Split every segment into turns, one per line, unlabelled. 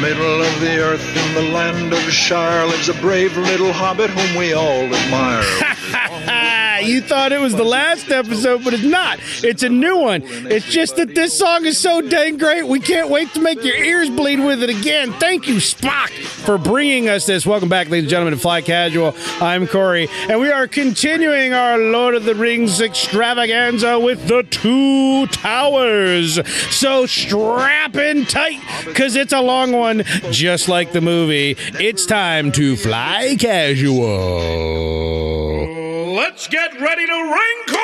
middle of the earth in the land of Shire lives a brave little hobbit whom we all admire.
you thought it was the last episode, but it's not. It's a new one. It's just that this song is so dang great, we can't wait to make your ears bleed with it again. Thank you, Spock, for bringing us this. Welcome back, ladies and gentlemen, to Fly Casual. I'm Corey, and we are continuing our Lord of the Rings extravaganza with the Two Towers. So strap in tight, because it's a long one, just like the movie. It's time to fly casual.
Let's get ready to wrinkle!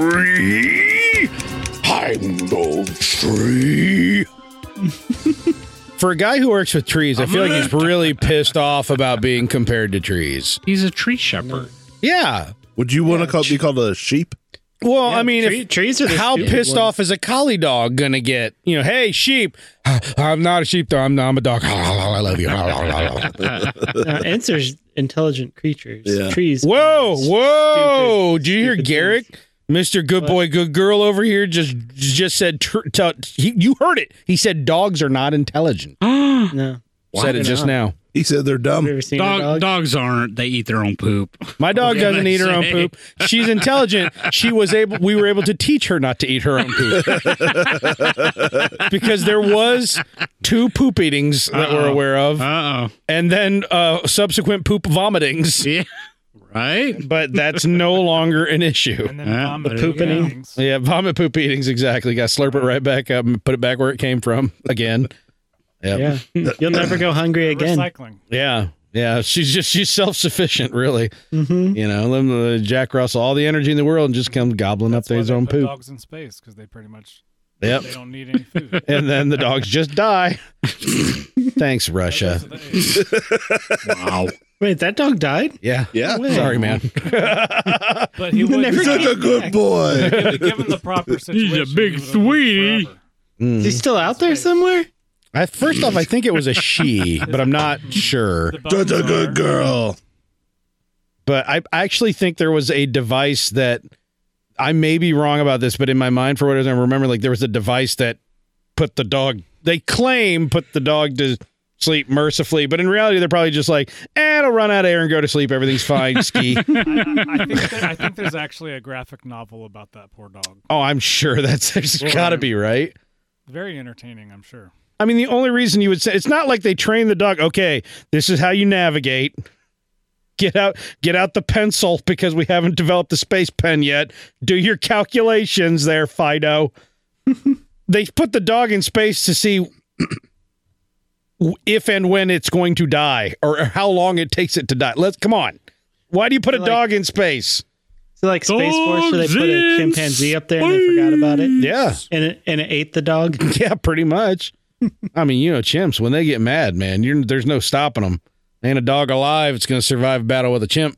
Tree? I'm no tree.
For a guy who works with trees, I feel like he's really pissed off about being compared to trees.
He's a tree shepherd.
Yeah.
Would you want to call, be called a sheep?
Well, I mean,
tree-
if,
trees are the
how
stupid
pissed
ones.
off is a collie dog gonna get? You know, hey sheep, I'm not a sheep though. I'm I'm a dog. I love you.
Uh, ants are intelligent creatures.
Yeah.
Trees.
whoa, whoa!
Stupid-
Do you hear
stupid
Garrick, Mister Good Boy, Good Girl over here? Just just said tr- t- he, you heard it. He said dogs are not intelligent.
No.
said it just now.
He said they're
Have you
dumb.
ever seen a
Dog,
dog?
dogs aren't. They eat their own poop.
My dog
What can
doesn't
I
eat her own
say?
poop. She's intelligent. She was able. We were able to teach her not to eat her own poop because there was two poop eatings that we're
Uh-oh.
aware of,
Uh oh.
and then uh, subsequent poop vomitings.
Yeah. Right?
But that's no longer an issue.
And then
Yeah,
vomit
there you go.
eatings.
Yeah, vomit poop eatings exactly. Got to slurp it right back up and put it back where it came from again. Yep.
Yeah. You'll never go hungry again.
Recycling.
Yeah. Yeah. She's just she's self sufficient, really.
Mm-hmm.
You know, let him, uh, Jack Russell all the energy in the world and just come gobbling
That's
up
why
his
they
own
put
poop.
Dogs in space because they pretty much
Yep.
they don't need any food.
and then the dogs just die. Thanks, Russia.
So they-
Wow.
Wait, that dog died?
Yeah.
Yeah.
Sorry, man.
But he would
Never
never
came
Such a good boy.
given the proper situation.
big
he would have lived
sweetie.
forever.
Is he
Mm.
still out there somewhere?
I, first off, I think it was a she, but I'm not sure.
The
Such
bones
a
are-
good girl.
But I I actually think there was a device that I may be wrong about this, but in my mind, for whatever I remember, like there was a device that put the dog. They claim put the dog to sleep mercifully, but in reality, they're probably just like, eh, it'll run out of air and go to sleep. Everything's fine. Ski.
I, I, think there, I think there's actually a graphic novel about that poor dog.
oh, I'm sure that's there's got to be right.
Very entertaining, I'm sure.
I mean, the only reason you would say it's not like they train the dog. Okay, this is how you navigate. Get out, get out the pencil because we haven't developed the space pen yet. Do your calculations there, Fido. they put the dog in space to see if and when it's going to die or how long it takes it to die. Let's come on. Why do you put a
Like-
dog in space?
So like Space Force where they put a
Dogs in
chimpanzee up there and they forgot about it?
Yeah,
And it, and it ate the dog?
yeah, pretty much. I mean, you know, chimps when they get mad, man, you're, there's no stopping them. Ain't a dog alive it's going to survive a battle with a chimp.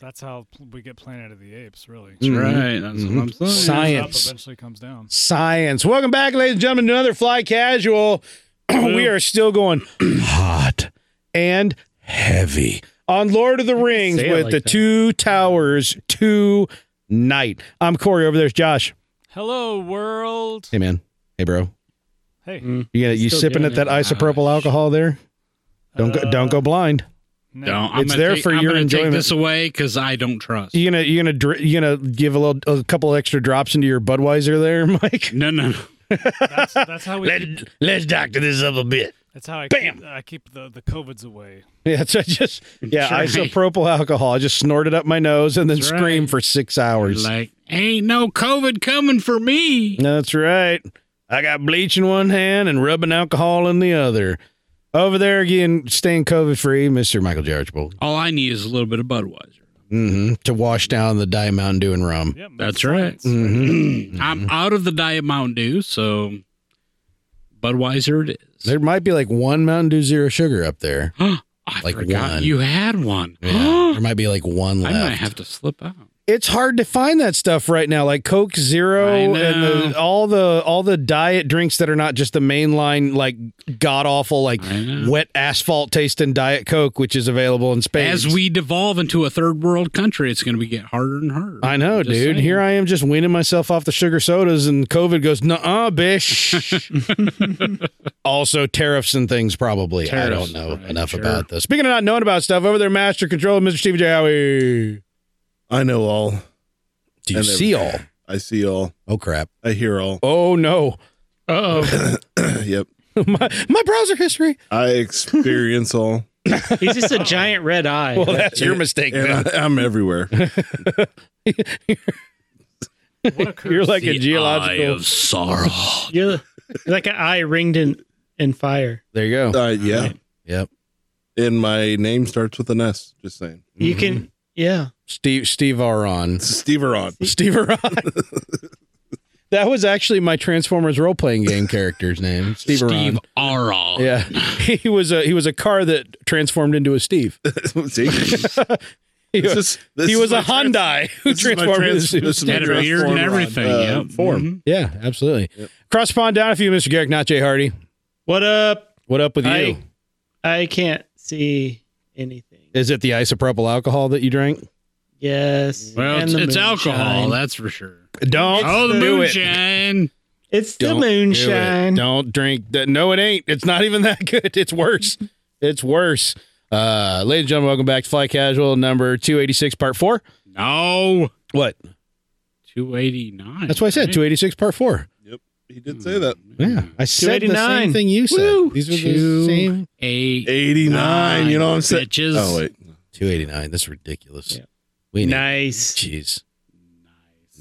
That's how pl- we get Planet of the Apes, really.
Mm. Right. That's what I'm saying.
Science.
Up eventually comes down.
Science. Welcome back, ladies and gentlemen, to another Fly Casual. we are still going hot and heavy on Lord of the Rings
say it
with
like
the
that.
two towers tonight. I'm Corey. Over there's Josh.
Hello, world.
Hey, man. Hey, bro. Mm.
Hey.
You got you
Still
sipping
doing
at that
it.
isopropyl alcohol there? Don't go,
Uh,
don't go blind.
No.
Don't, I'm
It's
gonna
there
take-
for
I'm
your
gonna
enjoyment.
Take this away because I don't trust.
You gonna you gonna dr- you gonna give a little a couple extra drops into your Budweiser there, Mike?
No, no, no.
That's, that's how we. keep,
let's doctor this up a bit.
that's how I
bam.
keep, I keep the the covids away.
Yeah, so I just yeah,
Try.
isopropyl alcohol. I just snorted up my nose and then
That's
screamed
right.
for six hours.
Like, ain't no COVID coming for me.
That's right. I got bleach in one hand and rubbing alcohol in the other. Over there again, staying COVID free, Mister Michael J. Archibald,
All I need is a little bit of Budweiser.
hmm to wash down the Diet Mountain Dew and rum. Mm-hmm.
Yep,
That's right.
science.
I'm out of the diet Mountain Dew, so Budweiser it is.
There might be like one Mountain Dew zero sugar up there.
I
Like
forgot
one.
you had one.
Yeah, there might be like one
I
left.
might have to slip out.
it's hard to find that stuff right now, like Coke Zero
I know.
and the, all the all the diet drinks that are not just the mainline, like god awful, like
I know.
wet asphalt tasting Diet Coke, which is available in Spain.
As we devolve into a third world country, it's going to be get harder and harder.
I know,
Just
dude.
saying.
Here I am just weaning myself off the sugar sodas, and COVID goes, nuh-uh, bish. also, tariffs and things, probably. I don't
Tariffs,
know
right,
enough
sure.
about this. Speaking of not knowing about stuff, over there, Master Control, Mr. Stevie J. Howie.
I know all.
Do you
And there-
see all?
I see all.
Oh, crap.
I hear all.
Oh, no.
Oh,
yep.
my, my browser history.
I experience all.
he's just a giant red eye.
Well, that's your mistake,
And
man.
I, I'm everywhere.
What a curse.
You're like a
The Eye
geological.
of sorrow.
You're you're like an eye ringed in in fire.
There you go.
Uh, yeah.
Yep.
And my name starts with an S. Just saying.
You can, yeah.
Steve Steve Aron.
Steve Aron.
Steve Aron. that was actually my Transformers role playing game character's name. Steve, Aron.
Steve Arra.
Yeah, he was a he was a car that transformed into a Steve.
See?
He,
This
was-
is- this
he
is
was
my
a
trans-
Hyundai who
this is my
transformed
trans-
into. a
this
Steve.
is my
Had a beard and
Transformer on,
everything.
uh,
yep.
form.
Mhm.
Yeah, Mm-hmm. absolutely. Cross pond down if you, Mister Garrick, not Jay Hardy.
What up?
What up with you?
I I can't see anything.
Is it the isopropyl alcohol that you drank?
Yes.
Well,
and
it's,
the
it's alcohol,
moonshine.
that's for sure.
Don't
Oh, the
do it.
moonshine.
It's the
Don't do it.
moonshine.
Don't drink that. No, it ain't. It's not even that good. It's worse. It's worse. Uh, ladies and gentlemen, welcome back to Fly Casual number 286, part four.
No.
What?
289.
That's what I said,
right?
286, part four.
He did say that.
Yeah. I said the same
289.
thing you said.
Woo.
These are the
Two-
same.
Eight.
89. you know what I'm saying?
Bitches.
Oh, wait.
289. That's ridiculous.
Yeah.
We need.
Nice.
Jeez.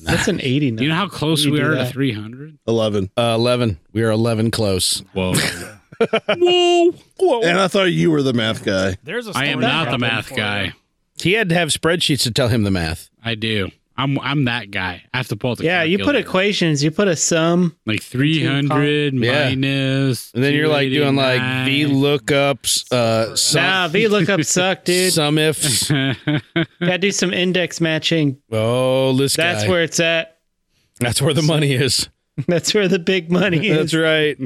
That's an 89.
Do you know how close
You
we
do
are to
that.
300?
11.
Uh, 11. We are 11 close.
Whoa.
Whoa. Whoa.
And I thought you were the math guy.
There's a
I am
story
not the
happening
math
for
guy.
you.
He had to have spreadsheets to tell him the math.
I do. I'm I'm that guy. I have to pull the
yeah, you put
calculator.
equations, you put a sum.
like 300
Yeah.
minus
And then you're like doing like
289.
VLOOKUPs, uh, sum,
Nah, VLOOKUP suck, dude.
some ifs.
Gotta do some index matching.
Oh, this
That's
guy.
where it's at.
that's where the money is.
That's where the big money is.
That's right.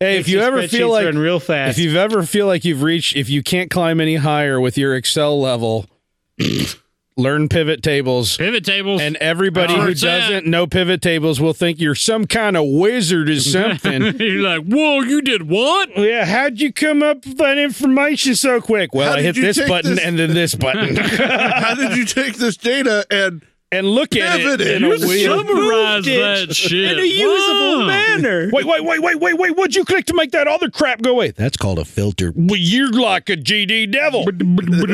Hey, if
Makes
you
your
ever feel
spreadsheets
like
run real fast,
if you've ever feel like you've reached if you can't climb any higher with your Excel level, learn pivot tables.
Pivot tables.
And everybody who
That's it.
doesn't know pivot tables will think you're some kind of wizard or something.
you're like, whoa, you did what?
yeah, how'd you come up with that information so quick? Well,
How
I
did
hit
you
this
take
button
this-
and then this button.
How did you take this data and
and look at it.
Pivot
in a
it.
weird-
You
Summarize
it
that shit.
in a usable
Wow.
manner.
Wait, wait, wait, wait, wait, wait. What'd you click to make that other crap go away? That's called a filter. Well, you're like a GD devil.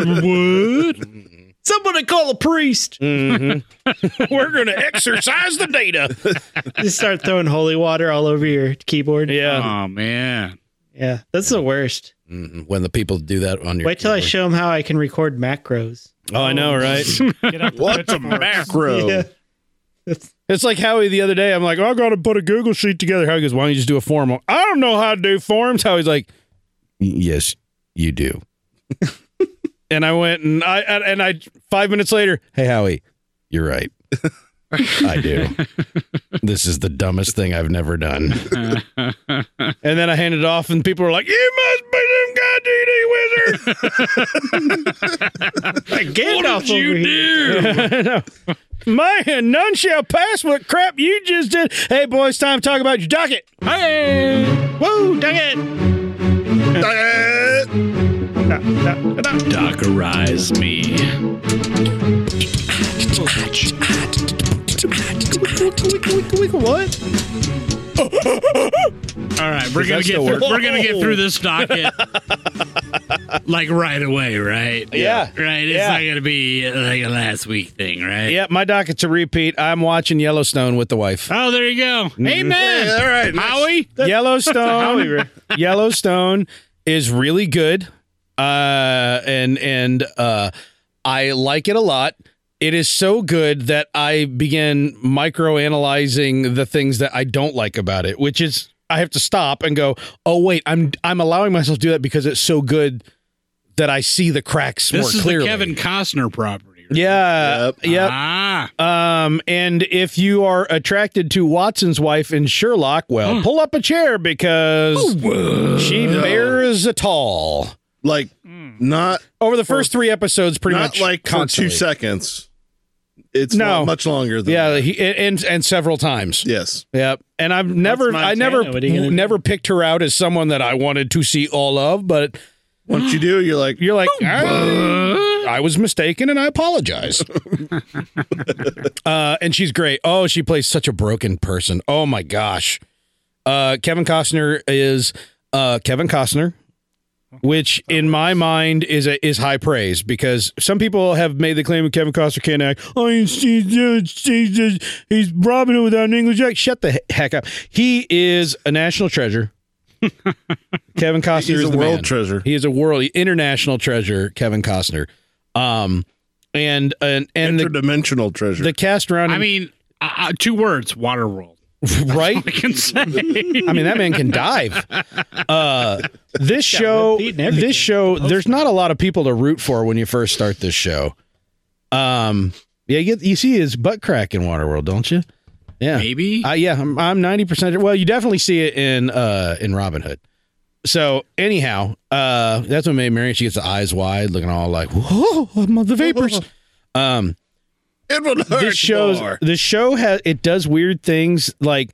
what?
Someone to call a priest.
We're going to exercise the data.
Just start throwing holy water all over your keyboard.
Yeah.
Oh, man.
Yeah, that's the worst.
When the people do that on your.
Wait till I show them how I can record macros.
Oh, I know, right?
Get out the
what's a
pitchforks.
macro?
Yeah.
it's like Howie the other day. I'm like, I got to put a Google sheet together. Howie goes, Why don't you just do a form? I'm like, I don't know how to do forms. Howie's like, "Y- Yes, you do. and I went and I and I five minutes later, Hey Howie, you're right. I do. this is the dumbest thing I've never done. And then I handed it off, and people were like, "You must be them guy DD wizard."
Gandalf over
you
here.
do?
Man, none shall pass what crap you just did. Hey, boys, time to talk about your docket.
Woo, dang it.
Dockerize me.
What?
All right, we're gonna
that
get
still
through,
work?
we're gonna get
Whoa.
through this docket like right away, right?
Yeah.
right. It's
Yeah.
not gonna be like a last week thing, right?
Yep, my docket's a repeat. I'm watching Yellowstone with the wife.
Oh, there you go. Amen.
all right. next.
Howie.
Yellowstone. Yellowstone is really good. Uh and and uh I like it a lot. It is so good that I begin micro analyzing the things that I don't like about it, which is I have to stop and go, "Oh wait, I'm I'm allowing myself to do that because it's so good that I see the cracks
This
more
is
clearly."
the Kevin Costner property, year.
Yeah. Yep.
Ah,
Um, and if you are attracted to Watson's wife in Sherlock,
Hmm.
well, pull up a chair
Oh,
because she bears it all.
Like not
Over the first three episodes, pretty
not
much
like
constantly.
for two seconds. It's
No.
no. much longer than
Yeah,
that.
he, and and several times.
Yes.
Yep. And I've never, I
Montana.
never,
What are you gonna do?
never picked her out as someone that I wanted to see all of. But
Once you do, you're like
you're like, I, I was mistaken, and I apologize. uh, and she's great. Oh, she plays such a broken person. Oh my gosh. Uh, Kevin Costner is uh, Kevin Costner. Which, in my mind, is a, is high praise because some people have made the claim that Kevin Costner can't act. Oh, he's, he's, he's, he's, he's robbing it without an English accent. Shut the he- heck up. He is a national treasure. Kevin Costner
he's
is
a
the
world
man.
treasure.
He is a world international treasure, Kevin Costner. Um, and and and the,
Interdimensional treasure.
the cast around
I
him,
mean, uh, uh, two words: Waterworld.
right?
I can say.
I mean, that man can dive. Uh, this show,
feet and everything.
this show, there's not a lot of people to root for when you first start this show. Um, yeah, you, get, you see his butt crack in Waterworld, don't you? Yeah,
Maybe.
Uh, yeah, I'm I'm ninety percent. Well, you definitely see it in uh in Robin Hood. So anyhow, uh, that's what made Marion. She gets the eyes wide, looking all like, "Whoa, I'm on the vapors." Um,
it would hurt
this shows
more.
the show has it does weird things like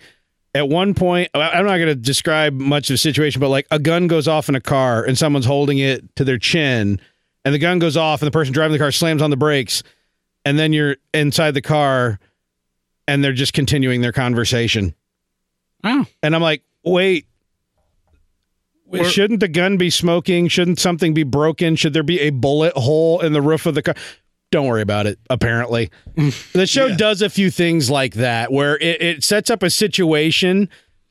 at one point I- i'm not going to describe much of the situation but like a gun goes off in a car and someone's holding it to their chin and the gun goes off and the person driving the car slams on the brakes and then you're inside the car and they're just continuing their conversation
oh,
and i'm like wait
We're-
shouldn't the gun be smoking shouldn't something be broken should there be a bullet hole in the roof of the car don't worry about it apparently the show does a few things like that where it, it sets up a situation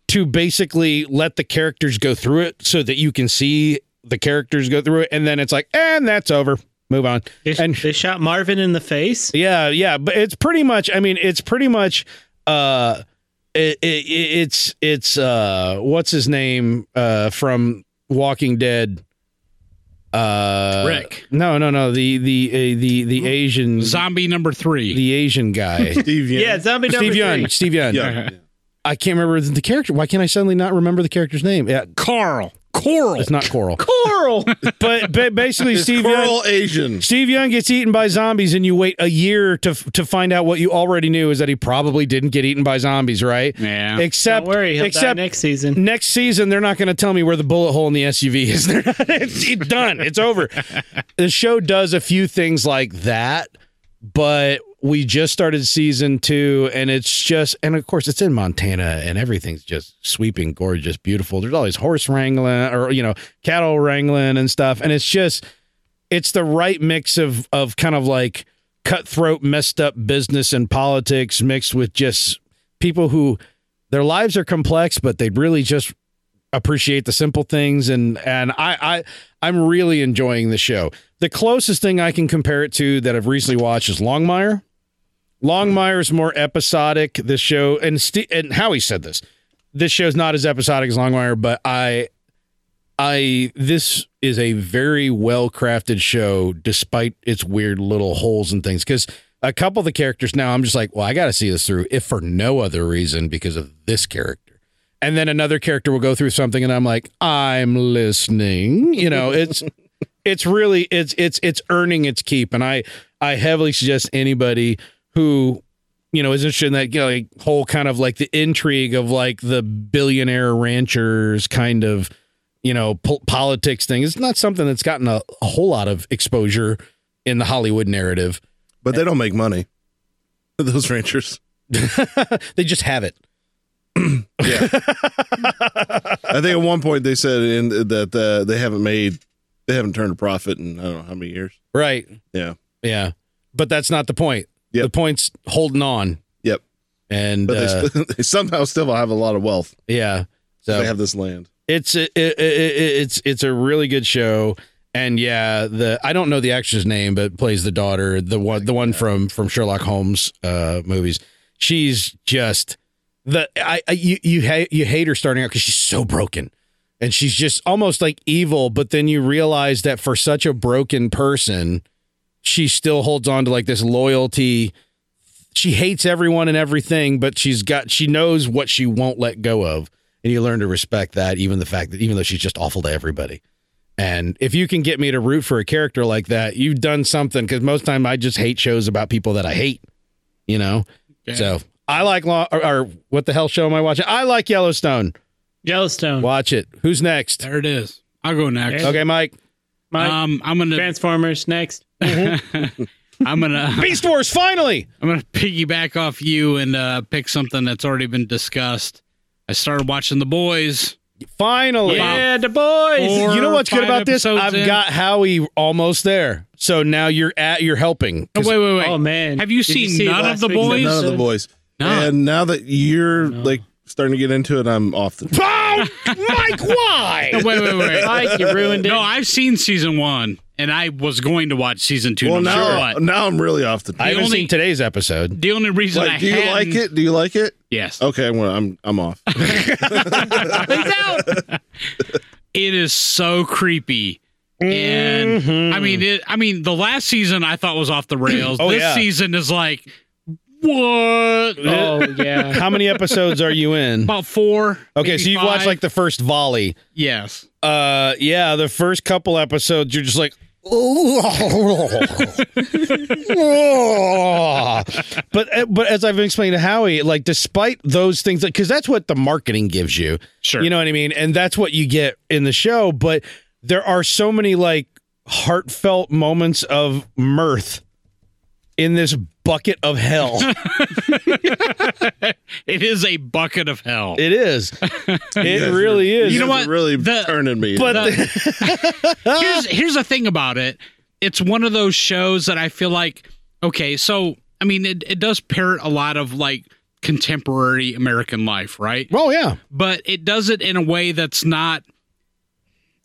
to basically let the characters go through it so that you can see the characters go through it and then it's like and that's over move on
They,
and
they shot Marvin in the face.
yeah, yeah, but it's pretty much. I mean, it's pretty much. Uh, it, it, it's it's uh, what's his name? Uh, from Walking Dead. Uh,
Rick.
No, no, no. The the uh, the the Asian
zombie number three.
the Asian guy.
Steve Young.
Yeah, zombie number
Steve Young.
three.
Steve Young.
Yeah.
I can't remember the character. Why can't I suddenly not remember the character's name? Yeah,
Carl. Coral.
it's not Coral.
Coral.
but, but basically,
It's
Steve Young.
Coral Asian.
Steve Young gets eaten by zombies, and you wait a year to to find out what you already knew is that he probably didn't get eaten by zombies, right?
Yeah.
Except,
Don't worry, he'll
except
die next season.
next season, they're not going to tell me where the bullet hole in the SUV is. They're not, it's, it's done. It's over. the show does a few things like that, but we just started season two, and it's just, and of course, it's in Montana, and everything's just sweeping, gorgeous, beautiful. There's all these horse wrangling, or you know, cattle wrangling and stuff, and it's just, it's the right mix of of kind of like cutthroat, messed up business and politics mixed with just people who their lives are complex, but they really just appreciate the simple things and and I, I I'm really enjoying the show. The closest thing I can compare it to that I've recently watched is Longmire. Longmire is more episodic. This show and Ste and Howie said this. This show's not as episodic as Longmire, but I I this is a very well crafted show despite its weird little holes and things because a couple of the characters now I'm just like well I got to see this through if for no other reason because of this character and then another character will go through something and I'm like I'm listening you know it's it's really it's it's it's earning its keep and I I heavily suggest anybody who you know, is interested in that you know, like, whole kind of like the intrigue of like the billionaire ranchers kind of, you know, po- politics thing. It's not something that's gotten a, a whole lot of exposure in the Hollywood narrative.
But they don't make money. Those ranchers.
They just have it.
I think at one point they said in that uh, they haven't made, they haven't turned a profit in I don't know how many years.
Right.
Yeah.
Yeah. But that's not the point.
Yep.
The point's holding on.
Yep.
And
But
uh,
they, st- they somehow still have a lot of wealth.
yeah. So
They have this land.
it's a, it, it, it- it's it's a really good show and yeah the i don't know the actress name but plays the daughter the one the one from from sherlock holmes uh movies she's just the i, I you you, ha- you hate her starting out because she's so broken and she's just almost like evil but then you realize that for such a broken person she still holds on to like this loyalty. She hates everyone and everything, but she's got she knows what she won't let go of, and you learn to respect that. Even the fact that even though she's just awful to everybody, and if you can get me to root for a character like that, you've done something. Because most time I just hate shows about people that I hate. You know,
Okay.
so I like law or, or what the hell show am I watching? I like Yellowstone.
Yellowstone.
Watch it. Who's next?
There it is. I'll go next.
Okay, Mike.
Mike,
Um, I'm gonna
Transformers next.
I'm gonna
Beast Wars finally.
I'm gonna piggyback off you and uh, pick something that's already been discussed. I started watching The Boys.
Finally.
Yeah, the boys.
Four,
You know what's good
five
about this?
episodes
I've
in.
got Howie almost there. So now you're at you're helping.
Oh,
'Cause
wait, wait, wait.
Oh man,
Have you
Did
seen
see
none of
last
the
week's
boys?
None of the
episode?
boys.
No.
And now that you're like starting to get into it, I'm off the.
Oh, Mike, why?
No, wait, wait, wait.
Mike, you ruined it.
No, I've seen season one, and I was going to watch season two.
Well,
no matter
now, uh,
what.
now I'm really off the.
I haven't
only-
seen today's episode.
The only reason I
like, do you
hadn't-
like it? Do you like it?
Yes,
Okay, I'm I'm, I'm off.
He's out.
it is so creepy. And I mean, it, I mean, the last season I thought was off the rails.
Mm-hmm. Oh,
this
yeah.
season is like what?
oh yeah.
How many episodes are you in?
About four.
Okay,
maybe
so you've watched
five.
like the first volley.
yes.
Uh yeah, the first couple episodes you're just like but uh, but as I've explained to Howie, like despite those things, because that's what the marketing gives you,
Sure.
You know what I mean? And that's what you get in the show. But there are so many like heartfelt moments of mirth in this bucket of hell.
It is a bucket of hell.
it is. It really is.
You know
This
what?
is Really
The-
turning me.
but Ah.
here's here's the thing about it. It's one of those shows that I feel like okay, so I mean it, it does parrot a lot of like contemporary American life, right?
oh yeah.
But it does it in a way that's not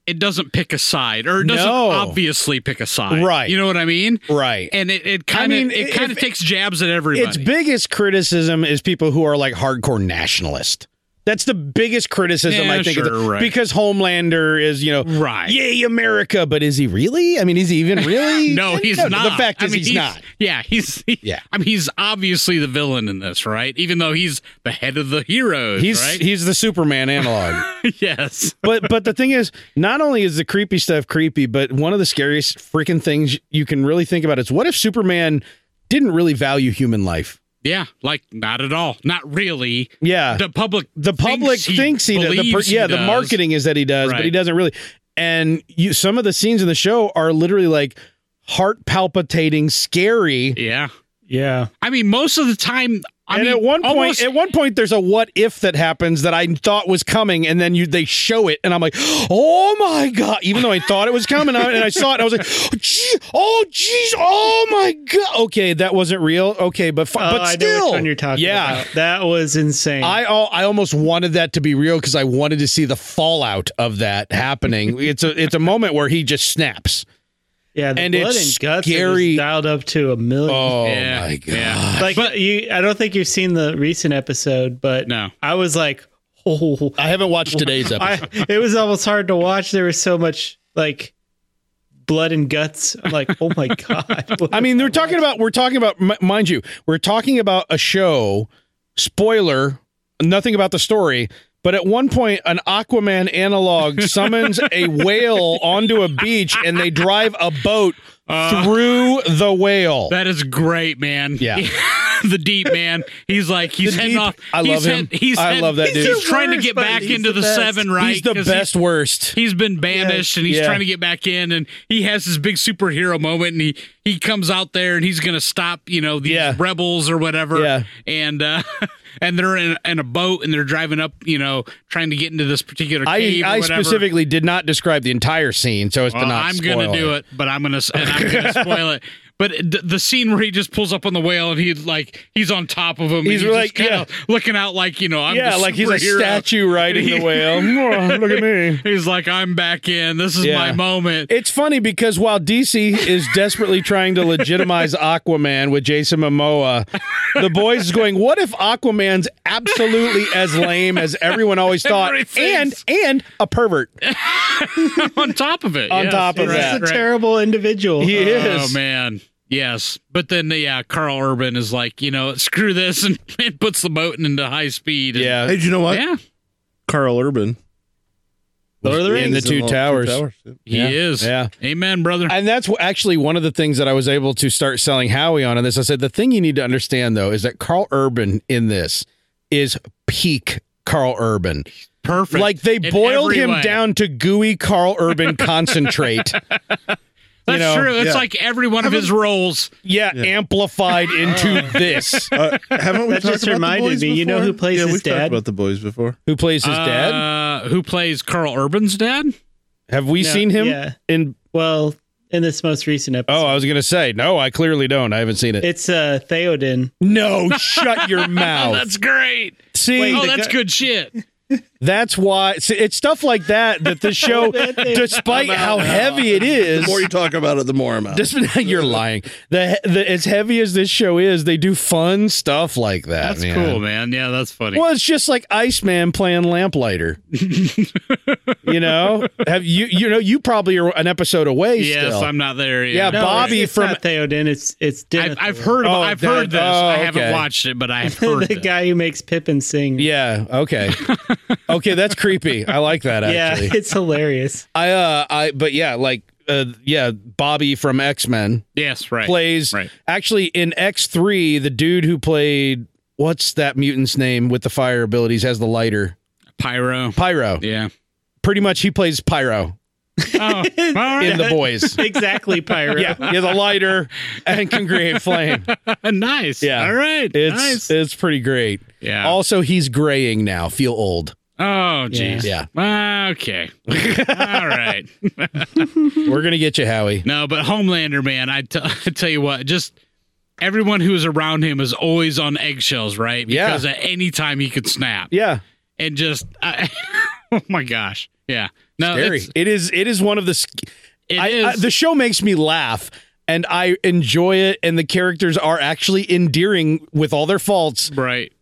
it doesn't pick a side or it doesn't
No.
obviously pick a side.
Right.
You know what I mean?
Right.
And it, it kind of
mean,
it kind of
if-
takes jabs at everybody.
Its biggest criticism is people who are like hardcore nationalist. That's the biggest criticism
Yeah,
I think, of the-
sure, right.
because Homelander is you know,
Right.
Yay America, but is he really? I mean, is he even really?
no, he's not.
The fact
I
is,
mean,
he's, not.
Yeah, he's. he-
Yeah.
I mean, he's obviously the villain in this, right? Even though he's the head of the heroes,
He's
right?
he's the Superman analog.
yes.
but but the thing is, not only is the creepy stuff creepy, but one of the scariest freaking things you can really think about is what if Superman didn't really value human life?
Yeah, like not at all. Not really.
Yeah,
The public
the public thinks he, does. The per-
believes he
yeah, the
does.
marketing is that he does, but
Right.
he doesn't really. And you, some of the scenes in the show are literally like heart palpitating, scary.
Yeah.
Yeah.
I mean, most of the time I
and
mean,
at one point,
almost-
at one point, there's a what if that happens that I thought was coming, and then you they show it, and I'm like, oh my god! Even though I thought it was coming, I- and I saw it, and I was like, oh jeez, oh, jeez, oh my god! Okay, that wasn't real. Okay, Uh, but fi-
Oh,
but
I
still,
know which one you're talking
yeah.
about. That was insane.
I al- I almost wanted that to be real because I wanted to see the fallout of that happening. it's a it's a moment where he just snaps.
yeah, the
and
blood
it's
and guts are just
scary.
dialed up to a million.
Oh
Yeah,
my god!
yeah.
like you, I don't think you've seen the recent episode, but
No.
I was like, oh,
I haven't watched today's episode.
I, it was almost hard to watch. There was so much like blood and guts. I'm like, oh my god.
I mean, they're talking about we're talking about m- mind you, we're talking about a show. Spoiler: nothing about the story. But at one point, an Aquaman analog summons a whale onto a beach, and they drive a boat Uh. through the whale.
that is great, man.
Yeah.
the deep man. He's like he's
The
heading
deep.
off.
I
he's
love him.
head- he's
I
head-
love that
he's
dude.
trying to
He's
get
the
back
worst,
into
but
the
he's the
seven,
best.
right?
He's the
'Cause
best worst.
he's been banished and he's
Yeah.
trying to get back in and he has his big superhero moment and he he comes out there and he's gonna stop you know these
Yeah.
rebels or whatever
Yeah.
and uh and they're in, in a boat and they're driving up you know trying to get into this particular
I,
cave or
I
whatever.
specifically did not describe the entire scene so as to
Well,
not.
I'm gonna
spoil
do it but I'm gonna s- and I'm gonna spoil it. But th- the scene where he just pulls up on the whale and he like he's on top of him.
He's
and
like,
just kinda looking out like you know I'm
Yeah,
the
like he's a
superhero.
statue riding the whale. Mwah, Look at me.
He's like I'm back in. This is
Yeah.
my moment.
It's funny because while DC is desperately trying to legitimize Aquaman with Jason Momoa, the boys is going, "What if Aquaman's absolutely as lame as everyone always thought, and
Everything's-
and a pervert
on top of it.
on
yes.
top of
He's
that?"
a terrible individual.
He
Uh,
is.
Oh man. Yes, but then yeah, Carl Urban is like, you know, screw this, and, and puts the boat into high speed. and-
Yeah.
Hey, do you know what?
yeah,
Carl Urban.
Lord of the
was
Rings. In the
in
Two
all
Towers.
yeah.
he
Yeah.
is.
Yeah.
amen, brother.
And that's wh- actually one of the things that I was able to start selling Howie on. And this, I said, the thing you need to understand though is that Carl Urban in this is peak Carl Urban.
Perfect.
Like they
In
boiled
every
him
way.
down to gooey Carl Urban concentrate.
That's
know,
true. It's
yeah.
like every one of his roles.
Yeah, amplified into this.
Uh, haven't we talked
That just
about the
reminded
boys
me, you know
before?
who plays
yeah,
his
we've
dad?
Talked about the boys before.
Who plays his dad?
Uh, who plays Carl Urban's dad?
Have we
No,
seen him
yeah.
in?
Well, in this most recent episode,
Oh, I was gonna say no. I clearly don't. I haven't seen it.
it's uh, Theoden.
no, shut your
Oh,
mouth.
that's great.
See,
Wait,
Oh,
the
that's
guy-
good shit.
That's why see, it's stuff like that that this show, despite how heavy it
The
is,
more you talk about it, the more I'm out.
despite, you're lying. The, the as heavy as this show is, they do fun stuff like that.
That's
man.
cool, man. Yeah, that's funny.
Well, it's just like Iceman playing Lamplighter. you know, have you you know you probably are an episode away.
yes,
still.
I'm not there.
Yeah,
Yet.
but- Bobby
it's, it's
from-
not Theoden. It's it's Denethor.
I've, I've heard. About,
Oh,
I've
that-
heard this.
oh,
I haven't
okay.
watched it, but I've heard
the
it.
guy who makes Pippin sing.
Yeah. Okay. okay, that's creepy. I like that.
yeah,
Actually,
it's hilarious.
I uh, I but yeah, like uh, yeah, Bobby from X Men.
Yes, right.
plays
right.
actually in X3 the dude who played what's that mutant's name with the fire abilities has the lighter
Pyro.
Pyro.
Yeah.
Pretty much he plays Pyro
Oh, all right.
in the boys.
Exactly, Pyro.
yeah, yeah, the lighter and can create flame.
nice.
Yeah.
All right.
It's
nice.
it's pretty great.
yeah.
Also he's graying now, feel old.
oh, jeez. Ah,
Yeah.
Okay. all right.
We're going to get you Howie.
No, but Homelander, man, I, t- I tell you what, just everyone who is around him is always on eggshells, right?
Yeah.
Because at any time he could snap.
Yeah,
And just, I, oh my gosh. Yeah. No,
scary.
it's-
It is it is one of the sc-
Oh, it
I, I,
is-
the show makes me laugh and I enjoy it and the characters are actually endearing with all their faults.
right.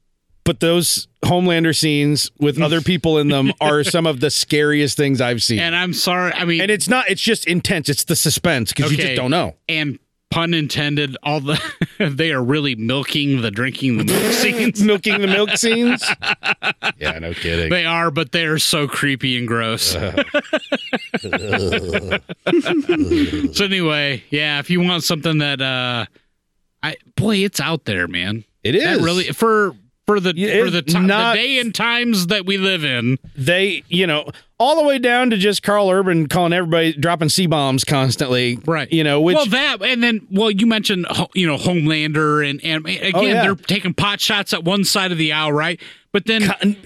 but those Homelander scenes with other people in them are some of the scariest things I've seen. And,
And I'm sorry. I mean,
it's not, it's just intense. It's the suspense because you
Okay.
just don't know.
and pun intended, all the, they are really milking the drinking the milk scenes.
Milking the milk scenes. yeah, no kidding.
They are, but they are so creepy and gross. so anyway, yeah, if you want something that uh I boy, it's out there, man.
it is.
That really for for the
Yeah,
for the,
it's
ti-
not-
the day and times that we live in.
They, you know, all the way down to just Carl Urban calling everybody, dropping C bombs constantly.
Right.
You know, which.
well, that and then well, you mentioned ho- you know Homelander and and again
Oh, yeah.
they're taking pot shots at one side of the aisle, right? But then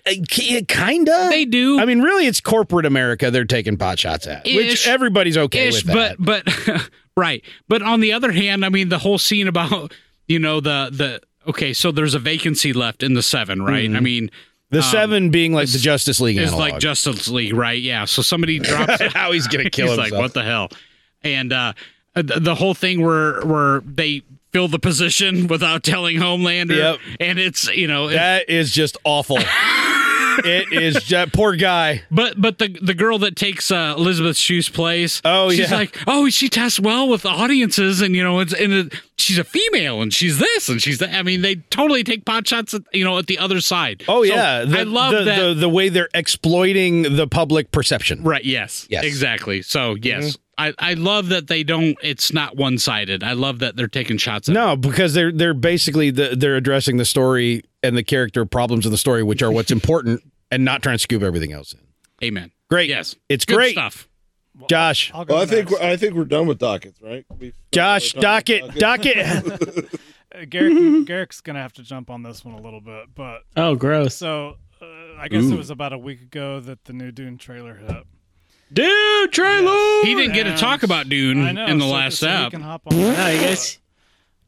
kind of.
they do.
I mean, really, it's corporate America they're taking pot shots at,
Ish.
which everybody's okay
ish,
with. That.
but but right. But on the other hand, I mean the whole scene about you know the the okay, so there's a vacancy left in the seven, right? I mean
the seven being like the Justice League
um, it's
Mm-hmm. analog.
like Justice League, right? Yeah. So somebody drops it.
how he's gonna kill
He's
himself.
like, what the hell? And uh th- the whole thing where where they fill the position without telling Homelander,
Yep.
and it's you know, it-
That is just awful. it is just poor guy.
but but the the girl that takes uh, Elizabeth Shue's place,
Oh,
she's
yeah.
like, oh, she tests well with the audiences, and you know, it's and it, she's a female, and she's this, and she's that. I mean, they totally take pot shots, at, you know, at the other side.
Oh
So
yeah, the,
I love
the,
that.
the the way they're exploiting the public perception.
Right. Yes.
Yes.
Exactly. So
Mm-hmm.
yes, I I love that they don't. It's not one sided. I love that they're taking shots. At
No, because they're they're basically the, they're addressing the story and the character problems of the story, which are what's important, and not trying to scoop everything else in.
Amen.
Great.
Yes.
It's
Good
great.
stuff.
Josh,
I'll go
Well, I think
next.
we're, I think we're done with dockets, right? We've-
Josh,
we're done with
docket, docket.
Uh, Garrick, Garrick's gonna have to jump on this one a little bit, but
Oh, gross,
so uh, I guess it was about a week ago that the new Dune trailer hit.
dude. Trailer.
He didn't get to
And-
talk about Dune
I know,
in the
so-
last
so you
app.
can hop on that.
Oh, you guys.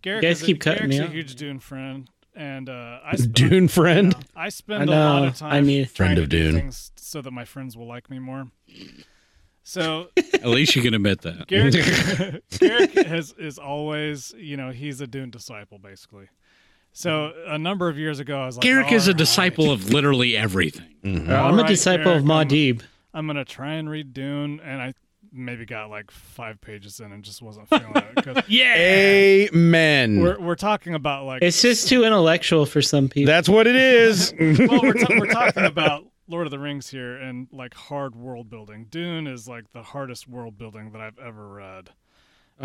Garrick
you guys
is a-
keep cutting
Garrick's
me
a
off.
huge Dune friend, and uh, I spend,
Dune friend.
I spend
I
a lot
know,
of time
I need-
Friend
trying to
of
do
Dune.
things so that my friends will like me more. So
At least you can admit that.
Garrick, Garrick has, is always, you know, he's a Dune disciple basically. So a number of years ago, I was like,
Garrick is a
"All right,
disciple of literally everything.
I'm a
Alright,
disciple
Garrick,
of
I'm-
Maudib.
I'm gonna try and read Dune, and I maybe got like five pages in and just wasn't feeling it. 'cause
Yeah.
Amen.
We're, we're talking about like
It's just too intellectual for some people.
That's what it is.
well, we're, ta- we're talking about Lord of the Rings here and like hard world building. Dune is like the hardest world building that I've ever read.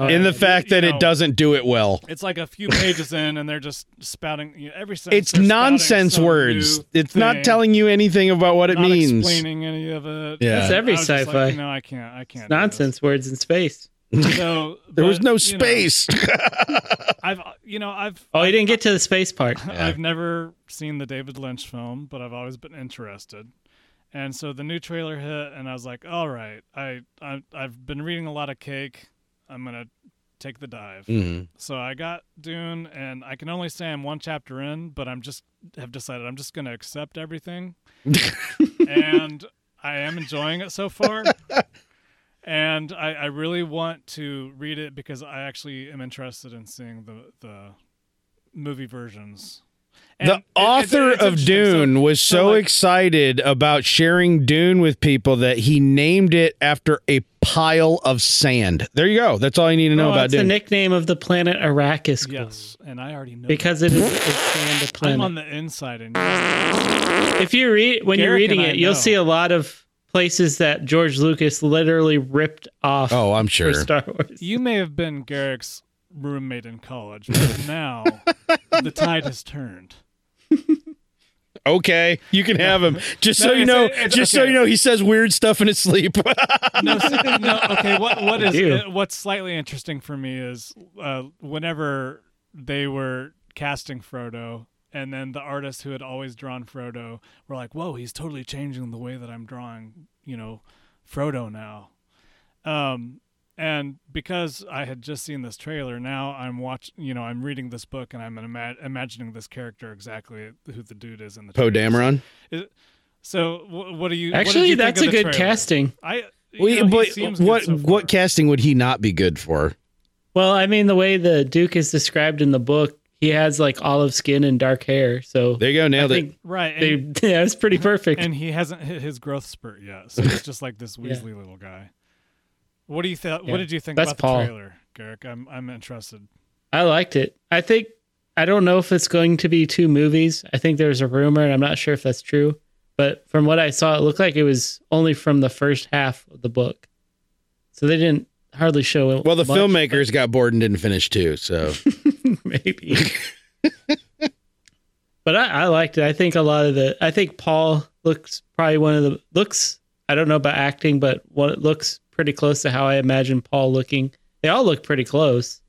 in the fact that it doesn't do it well.
It's like a few pages in, and they're just spouting you know, every sentence.
It's
they're spouting
nonsense
some
words.
new
It's not
thing,
telling you anything about what it
not
means.
Explaining any of it.
Yeah.
And
That's
every
I was just like,
sci-fi.
no, I can't. I can't. do this.
nonsense words in space.
So
There was
but,
no
you know,
space.
I've you know I've
Oh, you didn't get to the space part.
I've never seen the David Lynch film, but I've always been interested. And so the new trailer hit, and I was like, "All right, I, I I've been reading a lot of Cake. I'm gonna take the dive."
Mm-hmm.
So I got Dune, and I can only say I'm one chapter in, but I'm just have decided I'm just gonna accept everything, and I am enjoying it so far. And I, I really want to read it because I actually am interested in seeing the the movie versions. And
the
it- it's-
author
it's
of
interesting. So-
Dune was so,
like-
excited about sharing Dune with people that he named it after a pile of sand. There you go. That's all you need to know
No,
about
Oh, it's the
Dune.
nickname of the planet Arrakis
Yes, and I already know
because it is it's named a
I'm
planet.
on the inside, and you're
if you read when you're
Garrick and
reading
I
it, you'll
know.
see a lot of places that George Lucas literally ripped off
oh, I'm
for
sure.
Star Wars.
you may have been Garrick's roommate in college, but now the tide has turned.
Okay, you can have him. Just so
No,
you
it's-
know,
it's
just so
okay.
you know, he says weird stuff in his sleep.
No, s- no, okay. What what is
Ew.
uh, what's slightly interesting for me is uh, whenever they were casting Frodo, and then the artists who had always drawn Frodo were like, "Whoa, he's totally changing the way that I'm drawing." You know, Frodo now. Um, and because I had just seen this trailer, now I'm watch. You know, I'm reading this book, and I'm ima- imagining this character exactly who the dude is in the.
Poe
trailer.
Dameron.
So, wh- what do you? what did
Actually,
you think
that's
of
a
the
good
trailer?
casting.
I. you
We-
know, he
but
seems good
what
so far.
what casting would he not be good for?
Well, I mean, the way the Duke is described in the book, he has like olive skin and dark hair, so
There you go. Nailed
I
it.
think
right?
they
And,
yeah, it's pretty perfect.
and he hasn't hit his growth spurt yet, so he's just like this Weasley little guy. What do you think?
Yeah.
What did you think
That's
about
Paul.
the trailer, Garrick? I'm I'm interested.
I liked it. I think I don't know if it's going to be two movies. I think there's a rumor, and I'm not sure if that's true. But from what I saw, it looked like it was only from the first half of the book, so they didn't hardly show it.
Well, the
much,
filmmakers got bored and didn't finish too. So
maybe. but I, I liked it. I think a lot of the. I think Paul looks probably one of the looks. I don't know about acting, but what it looks pretty close to how I imagine Paul looking. They all look pretty close.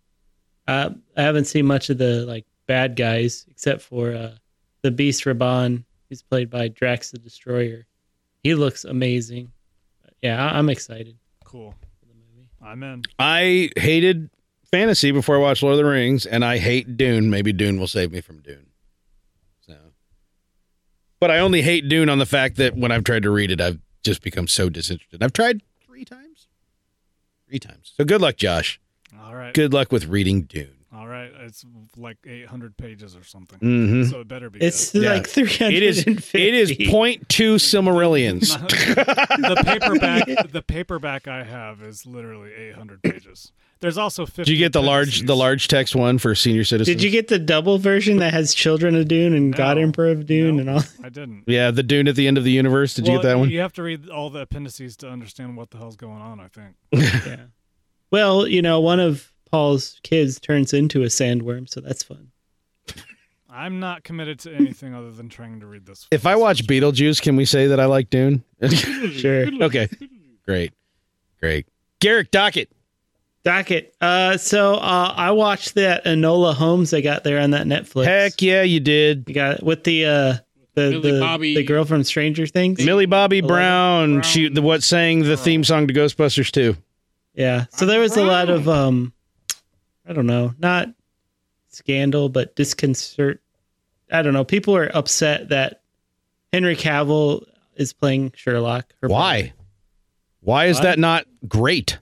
Uh, I haven't seen much of the like bad guys except for uh, the Beast Raban, who's played by Drax the Destroyer. He looks amazing. Yeah, I- I'm excited.
Cool. I'm in.
I hated fantasy before I watched Lord of the Rings, and I hate Dune. Maybe Dune will save me from Dune. So, but I only hate Dune on the fact that when I've tried to read it, I've just become so disinterested. I've tried three times, three times. So good luck, Josh.
All right.
Good luck with reading Dune.
All right. It's like 800 pages or something.
Mm-hmm.
Mhm.
So it better be.
It's
Yeah.
like 350.
It is. It is point two
good.
Silmarillions.
the paperback. The paperback I have is literally 800 pages. There's also 50.
Did you get the large the large text one for senior citizens?
Did you get the double version that has Children of Dune and God
No.
Emperor of Dune and all?
I didn't.
Yeah, the Dune at the end of the universe. Did you
Well,
get that one?
You have to read all the appendices to understand what the hell's going on. I think.
Yeah. Well, you know, one of Paul's kids turns into a sandworm, so that's fun.
I'm not committed to anything other than trying to read this.
If I watch Beetlejuice, can we say that I like Dune?
Sure.
okay. Great. Great. Garrick Dockett.
Docket. Uh, so uh, I watched that Enola Holmes I got there on that Netflix.
Heck yeah, you did.
You got it with the uh, the
Millie
the,
Bobby.
the girl from Stranger Things.
Millie Bobby Brown,
Brown.
She the what sang the theme song to Ghostbusters 2.
Yeah. So there was a lot of um I don't know, not scandal but disconcert. I don't know. People are upset that Henry Cavill is playing Sherlock. her brother.
Why? Why is
Why?
that not great?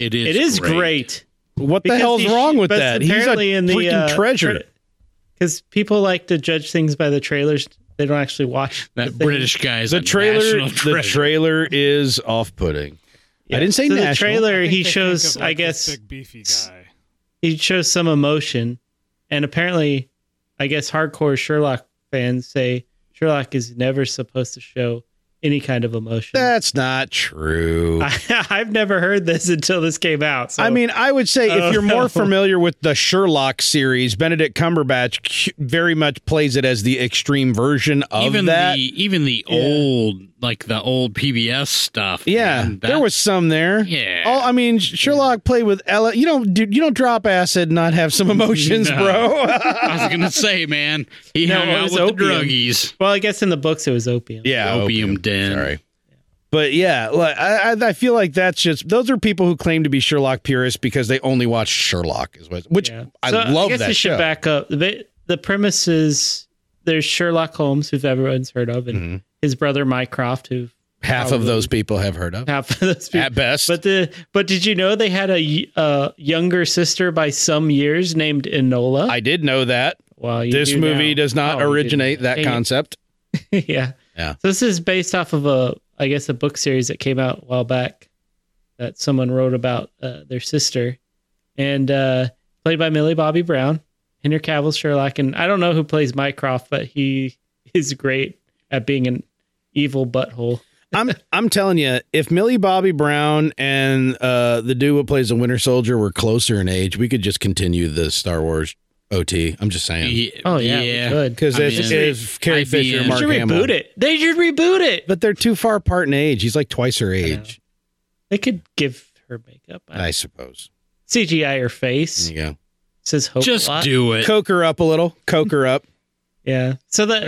It is.
It is great.
What the
Because
hell's
he-
wrong with
but
that? He's a
apparently in the,
freaking
uh,
treasure.
Cuz people like to judge things by the trailers. They don't actually watch the
That
thing.
British guy is
The
a
trailer
national
the
treasure.
trailer is off-putting. I didn't say
so
national.
the trailer
I think
he
they think
shows
of, like,
I
this
guess
big beefy
s-
guy.
he shows some emotion and apparently I guess hardcore Sherlock fans say Sherlock is never supposed to show any kind of emotion.
That's not true. I,
I, I've never heard this until this came out. So
mean, I would say
Oh,
if you're more
no.
familiar with the Sherlock series, Benedict Cumberbatch c- very much plays it as the extreme version of
even
that.
the even the old like the old PBS stuff.
yeah,
man,
there
that-
was some there.
Yeah.
Oh, I mean, Sherlock played with Ella. You don't, dude. You don't drop acid and not have some emotions,
No.
bro.
I was gonna say, man, he
No,
hung
it
out
was
with the
opium.
druggies,
well, I guess in the books it was opium.
yeah,
opium, den.
Sorry. But yeah, like I, I I feel like that's just those are people who claim to be Sherlock purists because they only watch Sherlock, is what, which
Yeah.
I
So
love
I guess
that
we should
show.
back up. The, the premise is there's Sherlock Holmes, who everyone's heard of, and
Mhm.
his brother Mycroft, who
Half of
Probably.
those people have heard of,
half of those people.
at best.
But the but did you know they had a y- uh, younger sister by some years named Enola?
I did know that
well, you
this
do
movie
now.
does not
Oh, you didn't.
originate that
Dang it.
concept.
yeah.
Yeah.
So this is based off of a, I guess, a book series that came out a while back that someone wrote about uh, their sister, and uh, played by Millie Bobby Brown, Henry Cavill Sherlock, and I don't know who plays Mycroft, but he is great at being an evil butthole.
I'm I'm telling you, if Millie Bobby Brown and uh, the dude who plays the Winter Soldier were closer in age, we could just continue the Star Wars OT. I'm just saying
He-
Oh yeah, good.
because
I
it's,
mean,
it's Carrie
I'd be
Fisher,
in.
and Mark
should
Hamill.
reboot it. They should reboot it.
But they're too far apart in age. He's like twice her age,
They could give her makeup.
I suppose.
CGI her face.
Yeah.
Says hope. a
Just
lot.
do it.
Coke her up a little. Coke her up.
Yeah. So the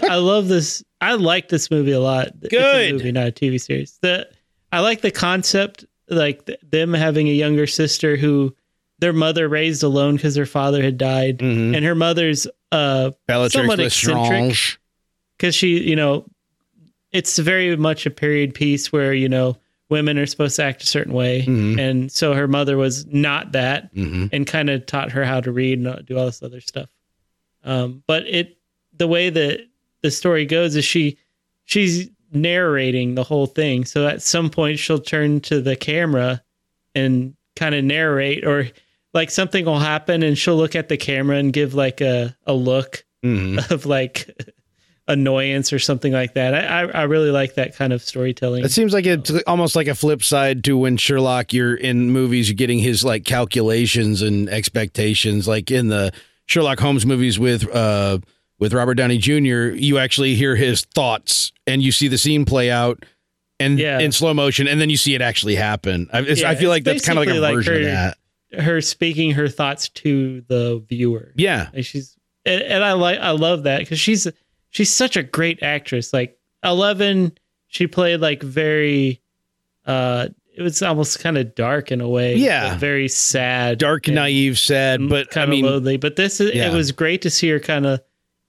the I love this. I like this movie a lot. It's a
Good.
movie, not a TV series. The I like the concept, like th- them having a younger sister who their mother raised alone because her father had died,
Mm-hmm.
and her mother's uh
Bellatrix
Somewhat
Lestrange.
because she you know it's very much a period piece where you know women are supposed to act a certain way,
Mhm.
and so her mother was not that,
Mm-hmm.
and kind of taught her how to read and do all this other stuff. Um, but it the way that the story goes is she she's narrating the whole thing. So at some point she'll turn to the camera and kind of narrate or like something will happen and she'll look at the camera and give like a, a look
Mm-hmm.
of like annoyance or something like that. I, I, I really like that kind of storytelling.
It seems like it's almost like a flip side to when Sherlock, you're in movies, you're getting his like calculations and expectations. Like in the Sherlock Holmes movies with uh, with Robert Downey Jr., you actually hear his thoughts and you see the scene play out and
Yeah.
in slow motion, and then you see it actually happen. I, it's,
Yeah,
I feel like that's
it's
kind of like a
basically like
version of
her-
that.
Her speaking her thoughts to the viewer.
Yeah.
Like she's and, and I like I love that because she's she's such a great actress. Like Eleven, she played like very uh it was almost kind of dark in a way.
Yeah.
but very sad.
Dark,
and
naive, sad, but I
Mm, kinda
mean,
lonely. But this is
yeah.
it was great to see her kind of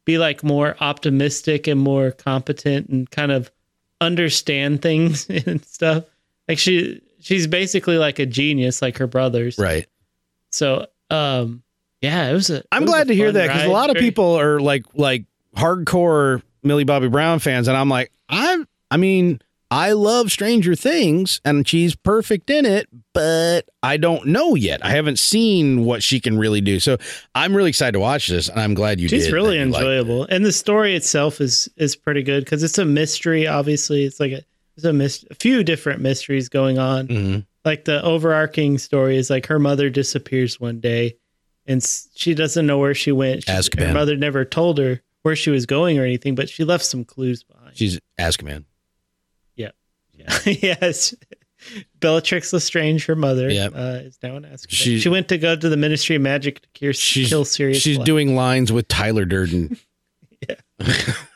be like more optimistic and more competent and kind of understand things and stuff. Like she she's basically like a genius like her brothers.
right.
So um yeah, it was a
I'm
it was
glad
a
to hear
fun
that because a
ride.
lot of
Very-
people are like like hardcore Millie Bobby Brown fans, and I'm like, I'm I mean, I love Stranger Things, and she's perfect in it, but I don't know yet. I haven't seen what she can really do, so I'm really excited to watch this, and I'm glad you did.
She's really
that you liked it.
enjoyable, and the story itself is is pretty good because it's a mystery. Obviously, it's like a there's a, mys- a few different mysteries going on.
Mhm.
Like the overarching story is like her mother disappears one day, and s- she doesn't know where she went. She,
Azkaban.
her mother never told her where she was going or anything, but she left some clues behind.
She's Azkaban.
yes. Bellatrix Lestrange, her mother,
Yep.
uh, is now an Azkaban.
She-
She, went to go to the Ministry of Magic to cure,
She's-
kill Sirius.
She's
Black.
doing lines with Tyler Durden.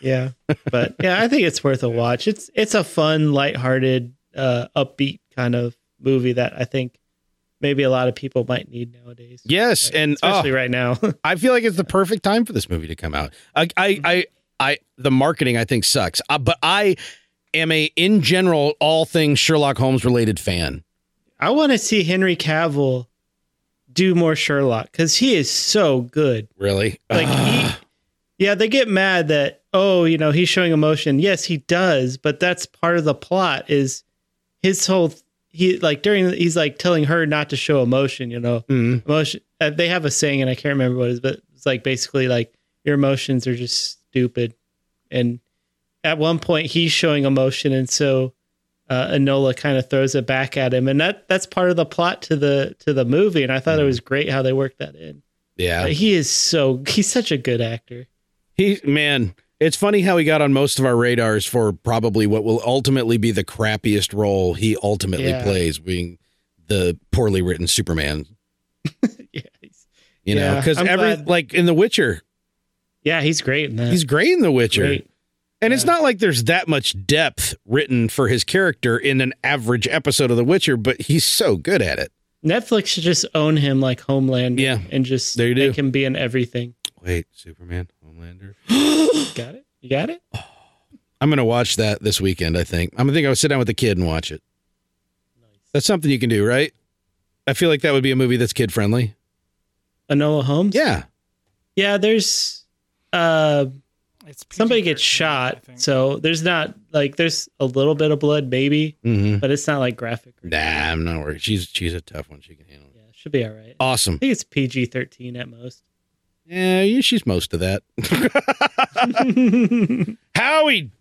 Yeah. But yeah, I think it's worth a watch. It's it's a fun, lighthearted, uh upbeat kind of movie that I think maybe a lot of people might need nowadays.
yes,
Like,
and oh,
especially right now.
I feel like it's the perfect time for this movie to come out. I,
Mm-hmm.
I, I, I the marketing I think sucks, uh, but I am a in general all things Sherlock Holmes related fan.
I want to see Henry Cavill do more Sherlock cuz he is so good.
Really, Uh,
Like he
Ah.
Yeah, they get mad that oh, you know, he's showing emotion. Yes, he does, but that's part of the plot is his whole he like during he's like telling her not to show emotion. You know,
Mhm.
emotion. Uh, they have a saying, and I can't remember what it is, but it's like basically like your emotions are just stupid. And at one point, he's showing emotion, and so uh, Enola kind of throws it back at him, and that that's part of the plot to the to the movie. And I thought it was great how they worked that in.
Yeah.
But he is so he's such a good actor.
He man, it's funny how he got on most of our radars for probably what will ultimately be the crappiest role he ultimately
Yeah.
plays, being the poorly written Superman.
Yeah, he's,
You know, 'cause know, because
I'm
every
glad-
like in The Witcher,
yeah, he's great in that.
he's great in The Witcher.
great.
And it's
Yeah.
not like there's that much depth written for his character in an average episode of The Witcher, but he's so good at it.
Netflix should just own him like Homeland.
Yeah.
and just
There you
make
do.
him be in everything.
Wait, Superman, Homelander.
Got it? You got it?
I'm gonna watch that this weekend. I think. I'm gonna think I'll sit down with the kid and watch it. That's something you can do, right? I feel like that would be a movie that's kid friendly.
Enola Holmes.
Yeah.
yeah. There's uh
It's
somebody
PG-13,
gets
I
shot,
think.
so there's not like there's a little bit of blood maybe,
Mm-hmm.
but it's not like graphic. or-
Nah, I'm not worried. She's she's a tough one. She can handle it.
Yeah, should be all right. I
Awesome.
think it's PG thirteen at most.
Yeah, yeah, she's most of that. Howie,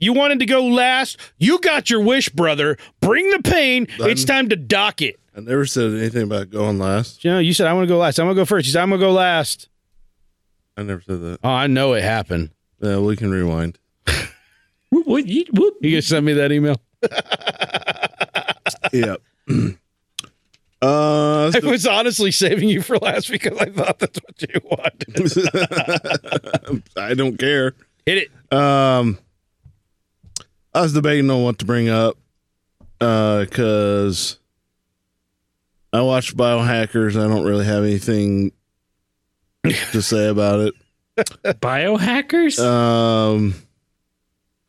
you wanted to go last. You got your wish, brother. Bring the pain. It's time to dock it.
I never said anything about going last.
You know, you said I want to go last. I'm gonna go first. You said I'm gonna go last.
I never said that.
Oh, I know it happened.
Yeah, we can rewind.
Whoop, whoop, yeet, whoop.
You gonna send me that email?
Yep. uh,
I was honestly saving you for last because I thought that's what you wanted.
I don't care.
Hit it.
Um, I was debating on what to bring up because I watched Biohackers. I don't really have anything to say about it.
Biohackers?
Um,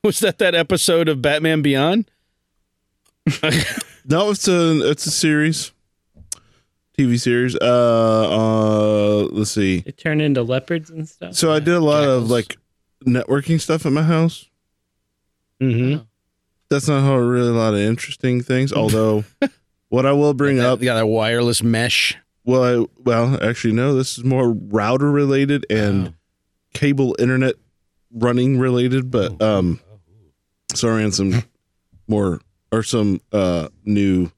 Was that that episode of Batman Beyond?
no, it's a it's a series, TV series. Uh, uh let's see.
they turn into leopards and stuff.
So I did a lot of like networking stuff at my house.
Mm-hmm.
That's not how really a lot of interesting things. Although, what I will bring up
Got, that wireless mesh.
Well, I, well, actually, no. This is more router related and cable internet running related. But
Oh.
um, so I ran some more or some uh new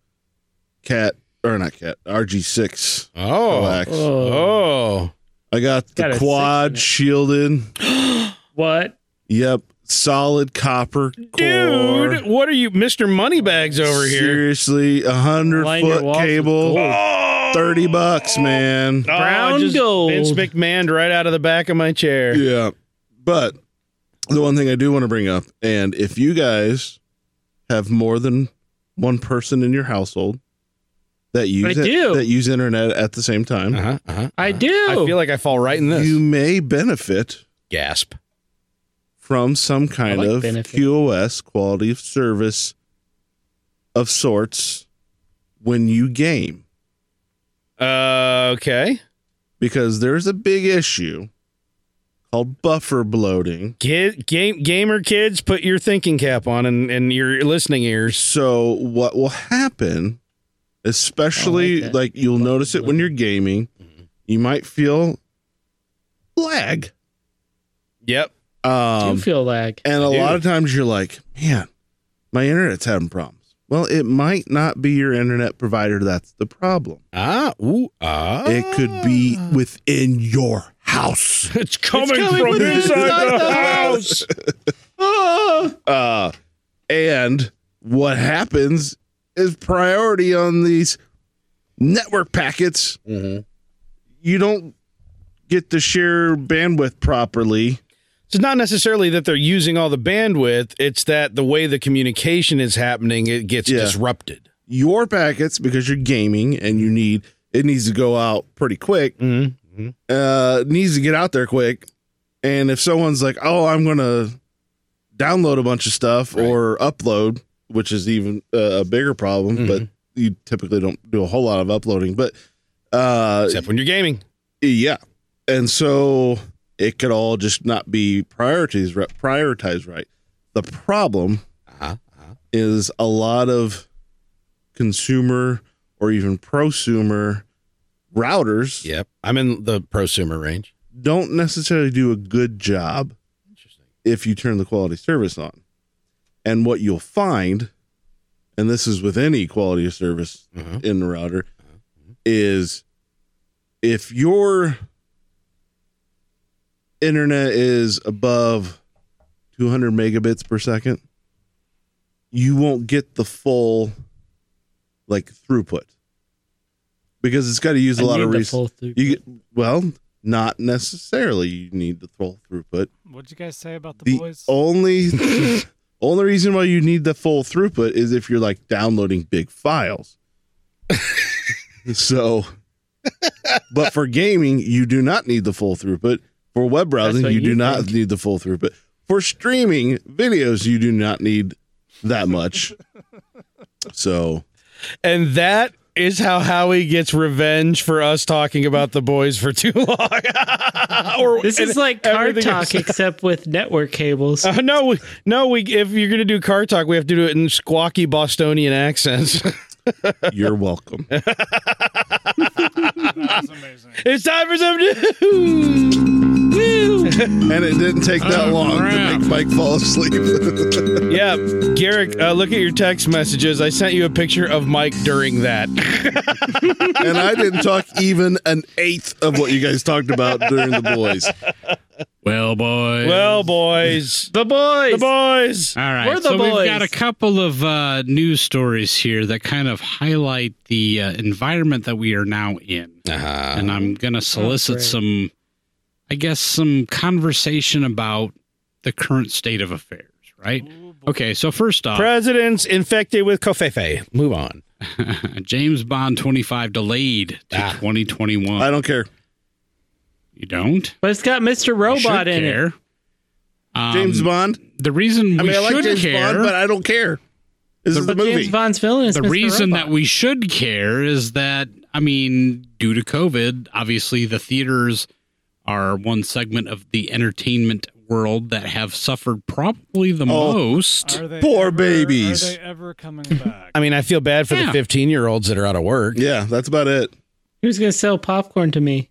cat or not cat RG six.
Oh.
Relax.
Oh,
Oh.
I got the
Got a six in
quad
it.
shielded.
what?
Yep, solid copper core.
Dude, what are you, Mr. Moneybags over here?
Seriously, a hundred
Line your
foot
walls with
cable,
gold.
thirty bucks, man.
Oh,
Brown
just
gold.
Vince McMahon right out of the back of my chair.
Yeah. But the one thing I do want to bring up, and if you guys have more than one person in your household that use
I
it-
do.
that use internet at the same time,
Uh-huh, uh-huh.
I
Uh,
do.
I feel like I fall right in this.
you may benefit
gasp.
from some kind
like
of
benefit.
QoS quality of service of sorts when you game.
Uh, okay.
Because there's a big issue called buffer bloating.
Kid, game, gamer kids, put your thinking cap on and, and your listening ears.
So what will happen, especially
I don't like Mm-hmm.
like,
that.
you'll notice it when you're gaming, you might feel lag.
Yep.
I do
Um,
feel lag.
and a
do.
lot of times you're like, man, my internet's having problems. Well, it might not be your internet provider that's the problem.
Ah, ooh, ah.
It could be within your house.
It's coming, from
from
inside the,
inside the
house.
Uh, and what happens is priority on these network packets. You don't get to share bandwidth properly.
It's not necessarily that they're using all the bandwidth. It's that the way the communication is happening, it gets
Yeah.
disrupted.
Your packets because you're gaming and you need it needs to go out pretty quick.
Mm-hmm.
Uh, it needs to get out there quick. And if someone's like, "Oh, I'm gonna download a bunch of stuff or upload," which is even uh, a bigger problem,
Mm-hmm.
but you typically don't do a whole lot of uploading. But uh,
Except when you're gaming.
Yeah. And so it could all just not be priorities ri-
Uh-huh,
prioritized right. The problem is a lot of consumer or even prosumer routers
Yep. I'm in the prosumer range.
don't necessarily do a good job
Interesting.
if you turn the quality service on. And what you'll find, and this is with any quality of service
Mhm.
in the router, is if your internet is above 200 megabits per second, you won't get the full like throughput because it's got to use a
I
lot
need
of
to
res-
pull through.
you get, well, not necessarily. You need the full throughput.
What'd you guys say about the,
The
boys?
only only reason why you need the full throughput is if you're like downloading big files. so, but for gaming, you do not need the full throughput. For web browsing,
what
you,
you
do not
think.
need the full throughput. For streaming videos, you do not need that much. so,
And that is how Howie gets revenge for us talking about the boys for too long. Or-
This is
and
like car
everything
talk,
else.
except with network cables.
Uh, no, we- no. We if you're gonna do car talk, we have to do it in squawky Bostonian accents.
you're welcome.
That was amazing.
it's time for some news.
and it didn't take that long to
crap.
make Mike fall asleep.
yeah, Garrick, uh, look at your text messages. I sent you a picture of Mike during that.
and I didn't talk even an eighth of what you guys talked about during the boys.
Well, boy.
Well, boys,
The boys. Ah.
the boys.
All right,
We're the
so
boys.
we've got a couple of uh, news stories here that kind of highlight the uh, environment that we are now in,
Uh-huh.
and I'm going to solicit
great.
some, I guess, some conversation about the current state of affairs. Right?
Oh,
Okay, so first off,
Presidents infected with covfefe. Move on.
James Bond 25 delayed to
Ah.
2021.
I don't care.
you don't?
But it's got Mr. Robot in it.
Um,
James Bond.
The reason we
I mean, I like
should
James
care,
Bond, but I don't care. This is the
But James
movie.
Bond's villain is
the
Mr.
reason
Robot.
that we should care is that I mean, due to COVID, obviously the theaters are one segment of the entertainment world that have suffered probably the
Oh.
most.
Are they
Poor
ever,
babies.
Are they ever coming back?
I mean, I feel bad for the
Yeah.
15 year olds that are out of work.
Yeah, that's about it.
Who's going to sell popcorn to me?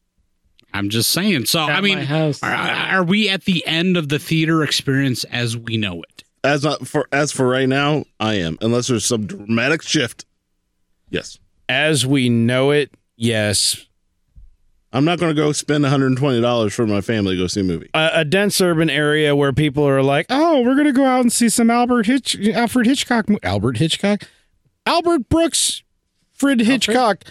I'm just saying. So
At
I mean,
my house.
are, are we at the end of the theater experience as we know it?
As not for as for right now, I am. Unless there's some dramatic shift. Yes,
As we know it, yes.
I'm not going to go spend 120 dollars for my family to go see a movie.
A, a dense urban area where people are like, oh, we're going to go out and see some Albert Hitch, Alfred Hitchcock. mo- Albert Hitchcock? Albert Brooks, Fred Hitchcock.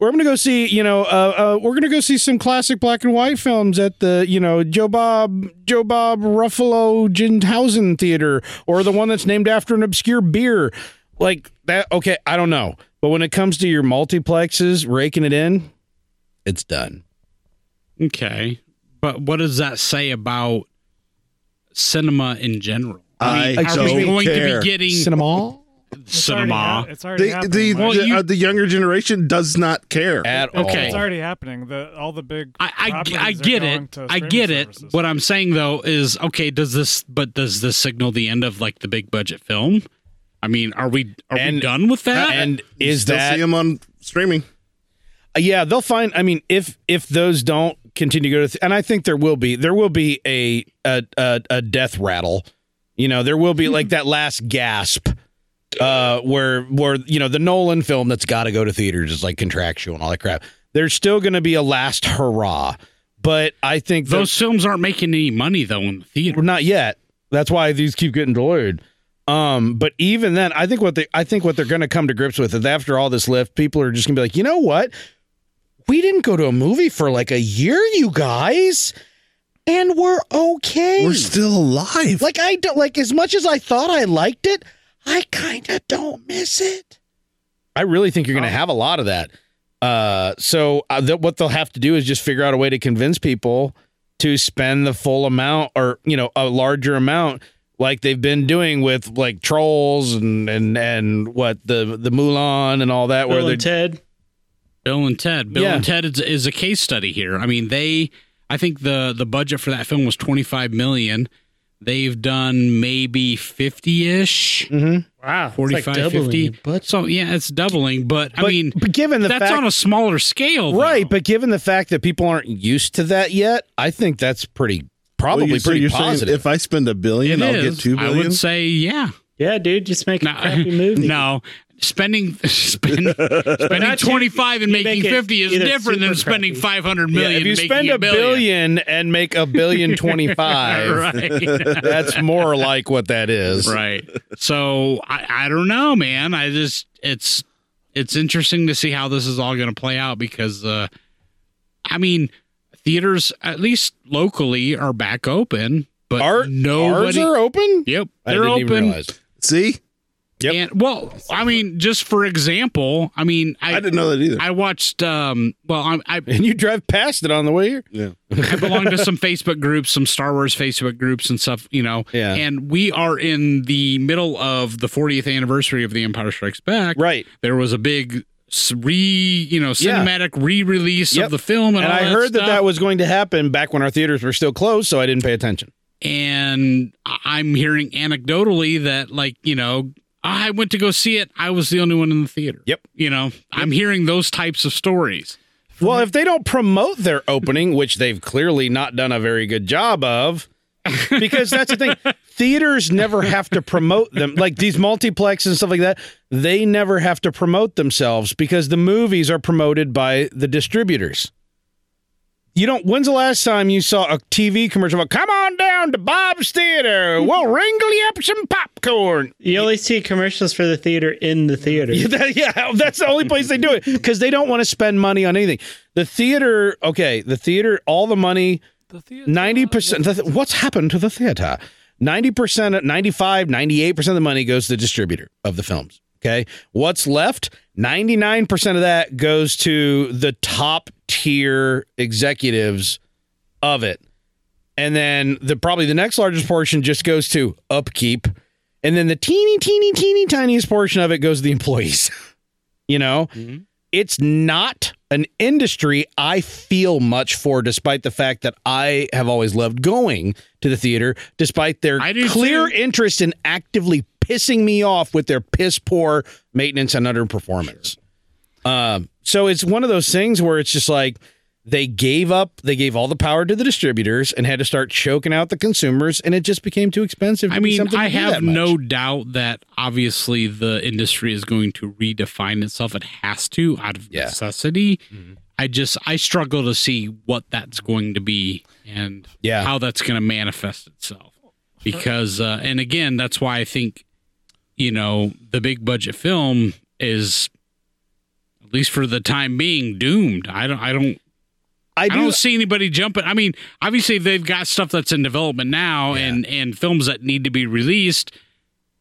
We're going to go see, you know, uh, uh, we're going to go see some classic black and white films at the, you know, Joe Bob, Joe Bob Ruffalo Ginhausen Theater or the one that's named after an obscure beer. Like that. Okay. I don't know. But when it comes to your multiplexes, raking it in, it's done.
Okay, but what does that say about cinema in general?
I
are we
don't
going
care.
to be getting
Cinema?
It's already
cinema?
hap- It's already
The the,
happening. Mike.
Well,
the,
you-
uh, the younger generation does not care.
At
Okay.
It's
all.
already happening. The all the big.
I,
properties
I, I
are
get
going
it.
to
I
streaming
get it.
services.
What I'm saying though is, okay, does this? But does this signal the end of like the big budget film? I mean, are we are
And- uh,
we done with that?
And is
Still
that
see them on streaming?
yeah they'll find i mean if if those don't continue to go to th- and i think there will be there will be a a a, a death rattle you know there will be
Hmm.
like that last gasp uh where where you know the nolan film that's got to go to theaters is like contractual and all that crap there's still going to be a last hurrah but i think the-
Those films aren't making any money though in the theater.
not yet that's why these keep getting delayed um but even then i think what they i think what they're going to come to grips with is after all this lift people are just going to be like you know what we didn't go to a movie for like a year you guys and we're okay
We're still alive.
like i don't like as much as i thought i liked it i kind of don't miss it i really think
Oh.
you're going to have a lot of that uh so uh, th- what they'll have to do is just figure out a way to convince people to spend the full amount or you know a larger amount like they've been doing with like trolls and and and what the the mulan and all that
Bill
where
and
they
Ted.
Bill and Ted. Bill
Yeah.
and Ted is, is a case study here. I mean, they. I think the the budget for that film was 25 million. They've done maybe 50 ish,
Mm-hmm.
Wow.
45, 50.
But
So, yeah, it's doubling. But, I
But-
mean,
but given the
that's
fact,
on a smaller scale. though.
right? But given the fact that people aren't used to that yet, I think that's pretty probably
Well, you- so
pretty
you're saying
positive.
if I spend a billion,
It
I'll
is.
get two
I
billion.
would say, yeah.
Yeah, dude, just make a
No.
crappy movie.
No, spending spend, spending
not too-
twenty five and
you make
making
it
fifty is
either
different than
super
spending
crappy.
five hundred
Yeah,
million.
if you
making
spend a billion and make a billion twenty five,
right?
that's more like what that is.
right. So I, I don't know, man. I just it's it's interesting to see how this is all going to play out because uh, I mean theaters at least locally are back open, but
Art, ours
nobody.
are open.
yep,
I
they're
didn't even
open.
realize.
See,
Yep.
And well, I mean, just for example, I mean,
I didn't know that either.
I watched. Um, well, I, I
And you drive past it on the way here.
I belong to some Facebook groups, some Star Wars Facebook groups and stuff. You know,
Yeah.
And we are in the middle of the 40th anniversary of The Empire Strikes Back.
Right.
There was a big s- re, you know,
Yeah.
cinematic re-release
Yep.
of the film, and,
And
all
I heard that
stuff.
that was going to happen back when our theaters were still closed, so I didn't pay attention.
and I- I'm hearing anecdotally that, like, you know. I went to go see it. I was the only one in the theater.
Yep.
You know, I'm hearing those types of stories.
Well, if they don't promote their opening, which they've clearly not done a very good job of, because that's the thing, theaters never have to promote them. Like these multiplexes and stuff like that, they never have to promote themselves because the movies are promoted by the distributors. You don't. When's the last time you saw a TV commercial about "Come on down to Bob's Theater, we'll wrangle you up some popcorn"?
You only see commercials for the theater in the theater.
Yeah, that- yeah, that's the only place they do it because they don't want to spend money on anything. The theater, okay, the theater, all the money,
The theater. uh,
ninety percent. What's happened to the theater? Ninety percent, 95, 98 percent of the money goes to the distributor of the films. Okay, what's left? Ninety nine percent of that goes to the top tier executives of it, and then the probably the next largest portion just goes to upkeep, and then the teeny, teeny, teeny, tiniest portion of it goes to the employees. you know
Mm-hmm.
it's not an industry I feel much for, despite the fact that I have always loved going to the theater, despite their
I do
clear
too.
interest in actively pissing me off with their piss poor maintenance and underperformance. Um, so it's one of those things where it's just like they gave up, they gave all the power to the distributors and had to start choking out the consumers, and it just became too expensive. To
I
be
mean,
something
I
to do
have
that much.
no doubt that obviously the industry is going to redefine itself. It has to out of
Yeah.
necessity. I just I struggle to see what that's going to be and
Yeah.
how that's going to manifest itself. Because uh, and again, that's why I think you know the big budget film is at least for the time being doomed. I don't I don't
I
I
do.
don't see anybody jumping. I mean, obviously they've got stuff that's in development now and and films that need to be released.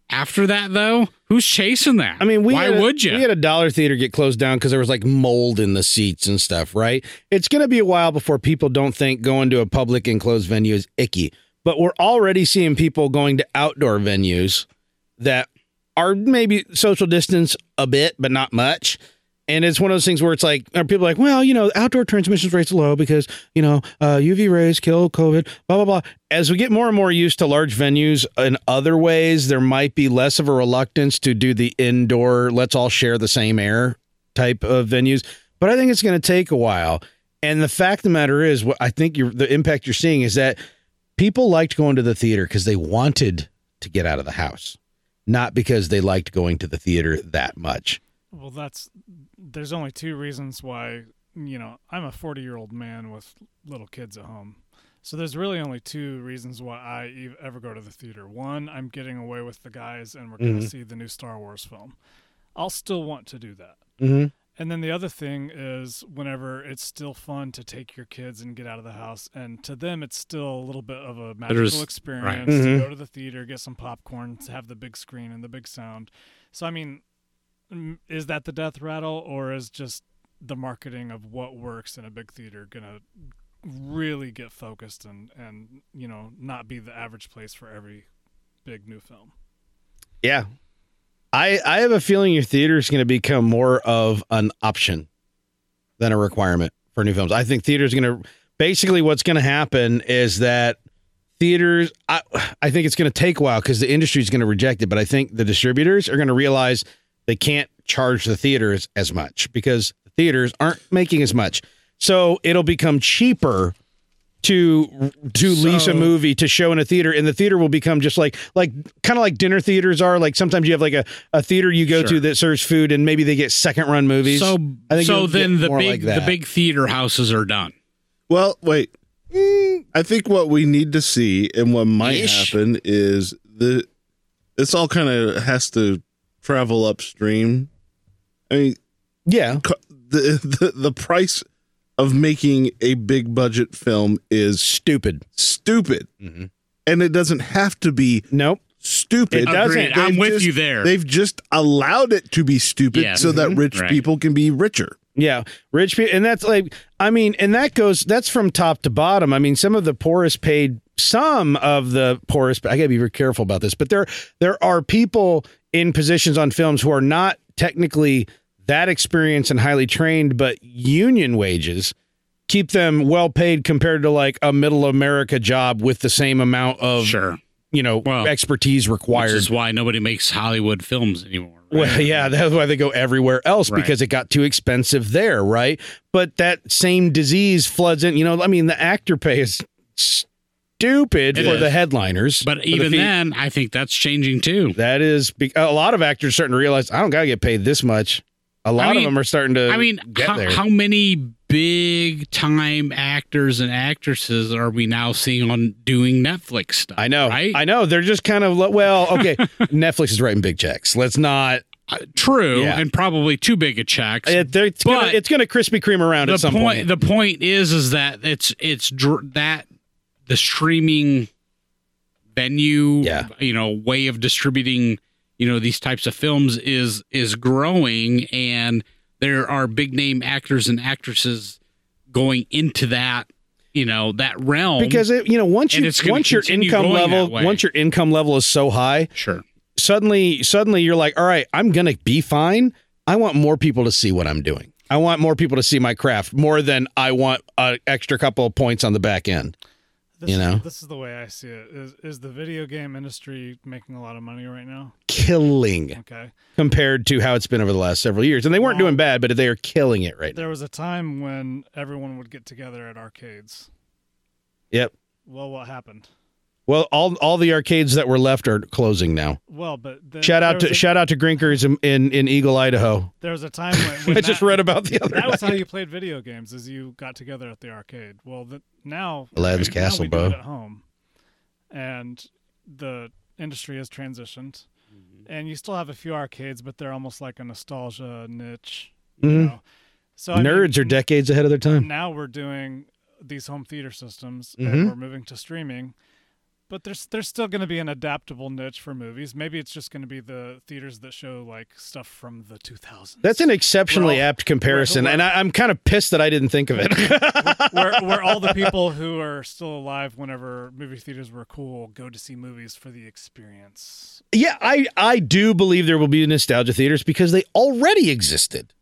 After that, though, who's chasing that?
I mean, we
why
had a-
would you?
We had a dollar theater get closed down because there was like mold in the seats and stuff, right? It's going to be a while before people don't think going to a public enclosed venue is icky, but we're already seeing people going to outdoor venues that are maybe social distance a bit, but not much. And it's one of those things where it's like, are people like, well, you know, outdoor transmission rates are low because, you know, uh, UV rays kill COVID, blah, blah, blah. As we get more and more used to large venues in other ways, there might be less of a reluctance to do the indoor, let's all share the same air type of venues. But I think it's going to take a while. And the fact of the matter is, what I think you're, the impact you're seeing is that people liked going to the theater because they wanted to get out of the house, not because they liked going to the theater that much.
Well, that's there's only two reasons why you know I'm a 40 year old man with little kids at home, so there's really only two reasons why I ev- ever go to the theater. One, I'm getting away with the guys, and we're going to see the new Star Wars film. I'll still want to do that.
Mhm.
And then the other thing is, whenever it's still fun to take your kids and get out of the house, and to them it's still a little bit of a magical
There's-
experience
right.
to go to the theater, get some popcorn, to have the big screen and the big sound. So I mean, m- is that the death rattle or is just the marketing of what works in a big theater gonna really get focused and and you know not be the average place for every big new film
Yeah. I I have a feeling your theater is going to become more of an option than a requirement for new films. I think theater is going to basically what's going to happen is that theaters. I I think it's going to take a while because the industry is going to reject it, but I think the distributors are going to realize they can't charge the theaters as much because the theaters aren't making as much. So it'll become cheaper to to lease a
So-
movie to show in a theater and the theater will become just like like kind of like dinner theaters are like sometimes you have like a, a theater you go to
Sure.
that serves food and maybe they get second run movies
So,
I think
so
it'll get
then the
more
big
like
the
that.
big theater houses are done.
Well, wait.
Mm.
I think what we need to see and what might
Ish.
happen is the it's all kind of has to travel upstream. I mean,
yeah
co- the, the the price of making a big budget film is
stupid
stupid,
Mm-hmm.
and it doesn't have to be
nope
stupid.
It doesn't.
They've
I'm with
just-
you there.
They've just allowed it to be stupid
Yes.
so
Mm-hmm.
that rich
Right.
people can be richer.
Yeah, rich people, and that's like, I mean, and that goes, that's from top to bottom. I mean, some of the poorest paid, some of the poorest. I gotta be very careful about this, but there, there are people in positions on films who are not technically that experienced and highly trained, but union wages keep them well paid compared to like a middle America job with the same amount of
Sure,
you know
Well,
expertise
which
required.
is why nobody makes Hollywood films anymore. right?
Well, yeah, that's why they go everywhere else
Right.
because it got too expensive there, right? But that same disease floods in. You know, I mean, the actor pay is stupid
It
for
is.
the headliners,
But
for the
even
fee-
then, I think that's changing too.
that is be- a lot of actors are starting to realize I don't gotta get paid this much. A lot
mean-
of them are starting to.
I mean,
get
how,
there.
how many big time actors and actresses are we now seeing on doing Netflix stuff?
I know,
right?
I know. They're just kind of lo- well, okay. Netflix is writing big checks. Let's not.
Uh, True,
Yeah.
and probably too big a checks.
It, they're- it's, gonna,
But-
it's gonna Krispy Kreme around
the
at some
point,
point.
the point is is that it's it's dr- that the streaming venue
Yeah.
you know way of distributing you know these types of films is is growing and there are big name actors and actresses going into that you know that realm
because it, you know once
And
you
it's gonna
once your
continue
income
going
level
that way.
once your income level is so high
sure
suddenly suddenly you're like all right i'm gonna be fine i want more people to see what i'm doing i want more people to see my craft more than i want an extra couple of points on the back end
This,
You know?
this is the way I see it. Is is the video game industry making a lot of money right now?
killing
Okay.
compared to how it's been over the last several years and they weren't
Well-
doing bad but they are killing it right now
There was a time when everyone would get together at arcades.
yep
Well, what happened?
well all all the arcades that were left are closing now
Well, but the,
shout out to
there was a,
shout out to grinkers in in, in eagle idaho
There was a time when, when
i just
that,
read about the other
that was
night.
how you played video games. Is you got together at the arcade. Well, the, now
Aladdin's
now
Castle,
we do
bro.
it at home, and the industry has transitioned, and you still have a few arcades, but they're almost like a nostalgia niche. You
Mhm.
know? So I mean,
nerds are decades ahead of their time
now we're doing these home theater systems
Mhm.
and we're moving to streaming but there's there's still going to be an adaptable niche for movies maybe it's just going to be the theaters that show like stuff from the 2000s
That's an exceptionally
Well,
apt comparison,
well-
and I, I'm kind of pissed that I didn't think of it.
where, where all the people who are still alive whenever movie theaters were cool go to see movies for the experience
yeah, I I do believe there will be nostalgia theaters because they already existed.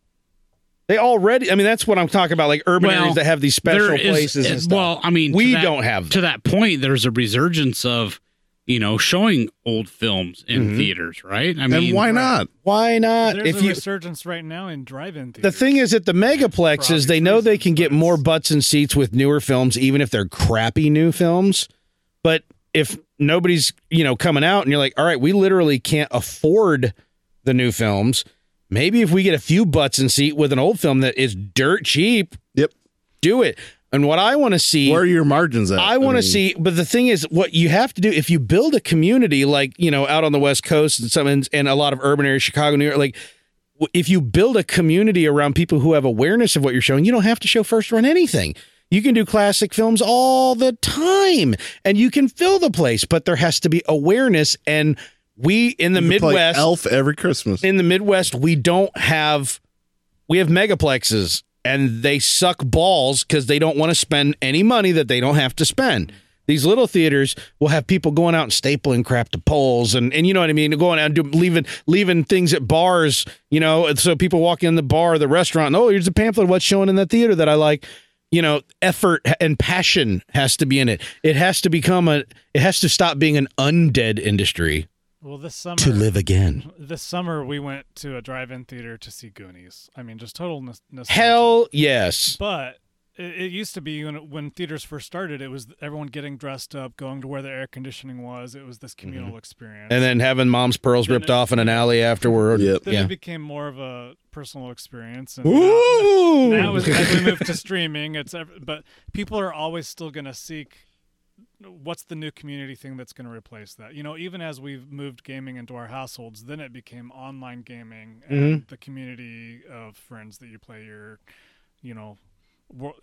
They already. I mean, that's what I'm talking about, like urban
Well,
areas that have these special
There is-
places and
it-
stuff.
Well, I mean, to
We
that-
don't have
to that point. There's a resurgence of you know showing old films in theaters, right? I mean,
Mm-hmm. and why not?
Why not?
there's
Uh, if
a
you
resurgence right now in drive-in
the
theaters
thing is at the megaplexes, they know they can get more butts and seats with newer films, even if they're crappy new films. But if nobody's you know coming out, and you're like, all right, we literally can't afford the new films. Maybe if we get a few butts and seat with an old film that is dirt cheap,
Yep.
do it. And what I want to see,
Where are your margins at?
I want to
mean,
see. But the thing is, what you have to do if you build a community like you know out on the West Coast and some and, and a lot of urban areas, Chicago, New York, like w- if you build a community around people who have awareness of what you're showing, you don't have to show first run anything. You can do classic films all the time, and you can fill the place. But there has to be awareness, and we in the
you could play
Midwest,
Elf every Christmas.
in the Midwest, we don't have we have megaplexes and they suck balls because they don't want to spend any money that they don't have to spend. These little theaters will have people going out and stapling crap to poles and, and you know what I mean, going out and do, leaving leaving things at bars, you know, and so people walk in the bar, the restaurant, and, oh, here's a pamphlet of what's showing in the theater that I like. you know effort and passion has to be in it it has to become a it has to stop being an undead industry
Well, this summer
to live again.
This summer we went to a drive-in theater to see Goonies. I mean, just total nos- nostalgia.
hell yes
But it, it used to be when, when theaters first started, it was everyone getting dressed up, going to where the air conditioning was. It was this communal experience.
Mm-hmm. and then having mom's pearls ripped off in an alley afterward
Yep.
then
yeah.
it became more of a personal experience. And now,
Ooh!
now as, as we move to streaming, it's ev- but people are always still going to seek what's the new community thing that's going to replace that. You know, even as we've moved gaming into our households, then it became online gaming and the community of friends that you play your, you know, wor-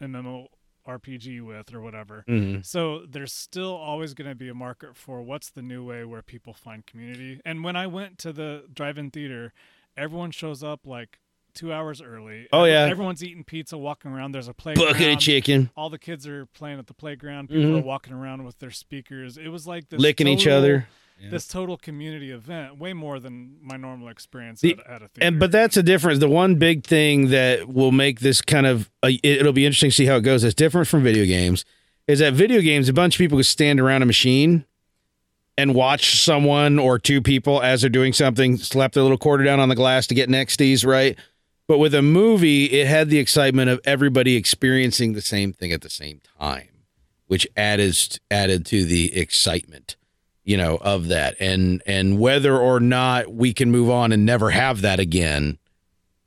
MMORPG with or whatever.
Mm-hmm.
So there's still always going to be a market for what's the new way where people find community. And when I went to the drive-in theater, everyone shows up like two hours early.
Oh, yeah.
everyone's eating pizza, walking around. There's a playground.
bucket of chicken
All the kids are playing at the playground. People are walking around with their speakers. It was like this
Mm-hmm. licking each
total-
other
This total community event, way more than my normal experience
The-
at, at a theater.
and but that's the difference. The one big thing that will make this kind of uh, it, will be interesting to see how it goes. That's different from video games. Is that video games? A bunch of people can stand around a machine and watch someone or two people as they're doing something slap their little quarter down on the glass to get nexties, right? But with a movie, it had the excitement of everybody experiencing the same thing at the same time, which added added to the excitement you know of that and and whether or not we can move on and never have that again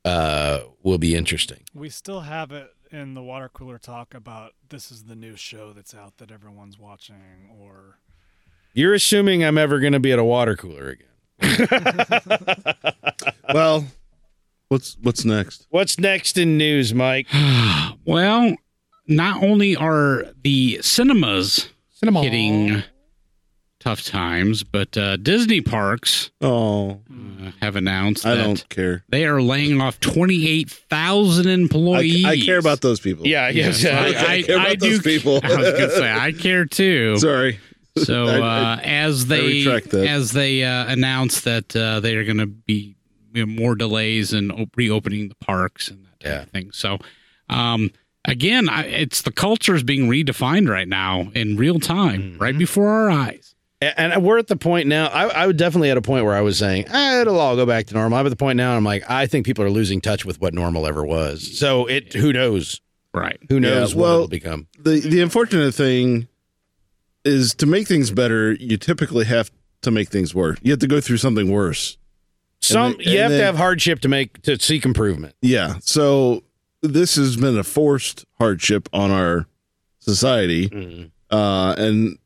uh will be interesting
we still have it in the water cooler talk about this is the new show that's out that everyone's watching or
you're assuming i'm ever going to be at a water cooler again
Well, what's what's next?
what's next in news mike
Well, not only are the cinemas
Cinema.
hitting tough times, but uh, Disney parks
Oh,
uh, have announced
I
that
don't care.
they are laying off 28,000
I,
employees.
I care about those people.
yeah yes,
Yes,
yeah.
I care about those people.
I was gonna say I care too.
Sorry.
So
I-
uh, as they
retract that.
as they uh, announce that uh, they are going to be you know, more delays in op- reopening the parks and that type of thing. So um, again, I, it's the culture is being redefined right now in real time,
Mm-hmm.
right before our eyes.
and and we're at the point now i, I would definitely at a point where i was saying "Ah, it'll all go back to normal i'm at the point now i'm like i think people are losing touch with what normal ever was so it who knows
Right.
who
Yeah,
knows what
well-
it'll become
the the unfortunate thing is to make things better, you typically have to make things worse. You have to go through something worse.
some
then-
you
and
have to
then-
have hardship to make to seek improvement
Yeah. So this has been a forced hardship on our society, uh, and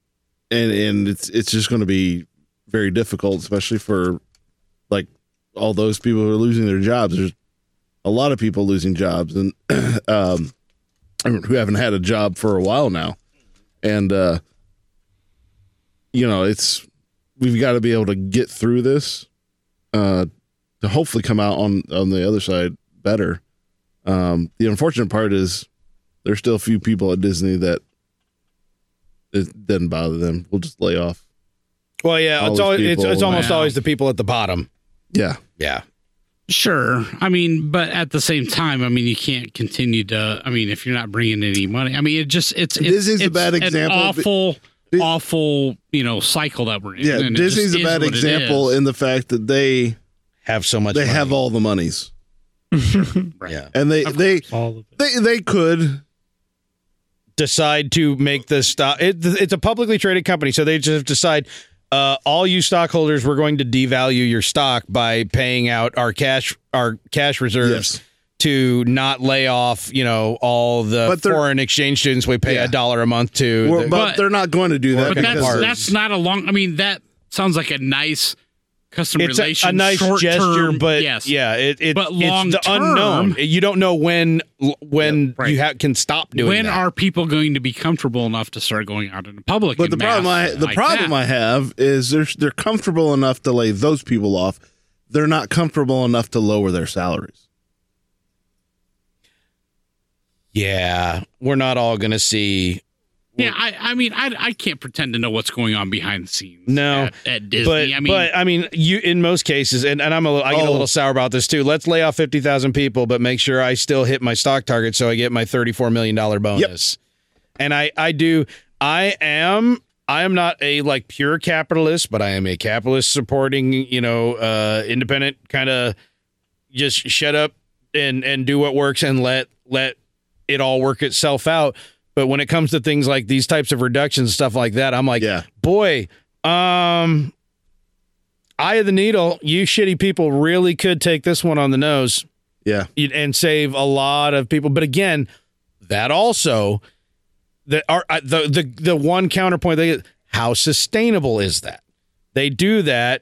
and and it's it's just going to be very difficult, especially for like all those people who are losing their jobs. There's a lot of people losing jobs, and um, who haven't had a job for a while now, and uh, you know it's we've got to be able to get through this uh, to hopefully come out on on the other side better. Um, the unfortunate part is there's still a few people at Disney that it doesn't bother them. We'll just lay off.
Well, yeah,
All
it's
those
always, it's,
people,
it's almost
wow.
always the people at the bottom.
Yeah,
Yeah,
Sure. I mean, but at the same time, I mean, you can't continue to. I mean, if you're not bringing any money, I mean, it just it's it's,
Disney's a
it's
bad
an
example, but-
awful,
Di-
awful, you know, cycle that we're in.
yeah.
and it just
Disney's a
is
bad
what it
example
is.
in the fact that they
have so much.
they
money.
have all the monies
yeah.
and they they
all of it.
they they could
decide to make the stock. It, it's a publicly traded company, so they just decide. Uh, all you stockholders, we're going to devalue your stock by paying out our cash, our cash reserves
yes.
to not lay off, you know, all the
But they're-
foreign exchange students we pay a
Yeah.
dollar a month to.
Well,
The-
but,
But-
they're not going to do that.
But that's
because-
that's not a long. I mean, that sounds like a nice customer
it's a,
relation.
a nice
short
gesture,
term,
but
yes,
yeah, it, it,
But long
it's the
term-
unknown. You don't know when when
right.
you ha- can stop doing
When
that.
are people going to be comfortable enough to start going out in the public?
But
in
the problem I
mass
the
like
problem
that?
I have is they're they're comfortable enough to lay those people off. They're not comfortable enough to lower their salaries.
Yeah, we're not all going to see
Yeah, I, I mean, I, I can't pretend to know what's going on behind the scenes.
No,
at, at Disney.
but
I mean,
but I mean, you in most cases, and, and I'm a little, I get a
Oh.
little sour about this too. Let's lay off fifty thousand people, but make sure I still hit my stock target, so I get my thirty four million dollar bonus. And I I do I am I am not a like pure capitalist, but I am a capitalist supporting you know uh independent kind of just shut up and and do what works and let let it all work itself out. But when it comes to things like these types of reductions, stuff like that, I'm like,
Yeah.
boy, um, eye of the needle, you shitty people really could take this one on the nose
Yeah.
y- and save a lot of people. But again, that also the are uh, the the the one counterpoint they how sustainable is that? They do that.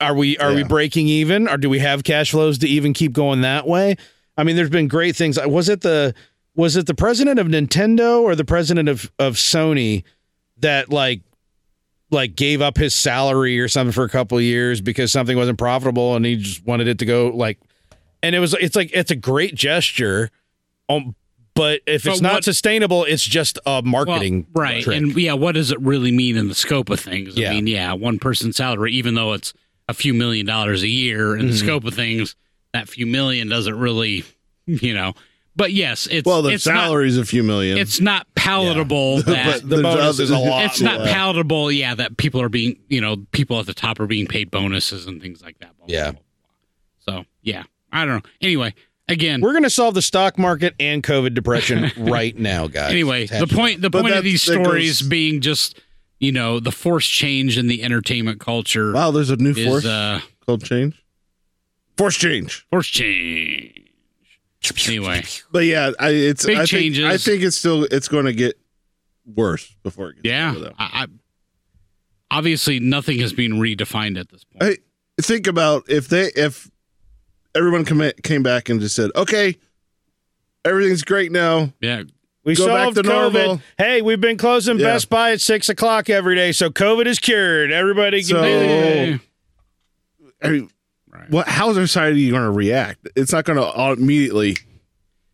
Are we are we
Yeah.
breaking even? Or do we have cash flows to even keep going that way? I mean, there's been great things. Uh, Was it the was it the president of Nintendo or the president of of Sony that like like gave up his salary or something for a couple of years because something wasn't profitable and he just wanted it to go like and it was it's like it's a great gesture um, but if it's
But
not
what-
sustainable it's just a
well,
marketing
right?
trick.
And yeah, what does it really mean in the scope of things?
Yeah.
I mean, yeah, one person's salary, even though it's a few million dollars a year, in the
Mm-hmm.
scope of things, that few million doesn't really, you know. But yes, it's
Well, the
it's not-
salary's a few million.
it's not palatable that
but the
bonus
bonus
is a lot
it's not
more.
palatable. Yeah, that people are being, you know, people at the top are being paid bonuses and things like that. blah, blah,
Yeah.
blah, blah. So yeah, I don't know. Anyway, again,
we're going to solve the stock market and covid depression right now guys
anyway, the point the
But
point
that-
of these
that
stories
goes-
being just you know the forced change in the entertainment culture
Wow, there's a new force
is uh,
called change. Force change.
forced change. Anyway,
But yeah, I it's
Big
I think,
changes.
I think it's still it's going to get worse before it gets better,
yeah,
though.
I, I obviously nothing is being redefined at this point.
I think about if they if everyone come, came back and just said, "Okay, everything's great now."
Yeah,
we
go back
solved
to
covid
normal.
hey we've been closing
Yeah.
best buy at six o'clock every day so covid is cured everybody can
So- Oh.
Eh,
I mean,
Right.
what how's society going to react? It's not going to immediately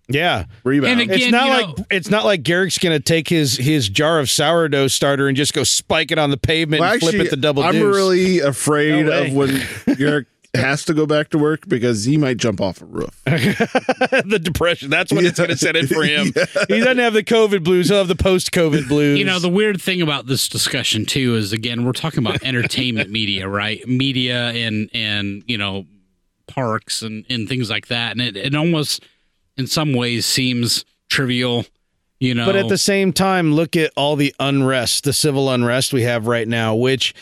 yeah
rebound.
And it-
it's
Again,
not
you
like
know-
it's not like Garrick's gonna take his his jar of sourdough starter and just go spike it on the pavement
Well,
and flip it the double
I'm
deuce.
really afraid
No
of when Eric has to go back to work because he might jump off a roof.
the depression. That's what it's gonna set in for him.
Yeah.
He doesn't have the COVID blues. He'll have the post COVID blues.
You know, the weird thing about this discussion too is again we're talking about entertainment media, right? Media and and you know parks and and things like that, and it, it almost in some ways seems trivial, you know.
but at the same time, look at all the unrest, the civil unrest we have right now. Which,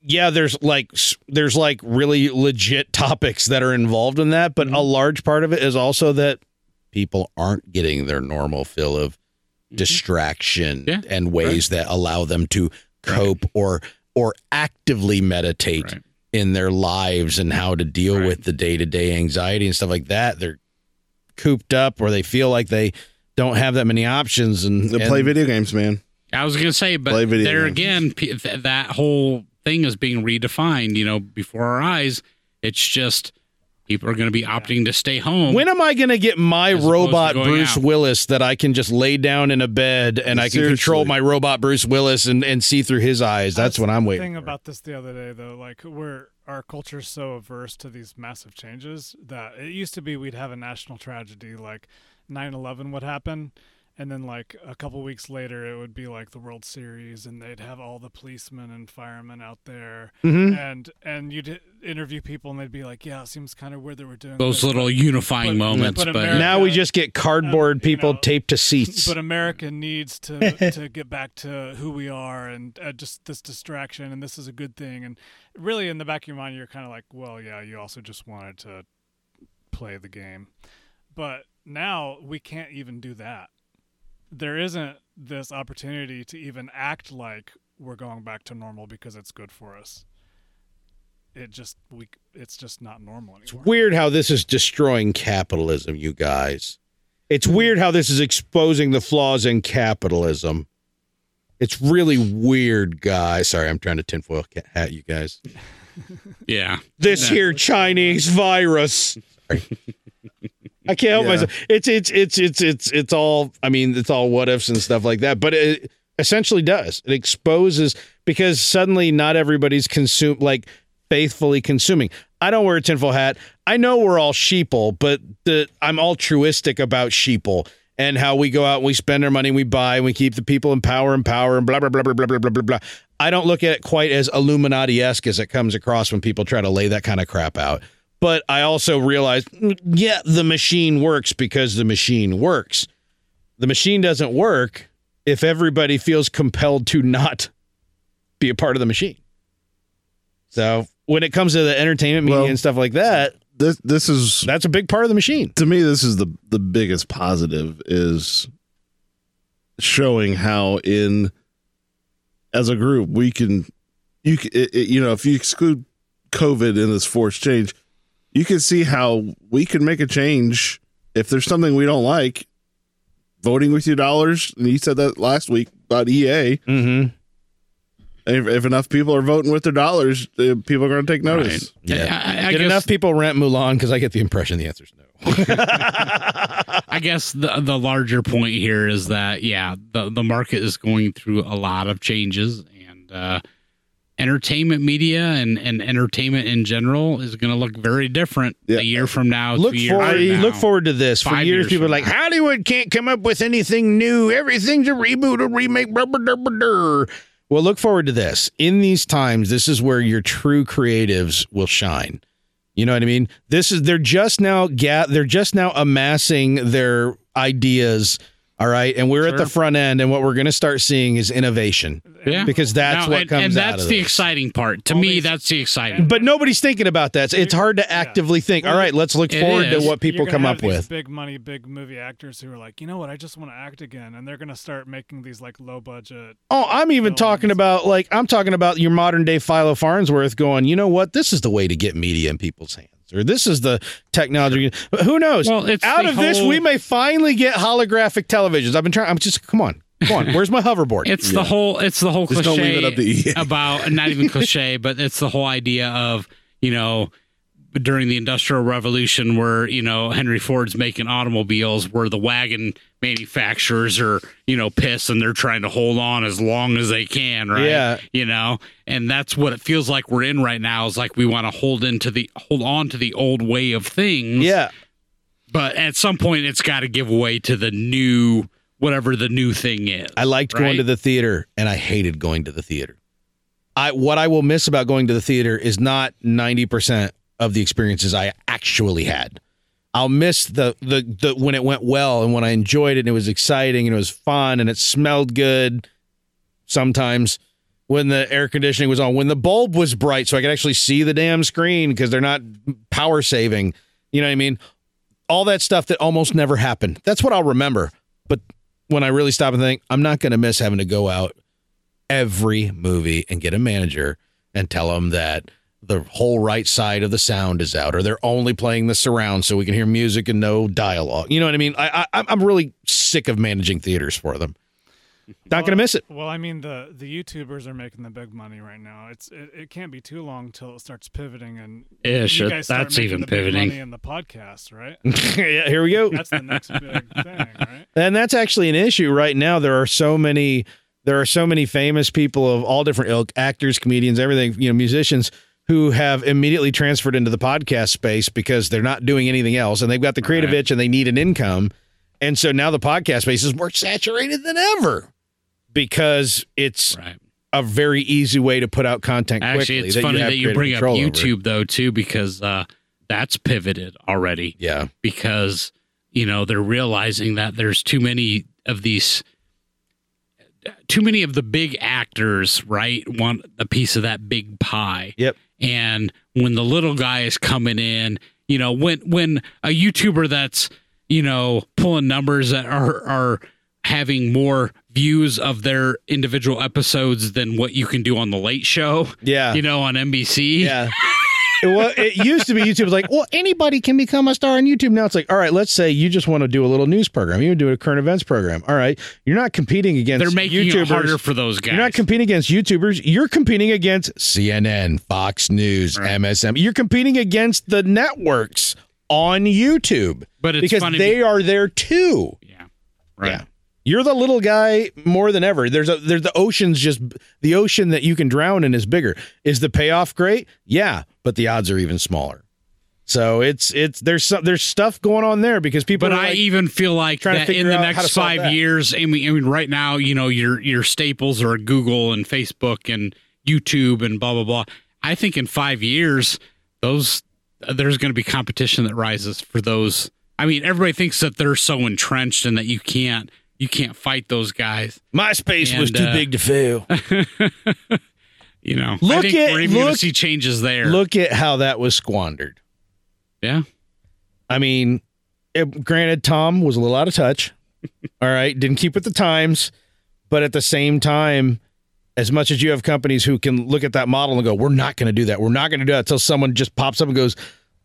yeah, there's like s- there's like really legit topics that are involved in that, but a
Mm-hmm.
large part of it is also that people aren't getting their normal fill of distraction
Mm-hmm. Yeah,
and ways that allow them to cope or or actively meditate
Right.
in their lives and how to deal
Right.
with the day-to-day anxiety and stuff like that they're cooped up or they feel like they don't have that many options and,
They
and-
play video games, man.
I was gonna say, but
Play video
there
games.
again, p- th- that whole thing is being redefined. You know, before our eyes, it's just people are gonna be opting to stay home.
when am I going to get my
As opposed to
robot
going
Bruce
out.
Willis that I can just lay down in a bed and I can
Seriously.
control my robot Bruce Willis and, and see through his eyes? That's, what I'm
the
waiting.
Thing
for.
about this the other day though, like we're our culture's so averse to these massive changes that it used to be we'd have a national tragedy like 9/11 would happen, and then like a couple weeks later it would be like the World Series, and they'd have all the policemen and firemen out there,
Mm-hmm.
and and you'd interview people and they'd be like, yeah, it seems kind of weird that we're doing
those
this,
little unifying
but-
moments,
but
but,
America-
now we just get cardboard
Um, you
people
know,
taped to seats.
But America needs to to get back to who we are and uh, just this distraction and this is a good thing. And really, in the back of your mind, you're kind of like, well, yeah, you also just wanted to play the game. But now we can't even do that. There isn't this opportunity to even act like we're going back to normal because it's good for us. It just we it's just not normal anymore.
weird how this is destroying capitalism, you guys. It's weird how this is exposing the flaws in capitalism. It's really weird, guys. Sorry, I'm trying to tinfoil ca- hat you guys.
yeah.
This here Chinese virus. I can't help
Yeah.
myself. It's it's it's it's it's it's all. I mean, it's all what ifs and stuff like that. But it, essentially does. It exposes because suddenly not everybody's consumed like faithfully consuming. I don't wear a tinfoil hat. I know we're all sheeple, but the, I'm altruistic about sheeple and how we go out and we spend our money, we buy, and we keep the people in power and power and blah blah blah blah blah blah blah blah blah. I don't look at it quite as Illuminati esque as it comes across when people try to lay that kind of crap out. But I also realize, mm, yeah, the machine works because the machine works. The machine doesn't work if everybody feels compelled to not be a part of the machine. So when it comes to the entertainment media
Well-
and stuff like that,
This this is
that's a big part of the machine.
to me this is the the biggest positive is showing how in as a group we can you c- it, it- you know if you exclude covid and this forced change you can see how we can make a change if there's something we don't like voting with your dollars and you said that last week about ea
Mm-hmm.
if, if enough people are voting with their dollars uh, people are going to take notice
I, I, I
Did
guess,
enough people rent Mulan? Because I get the impression the answer's no.
I guess the the larger point here is that yeah, the the market is going through a lot of changes, and uh, entertainment media and, and entertainment in general is going to look very different
Yeah.
a year from now.
look
two years
forward.
from now.
Look forward to this. For
Five
years,
years
people are
from
like
now.
Hollywood can't come up with anything new. Everything's a reboot, a remake. Blah, blah, blah, blah, blah." Well, look forward to this. In these times, this is where your true creatives will shine. You know what I mean? This is they're just now ga- they're just now amassing their ideas. All right, and we're at the
Sure.
front end, and what we're going to start seeing is innovation
Yeah.
because that's
Now,
what
and,
comes
and
out
that's
of
the
this.
exciting part. To
All
me,
these-
that's the exciting.
But nobody's thinking about that. It's hard to actively think. All right, let's look
It
forward
is.
to what people
You're gonna
come
have
up
these
with.
big money, big movie actors who are like, you know what, I just want to act again, and they're gonna start making these like low budget.
Oh, I'm even
Films.
talking about like I'm talking about your modern day Philo Farnsworth going, you know what? This is the way to get media in people's hands. Or this is the technology. But Who knows?
Well, it's
Out
the
of this,
whole-
we may finally get holographic televisions. I've been trying. I'm just come on, come on. Where's my hoverboard?
It's the whole. It's the whole
Just don't leave
cliche
it up to EA.
about not even cliche, but it's the whole idea of you know during the Industrial Revolution, where you know Henry Ford's making automobiles, where the wagon manufacturers are you know pissed and they're trying to hold on as long as they can, right?
Yeah.
You know, and that's what it feels like we're in right now. Is like we want to hold into the hold on to the old way of things.
yeah.
But at some point, it's got to give way to the new whatever the new thing is.
I liked going
right?
to the theater and I hated going to the theater. I what I will miss about going to the theater is not 90% of the experiences I actually had. I'll miss the, the the when it went well and when I enjoyed it and it was exciting and it was fun and it smelled good sometimes when the air conditioning was on when the bulb was bright so I could actually see the damn screen because they're not power saving, you know what I mean? All that stuff that almost never happened. That's what I'll remember. But when I really stop and think, I'm not going to miss having to go out every movie and get a manager and tell them that the whole right side of the sound is out, or they're only playing the surround so we can hear music and no dialogue. You know what I mean? I, I I'm really sick of managing theaters for them. Not going to miss it.
Well, I mean the the YouTubers are making the big money right now. It's it, it can't be too long till it starts pivoting and
Yeah,
you
sure.
guys start
uh, That's
making
even
the big
pivoting.
money in the podcast, right?
yeah, here we go.
That's the next big thing, right?
And that's actually an issue right now. There are so many there are so many famous people of all different ilk, actors, comedians, everything, you know, musicians who have immediately transferred into the podcast space because they're not doing anything else and they've got the creative itch and they need an income. And so now the podcast space is more saturated than ever because it's
Right.
a very easy way to put out content
Actually,
quickly
it's funny
have
that
creative
you bring up
control over.
YouTube though too, because uh, that's pivoted already.
Yeah.
Because you know they're realizing that there's too many of these, too many of the big actors, right? Want a piece of that big pie.
Yep.
And when the little guy is coming in, you know, when when a YouTuber that's you know pulling numbers that are are having more views of their individual episodes than what you can do on the late show
Yeah.
you know, on NBC.
Yeah. well, it used to be YouTube was like, well, anybody can become a star on YouTube. Now it's like, all right, let's say you just want to do a little news program. You want to do a current events program. All right. You're not competing against
They're making
YouTubers.
it harder for those guys.
you're not competing against YouTubers. You're competing against CNN, Fox News,
Right.
MSM. You're competing against the networks on YouTube
but it's
because
funny.
they are there too.
yeah. Right.
Yeah. You're the little guy more than ever. There's a there's the ocean's just the ocean that you can drown in is bigger. Is the payoff great? Yeah, but the odds are even smaller. So it's it's there's some there's stuff going on there because people
But
are
I
like,
even feel like
trying to
that
figure
in the
out how to
next
solve
five
that.
years, I mean, I mean, right now, you know, your your staples are Google and Facebook and YouTube and blah blah blah. I think in five years, those there's going to be competition that rises for those. I mean, everybody thinks that they're so entrenched and that you can't you can't fight those guys.
MySpace was
And,
too
uh,
big to fail.
You know, I
Look
think
at-
we're even going
look-
to see changes there.
Look at how that was squandered.
yeah,
I mean, it, granted, Tom was a little out of touch. all right, didn't keep with the times, but at the same time, as much as you have companies who can look at that model and go, "We're not going to do that. We're not going to do that," until someone just pops up and goes,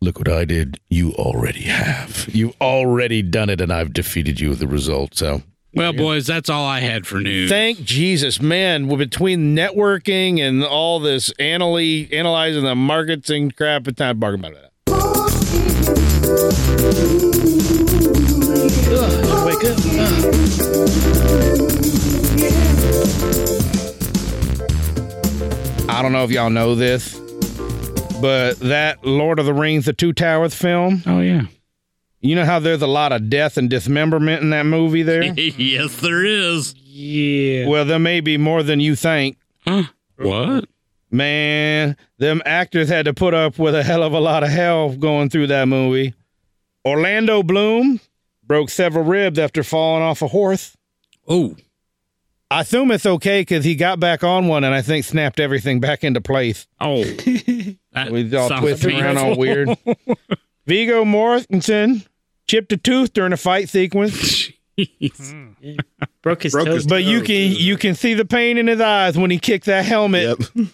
"Look what I did. You already have. You've already done it, and I've defeated you with the result." So.
well, boys, that's all I had for news.
Thank Jesus, man. Well, between networking and all this analy- analyzing the markets and crap, it's not bargain about that. I don't know if y'all know this, but that Lord of the Rings, the Two Towers film,
oh yeah,
you know how there's a lot of death and dismemberment in that movie there?
yes, there is.
Yeah.
well, there may be more than you think.
What?
Man, them actors had to put up with a hell of a lot of hell going through that movie. Orlando Bloom broke several ribs after falling off a horse.
Oh,
I assume it's okay because he got back on one and I think snapped everything back into place.
oh, that
We all
sounds
twisted around
painful.
all weird. Vigo Mortensen chipped a tooth during a fight sequence,
Broke his
Broke
toes.
his-
but you
Oh,
can you can see the pain in his eyes when he kicked that helmet.
Yep.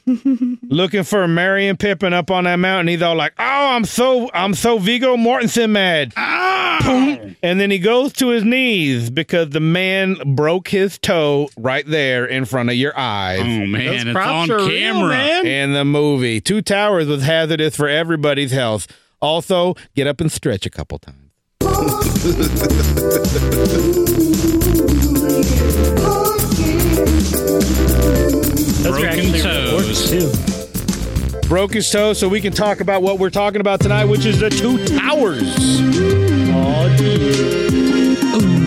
looking for Marion Pippin up on that mountain. He's all like, "Oh, I'm so I'm so Vigo Mortensen mad."
Ah.
Boom. And then he goes to his knees because the man broke his toe right there in front of your eyes.
Oh man, it's on camera.
And the movie Two Towers was hazardous for everybody's health. Also, get up and stretch a couple times.
Those were
Broken
actually
toes.
orcs, too.
Broke his toe, so we can talk about what we're talking about tonight, which is the Two Towers.
Oh, dude.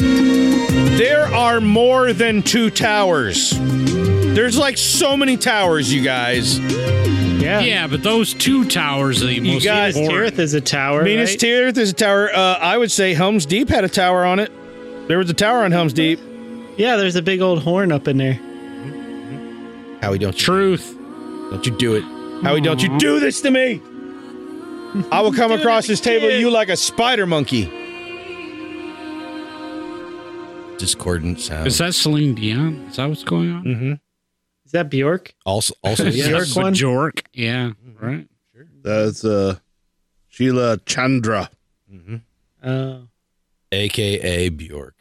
There are more than two towers. There's like so many towers, you guys.
Yeah.
Yeah, but those two towers are the most
got-
important.
Tirith is a tower.
Venus
right?
Tirith is a tower. Uh, I would say Helm's Deep had a tower on it. There was a tower on Helm's Deep.
yeah, there's a big old horn up in there.
Howie, don't you,
Truth.
don't you do it. Howie, don't you do this to me. I will come across this table you like a spider monkey. Discordant sound.
Is that Celine Dion? Is that what's going on?
Is that Bjork?
also, also
Is that
Bjork one?
Bjork? Yeah, right.
That's uh, Sheila Chandra,
Oh.
aka Bjork.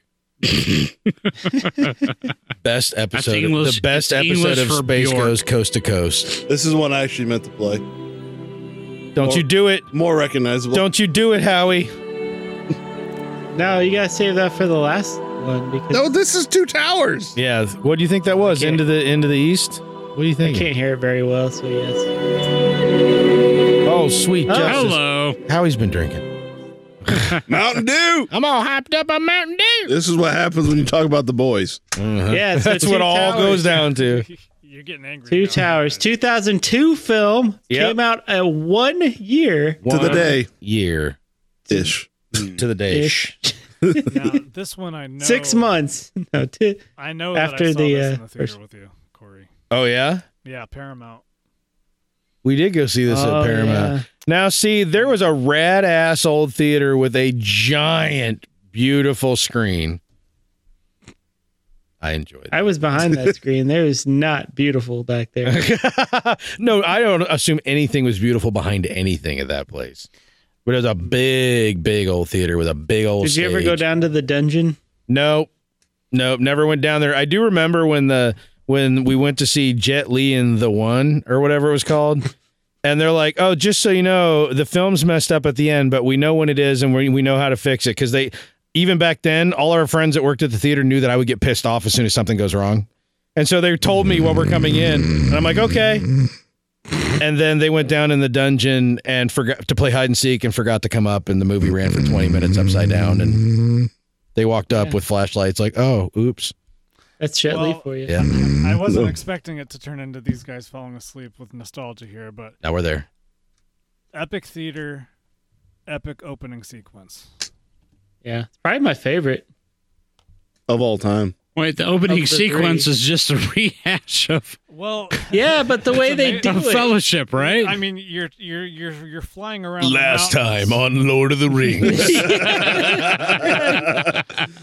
best episode.
of- English- the best it's episode English of for Space Bjork. Goes
Coast to Coast.
This is one I actually meant to play.
Don't you do it.
More recognizable.
Don't you do it, Howie.
No, you gotta save that for the last one because
No, this is two towers.
Yeah. What do you think that was?
can't-
Into the into the east? What do you
I
think?
can't hear it very well. So yes.
Oh, sweet
Oh.
justice.
Hello.
Howie's been drinking.
Mountain Dew.
I'm all hyped up on Mountain Dew.
This is what happens when you talk about the boys.
Yeah, it's the
Uh-huh. That's
two
what it all
towers.
goes down to.
You're getting angry.
Two
now.
Towers, 2002 film
Yep.
came out a one year
To the day
Year
ish.
to the day.
ish,
Now, this one I know.
six months. No, two,
I know that
after
I saw
the,
this
uh,
in the theater
first-
with you, Corey.
Oh yeah,
Yeah, Paramount.
we did go see this
Oh,
at Paramount.
yeah.
Now, see, there was a rad ass old theater with a giant, beautiful screen. I enjoyed.
I was behind that screen. There was not beautiful back there.
it. no, I don't assume anything was beautiful behind anything at that place. But it was a big, big old theater with a big old.
Did you ever go
stage.
down to the dungeon?
Nope. Nope. Never went down there. I do remember when the when we went to see Jet Li in the one or whatever it was called. and they're like, "Oh, just so you know, the film's messed up at the end, but we know when it is, and we we know how to fix it." Because they, even back then, all our friends that worked at the theater knew that I would get pissed off as soon as something goes wrong, and so they told me while we're coming in, and I'm like, "Okay." And then they went down in the dungeon and forgot to play hide and seek and forgot to come up, and the movie ran for 20 minutes upside down, and they walked up with flashlights, like, "Oh, oops."
That's Shet Lee
Well-
for you.
Yeah.
I wasn't
No.
expecting it to turn into these guys falling asleep with nostalgia here, but
Now we're there.
epic theater, epic opening sequence.
Yeah, it's probably my favorite.
of all time.
Wait, the opening
Of the
sequence
three.
is just a rehash of,
Well,
Yeah, but the way they
ama-
do
of
it,
Fellowship, right?
I mean, you're you're you're you're flying around. the mountains.
on Lord of the Rings.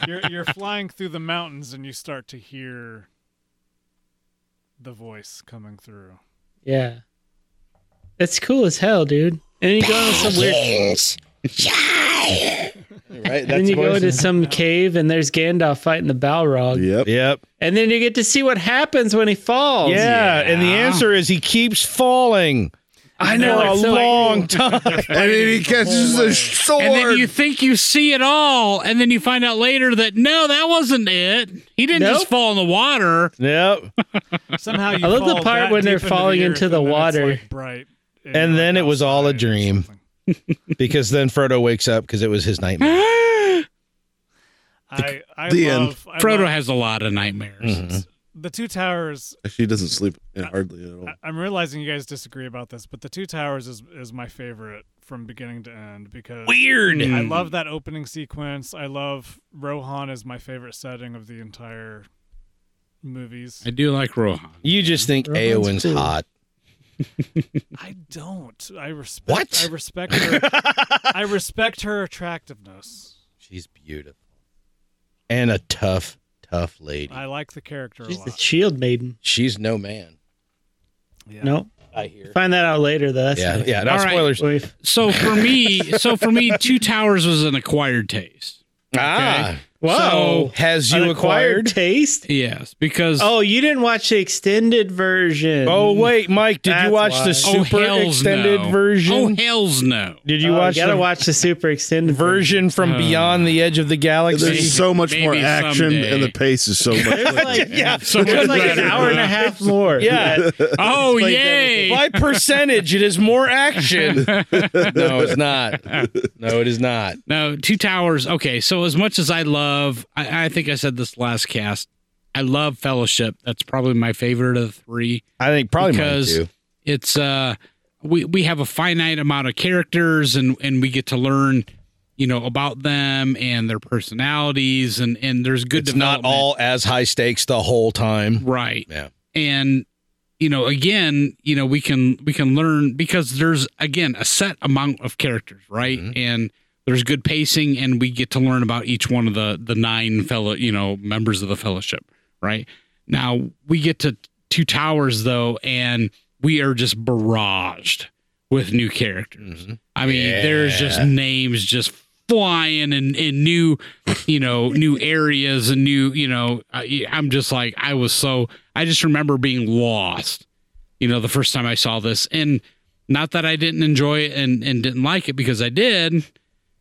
you're you're flying through the mountains and you start to hear the voice coming through.
yeah, it's cool as hell, dude. And then you go into some weird,
Right?
and then you go into some cave, and there's Gandalf fighting the Balrog,
Yep.
yep.
and then you get to see what happens when he falls.
Yeah, and the answer is he keeps falling. I
know,
for a
it's so-
long time.
And then he catches
uh,
the sword.
and then you think you see it all, and then you find out later that no, that wasn't it. He didn't just
Nope.
fall in the water.
yep.
Somehow you
I love the
fall
part
that
when they're
deep
falling
earth
into
and
the
then it's,
water.
like, bright.
And then it was all a dream. Because then Frodo wakes up because it was his nightmare.
I I
The end.
love I
Frodo
love-
has a lot of nightmares.
Mm-hmm.
the two towers.
Actually, he doesn't sleep in hardly at all.
I- I'm realizing you guys disagree about this, but the two towers is is my favorite from beginning to end because
Weird.
I
Mm.
love that opening sequence. I love Rohan is my favorite setting of the entire movies.
I do like Rohan.
You just think Eowyn's hot.
I don't. I respect.
What?
I respect her. I respect her attractiveness.
She's beautiful. And a tough, tough lady.
I like the character a
She's the
lot.
Shield Maiden.
She's no man.
Yeah.
No,
I hear.
find that out later. Though. That's
Yeah,
nice.
yeah. No
All right.
spoilers.
We've-
So for me, so for me, Two Towers was an acquired taste.
Ah.
Whoa.
Has
An
you acquired?
acquired taste?
Yes, because
Oh, you didn't watch the extended version.
Oh wait, Mike, did you
That's
watch
why.
the super
oh, hells
extended
no.
version?
Oh hell's no!
did
you
you watch
gotta
the
watch the super extended
version from
Oh.
Beyond the Edge of the Galaxy?
There's so much
maybe
more action,
someday.
and the pace is so much.
There's like, yeah,
So much
there's like an
better.
hour and a half more.
Yeah.
Oh yay!
By percentage, it is more action. no, it's not. No, it is not.
No, Two Towers. Okay, so as much as I love, I, I think I said this last cast. I love Fellowship. That's probably my favorite of the three.
I think probably
because it's uh we we have a finite amount of characters and and we get to learn you know about them and their personalities and and there's good
it's not
development.
all as high stakes the whole time.
right
Yeah.
and you know again you know we can we can learn because there's again a set amount of characters right
Mm-hmm.
and there's good pacing and we get to learn about each one of the the nine fellow you know members of the fellowship right now we get to two towers though and we are just barraged with new characters i mean there's just names just flying and in new you know new areas and new you know I, i'm just like i was so i just remember being lost you know the first time i saw this and not that i didn't enjoy it and, and didn't like it because i did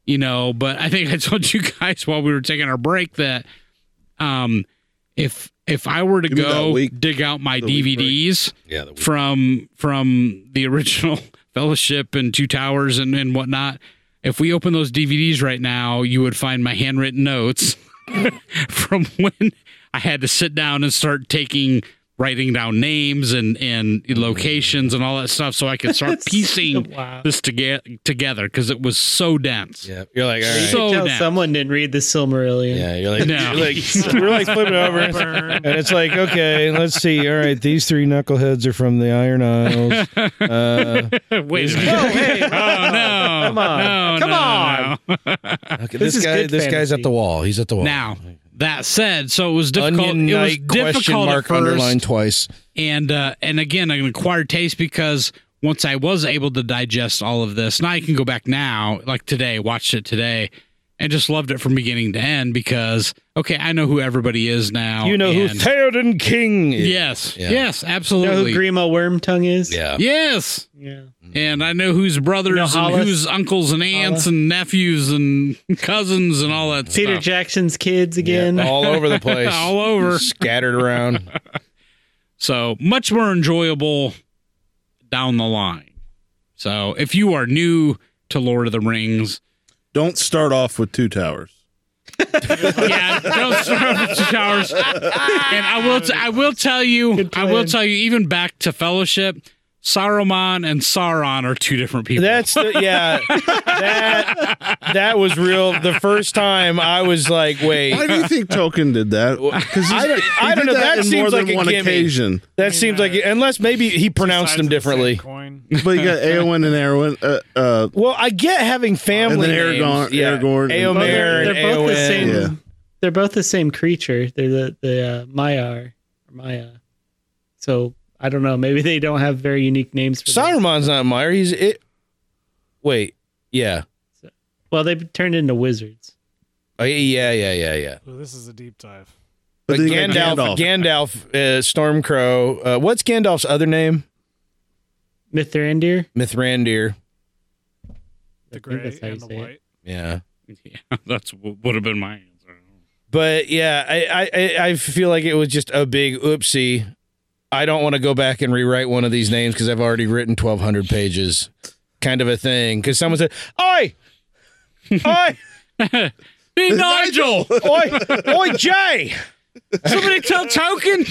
you know but i think i told you guys while we were taking our break that um if if i were to
Give me that
go
week-
dig out my
week break.
dvds
Yeah. The
from from the original Fellowship and Two Towers and, and whatnot. If we open those DVDs right now, you would find my handwritten notes from when I had to sit down and start taking writing down names and and locations and all that stuff so I could start piecing
Wow.
this toge- together because it was so dense.
yeah. You're like, all right.
So
You tell
dense.
someone didn't read the Silmarillion.
yeah. You're like,
No.
you're like, we're like flipping over, and it's like, okay, let's see. All right, these three knuckleheads are from the Iron Isles. Uh,
Wait a minute.
Oh, hey,
Oh, no.
Come on.
No,
Come
no,
on.
no.
okay,
This
this,
is
guy,
good
this guy's
fantasy.
at the wall. He's at the wall.
Now, that said, so it was difficult.
Onion
It was
night question
difficult at
mark
first.
underlined twice.
and uh, and again an acquired taste because once I was able to digest all of this, now I can go back now, like today, watched it today, and just loved it from beginning to end because okay, I know who everybody is now.
You know who
Oh, and-
Theoden King is.
yes,
Yeah.
yes,
You know who
absolutely.
Grima Wormtongue is?
Yeah.
yes,
Yeah.
and I know whose brothers
You know
and
Hollis?
whose uncles and aunts and nephews and cousins and all that
Peter
stuff.
Jackson's kids again.
All over the place.
All over.
Scattered around.
So much more enjoyable down the line. So if you are new to Lord of the Rings,
Don't start off with two towers.
yeah, don't start with the showers. And I will, t- I will tell you, I will
plan.
tell you, even back to Fellowship, Saruman and Sauron are two different people.
That's the yeah. that that was real. The first time I was like,
Why
wait,
do you think Tolkien did that? Because
I don't- I don't know. That
in
seems
more
like
than
a
one
gimme.
occasion.
that seems like unless maybe he pronounced them
Sides of the same
differently.
Coin.
But you got Eowyn and Arwen. Uh, uh,
Well, I get having family
And then Aragorn-
names. Yeah.
Aragorn and-
Well,
Eomer
they're,
and
they're both the
Eowyn.
same.
Yeah.
They're both the same creature. They're the the uh, Maiar or Maya. So I don't know. Maybe they don't have very unique names for them.
Saruman's not Meyer. He's it. Wait, yeah,
Well, they've turned into wizards.
Uh, yeah, yeah, yeah, yeah.
Ooh, this is a deep dive.
But
but then you got
Gandalf, Gandalf, uh, Stormcrow. Uh, what's Gandalf's other name?
Mithrandir.
Mithrandir.
The
think
gray
that's how you
and the
say it.
white.
Yeah.
yeah, that's what would have been my answer.
But yeah, I, I- I I feel like it was just a big oopsie. I don't want to go back and rewrite one of these names because I've already written twelve hundred pages, kind of a thing. Because someone said, "Oi, oi,
Hey, Nigel,
oi, oi, Jay,
somebody tell Tolkien.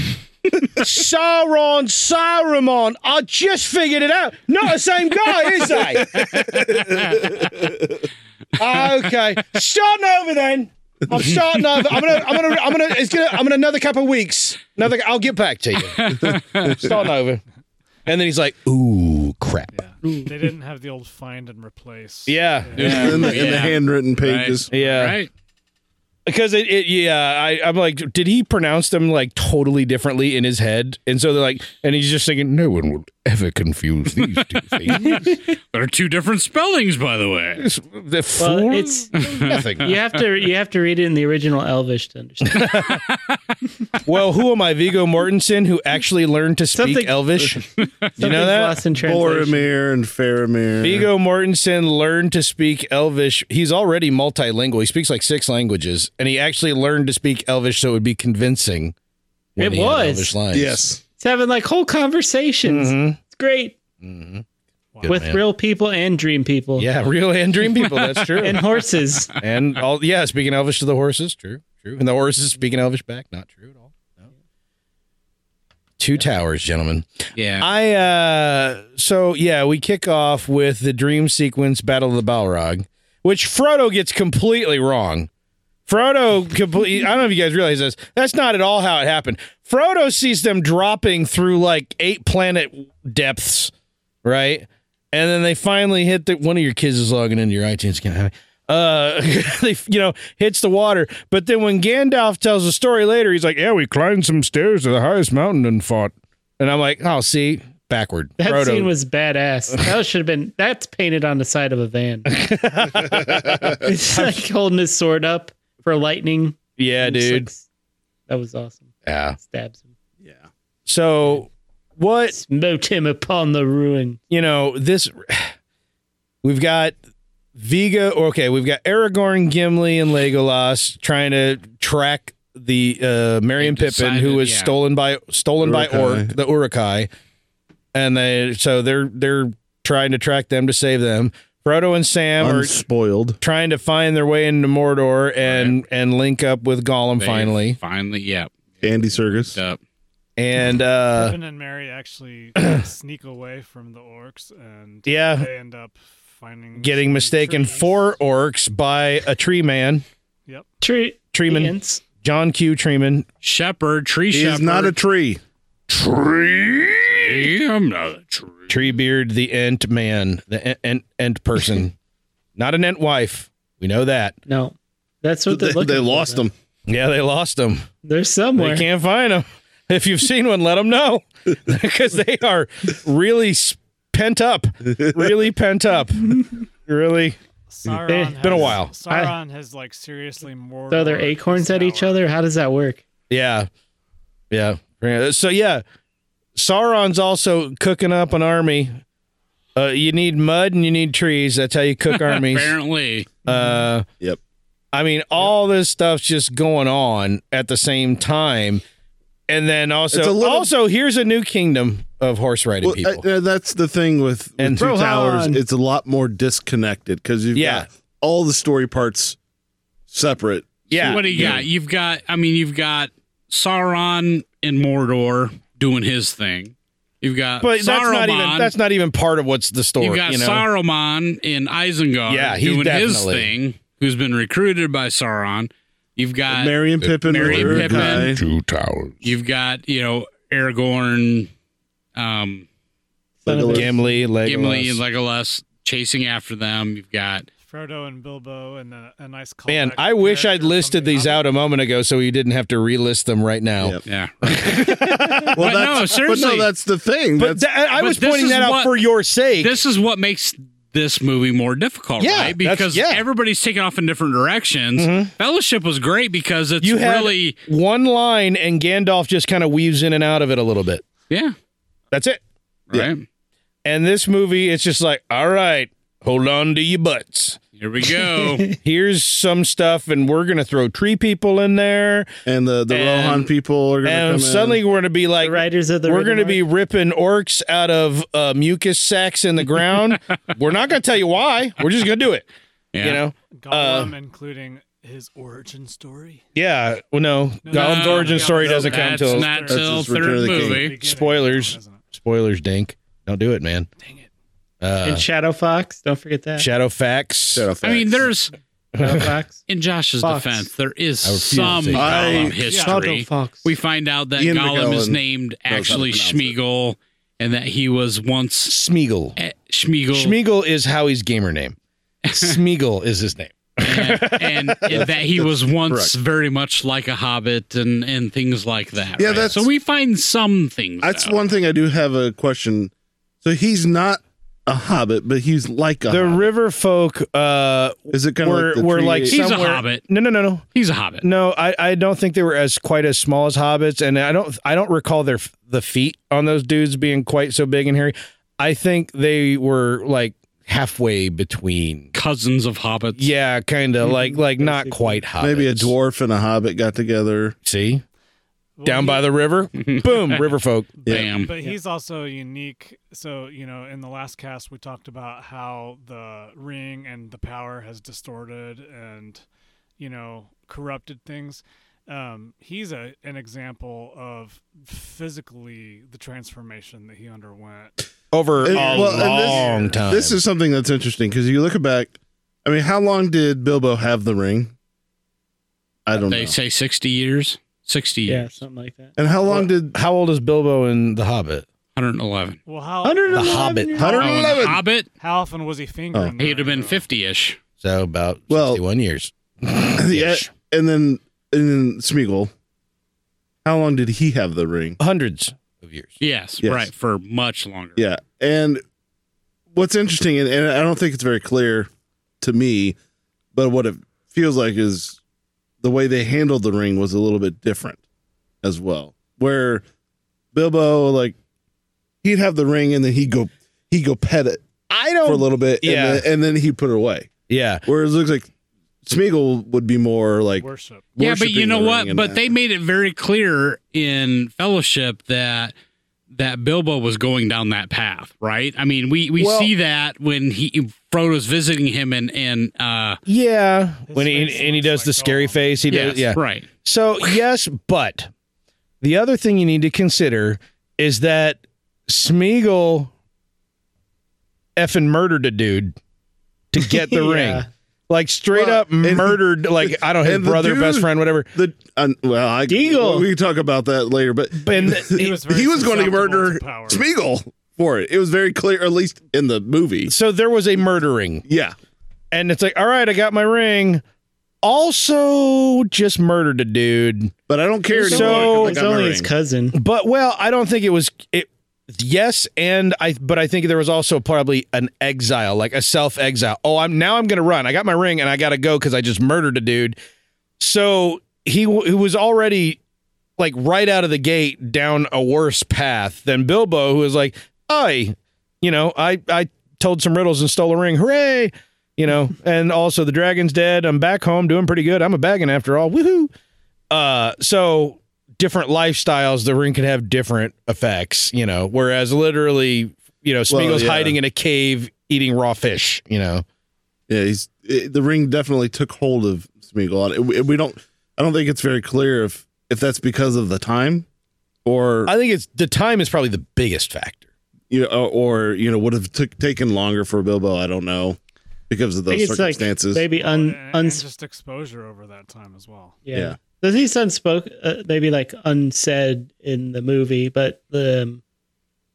Sauron, Saruman. I just figured it out. Not the same guy, is they? okay, starting over then. I'm starting over. I'm gonna, I'm gonna, I'm gonna. It's gonna. I'm gonna another couple of weeks. Another. I'll get back to you. starting over. And then he's like, "Ooh, crap."
Yeah. they didn't have the old find and replace.
Yeah,
Yeah.
in, the, in the
Yeah.
handwritten pages.
yeah.
Right?
Because it, it yeah, I, I'm like, did he pronounce them like totally differently in his head? And so they're like, and he's just thinking, no one would ever confuse these two things.
There are two different spellings, by the way.
the
Well,
four?
it's
nothing.
you have to you have to read it in the original Elvish to understand.
well, who am I, Vigo Mortensen, who actually learned to speak
Something-
Elvish? you know
Something's
that?
lost in translation.
Boromir and Faramir.
Vigo Mortensen learned to speak Elvish. He's already multilingual. He speaks like six languages, and he actually learned to speak Elvish so it would be convincing. when
It
he had
was.
Elvish lines.
Yes.
It's having like whole conversations.
Mhm.
It's great
Good
with
man.
real people and dream people.
Mm-hmm. Yeah, real and dream people. That's true.
And horses.
And all yeah, speaking Elvish to the horses, true, true. And the horses speaking Elvish back, not true at all. No. Two towers, gentlemen.
Yeah.
I uh so yeah, we kick off with the dream sequence Battle of the Balrog, which Frodo gets completely wrong. Frodo complete I don't know if you guys realize this. That's not at all how it happened. Frodo sees them dropping through like eight planet depths, right? And then they finally hit the one of your kids is logging into your iTunes account. Uh, they you know hits the water, but then when Gandalf tells the story later, he's like, "Yeah, we climbed some stairs to the highest mountain and fought." And I'm like, "Oh, see, backward."
That
Frodo.
scene was badass. That should have been that's painted on the side of a van. it's like holding his sword up for lightning.
yeah,
It's
dude.
like- that was awesome.
Yeah.
Stabs him.
So what
Smote him upon the ruin.
you know, this we've got Viga. Okay, we've got Aragorn, Gimli, and Legolas trying to track the uh, Marion
They
Pippin, who was
decided, yeah.
stolen by stolen by
Uruk-hai.
Orc, the Urukai, and they so they're they're trying to track them to save them. Frodo and Sam are
Unspoiled.
trying to find their way into Mordor and and link up with Gollum
They
finally.
Finally, yeah.
Andy Serkis.
Up.
And uh,
Pippin and Mary actually sneak away from the orcs, and
Yeah.
they end up finding
getting
some
mistaken
trees.
for orcs by a tree man,
Tree
Treeman.
ants.
John Q. Treeman,
Shepherd, tree
He is
shepherd.
not a tree.
tree. I'm not a tree.
Treebeard, the Ent man, the Ent, Ent, Ent person, not an Ent wife. We know that.
No. That's what
They,
they're looking
they
for,
lost
though.
him.
Yeah, they lost them.
They're somewhere.
They can't find them. If you've seen one, let them know because they are really s- pent up, really pent up, really
Sauron
It's
has,
been a while.
Sauron has like seriously more.
Throw their acorns at each other. How does that work?
Yeah. Yeah. So yeah, Sauron's also cooking up an army. Uh, you need mud and you need trees. That's how you cook armies.
Apparently,
Uh,
Mm-hmm. Yep.
I mean, all this stuff's just going on at the same time, and then also,
It's a little-
also here's a new kingdom of horse riding
Well,
people.
I- uh, that's the thing with, with
And
Two
Rohan.
Towers. It's a lot more disconnected because you've
Yeah.
got all the story parts separate.
yeah,
what do you got? You've got, I mean, you've got Sauron and Mordor doing his thing. You've got
but that's
Saruman.
not even that's not even part of what's the story.
You've got
you know?
Saruman in Isengard
Yeah, he's
doing his
definitely-
thing, who's been recruited by Sauron. You've got
Mary and Pippin.
Merry
were
and Uh, Pippin.
tied.
Two towers.
you've got, you know, Aragorn, um
Son of a-
Gimli, Legolas.
Gimli and Legolas chasing after them. You've got
Frodo and Bilbo and a, a nice.
Man,
callback
I wish I'd
character from
listed
the
these
Hobbit.
out a moment ago so you didn't have to relist them right now.
Yep.
yeah.
Well,
But no,
that's, But
seriously.
no, that's the thing.
But
That's,
tha- I
but
was
this
pointing
is
that out
what-
for your sake.
This is what makes this movie more difficult,
Yeah,
right?
that's-
Because
yeah.
everybody's taking off in different directions. Fellowship was great because it's
you had
really
one line, and Gandalf just kind of weaves in and out of it a little bit.
yeah,
That's it.
right.
And this movie, it's just like, all right, hold on to your butts.
Here we go.
Here's some stuff, and we're gonna throw tree people in there,
and the, the
And-
Rohan people are going to come
and suddenly we're gonna be like,
The writers of the
we're
Rhythm
gonna be ripping orcs out of uh, mucus sacks in the ground. we're not gonna tell you why. We're just gonna do it.
Yeah.
You know?
Gollum, including his origin story.
Yeah. Well, no,
No,
Gollum's
no,
origin
no,
story
no,
doesn't
that's
come till
not
That's
till
his Return of
third
the King.
movie.
Beginning,
Spoilers.
isn't it?
spoilers. Dink, don't do it, man.
Dang it.
Uh,
and Shadow Fox. Don't forget that.
Shadow facts.
in.
I mean, there's
Shadow Fox.
in Josh's
Fox.
defense, there is
I refuse to
some
say
that.
Gollum
I-
Shadow
history.
Fox.
we find out that
Ian
Gollum is
McGowan
named
to
actually
pronounce it.
Schmeagol, and that he was once
Smeagol.
eh, Schmeagol,
Schmeagol is Howie's gamer name. Smeagol is his name.
and, and that he was once very much like a hobbit, and and things like that.
Yeah,
right?
that's-
so we find some things.
That's
out.
one thing I do have a question. So he's not a hobbit, but he's like a.
The
hobbit.
river folk uh,
Is it kind of
were
like the
were like
tree-
He's a
somewhere-
hobbit.
No, no, no, no,
He's a hobbit.
no. I, I don't think they were as quite as small as hobbits, and I don't I don't recall their f- the feet on those dudes being quite so big and hairy. I think they were like halfway between.
Cousins of hobbits.
Yeah, kind of like like not quite hobbits.
maybe a dwarf and a hobbit got together?
See,
Well,
down
he-
by the river. Boom, river folk. Um,
Bam.
But he's also unique. So, you know, in the last cast, we talked about how the ring and the power has distorted and, you know, corrupted things. Um, he's a, an example of physically the transformation that he underwent.
Over a
And- well, and this-
long time.
This is something that's interesting because you look back. I mean, how long did Bilbo have the ring? I don't
They
know.
say sixty years. Sixty
yeah,
years.
something like that.
And how long did
how old is Bilbo in The Hobbit?
Hundred and eleven.
Well, how,
The Hobbit.
Hundred and
Oh,
eleven.
hobbit.
how often was he fingering? the
He'd have
ring,
been
though?
fifty-ish.
So about
Well- uh,
61 years.
Yeah, and then and then Smeagol. How long did he have the ring?
Hundreds of years.
Yes,
Yes.
right for much longer.
Yeah, and what's interesting, and, and I don't think it's very clear to me, but what it feels like is the way they handled the ring was a little bit different as well. Where Bilbo, like, he'd have the ring and then he'd go he'd go pet it
I
for a
don't.
little bit,
yeah.
and then, and then he'd put it away.
Yeah.
Whereas it looks like Smeagol would be more like,
Worship.
Yeah, but you
worshiping
know
the
what?
ring and
But
that.
they made it very clear in Fellowship that that Bilbo was going down that path, right? I mean, we we
Well-
see that when he Frodo's visiting him and and uh
Yeah.
His
When he
face
and he does
looks
the
like
scary
Gollum.
face, he
yes,
does yeah.
right.
So, yes, but the other thing you need to consider is that Smeagol effing murdered a dude to get the
Yeah.
ring. Like straight
Well,
up
and-
murdered, like I don't know, his
and the
brother, best
dude-
friend, whatever.
the uh, well, I
Deagle.
we can talk about that later, but
And
He was, very
he was going to
susceptible
murder
power.
Smeagol for it. It was very clear, at least in the movie.
so there was a murdering.
Yeah,
and it's like, all right, I got my ring. Also, just murdered a dude.
but I don't care
So-
anymore. 'cause I
it's
got my
only his
ring.
cousin.
But well, I don't think it was it. Yes, and I but I think there was also probably an exile, like a self exile. Oh, I'm now I'm going to run. I got my ring and I got to go cuz I just murdered a dude. So he w- who was already like right out of the gate down a worse path than Bilbo who was like, "I, you know, I I told some riddles and stole a ring. Hooray!" You know, and also the dragon's dead. I'm back home doing pretty good. I'm a bagging after all. Woohoo. Uh so different lifestyles, the ring could have different effects, you know. Whereas literally, you know,
Well,
Smeagol's
yeah.
hiding in a cave eating raw fish, you know.
Yeah, he's it, the ring definitely took hold of Smeagol. And we, we don't, I don't think it's very clear if if that's because of the time, or
I think it's the time is probably the biggest factor.
you know, or, or, you know, would have took taken longer for Bilbo. I don't know because of
I think
those
it's like
circumstances.
maybe un,
and, and
uns
just exposure over that time as well.
Yeah.
Yeah.
There's these unspoke, uh, maybe like unsaid in the movie, but the um,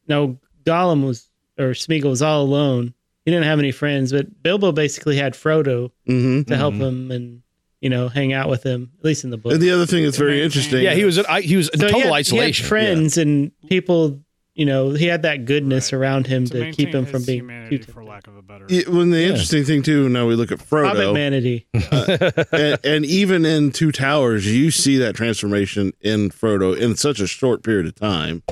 no Gollum was or Smeagol was all alone. He didn't have any friends, but Bilbo basically had Frodo
mm-hmm.
to help him and you know hang out with him, at least in the book.
And the other thing that's very interesting.
Yeah, he was in, I, he was in
So he
total
had- he had
isolation.
friends and people, you know, he had that goodness
Right.
around him
To
to, keep
maintain
him from
his
being
humanity,
too
for lack of a better.
Yeah, well, and the interesting thing too. Now we look at
Hobbit
Frodo,
manity.
and, and even in Two Towers, you see that transformation in Frodo in such a short period of time,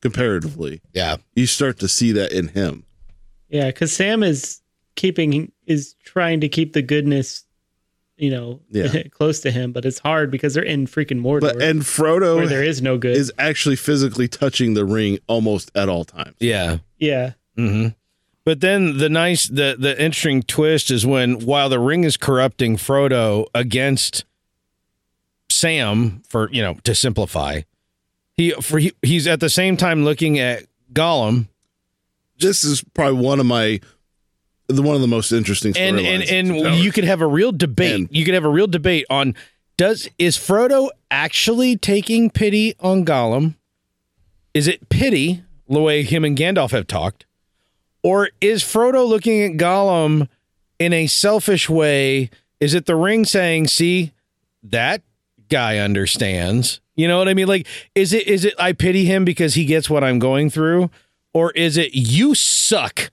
comparatively.
Yeah.
You start to see that in him.
Yeah, because Sam is keeping is trying to keep the goodness, you know,
Yeah.
close to him, but it's hard because they're in freaking Mordor,
But and Frodo
where there is no good.
is actually physically touching the ring almost at all times.
Yeah.
yeah,
hmm But then the nice, the the interesting twist is when while the ring is corrupting Frodo against Sam for you know to simplify, he for he, he's at the same time looking at Gollum
This is probably one of my the one of the most interesting
and
storylines
and
in Two
and
Towers.
you could have a real debate.
And-
you could have a real debate on does is Frodo actually taking pity on Gollum? Is it pity the way him and Gandalf have talked, or is Frodo looking at Gollum in a selfish way? Is it the ring saying, "See, that guy understands"? You know what I mean? Like, is it is it I pity him because he gets what I'm going through, or is it you suck?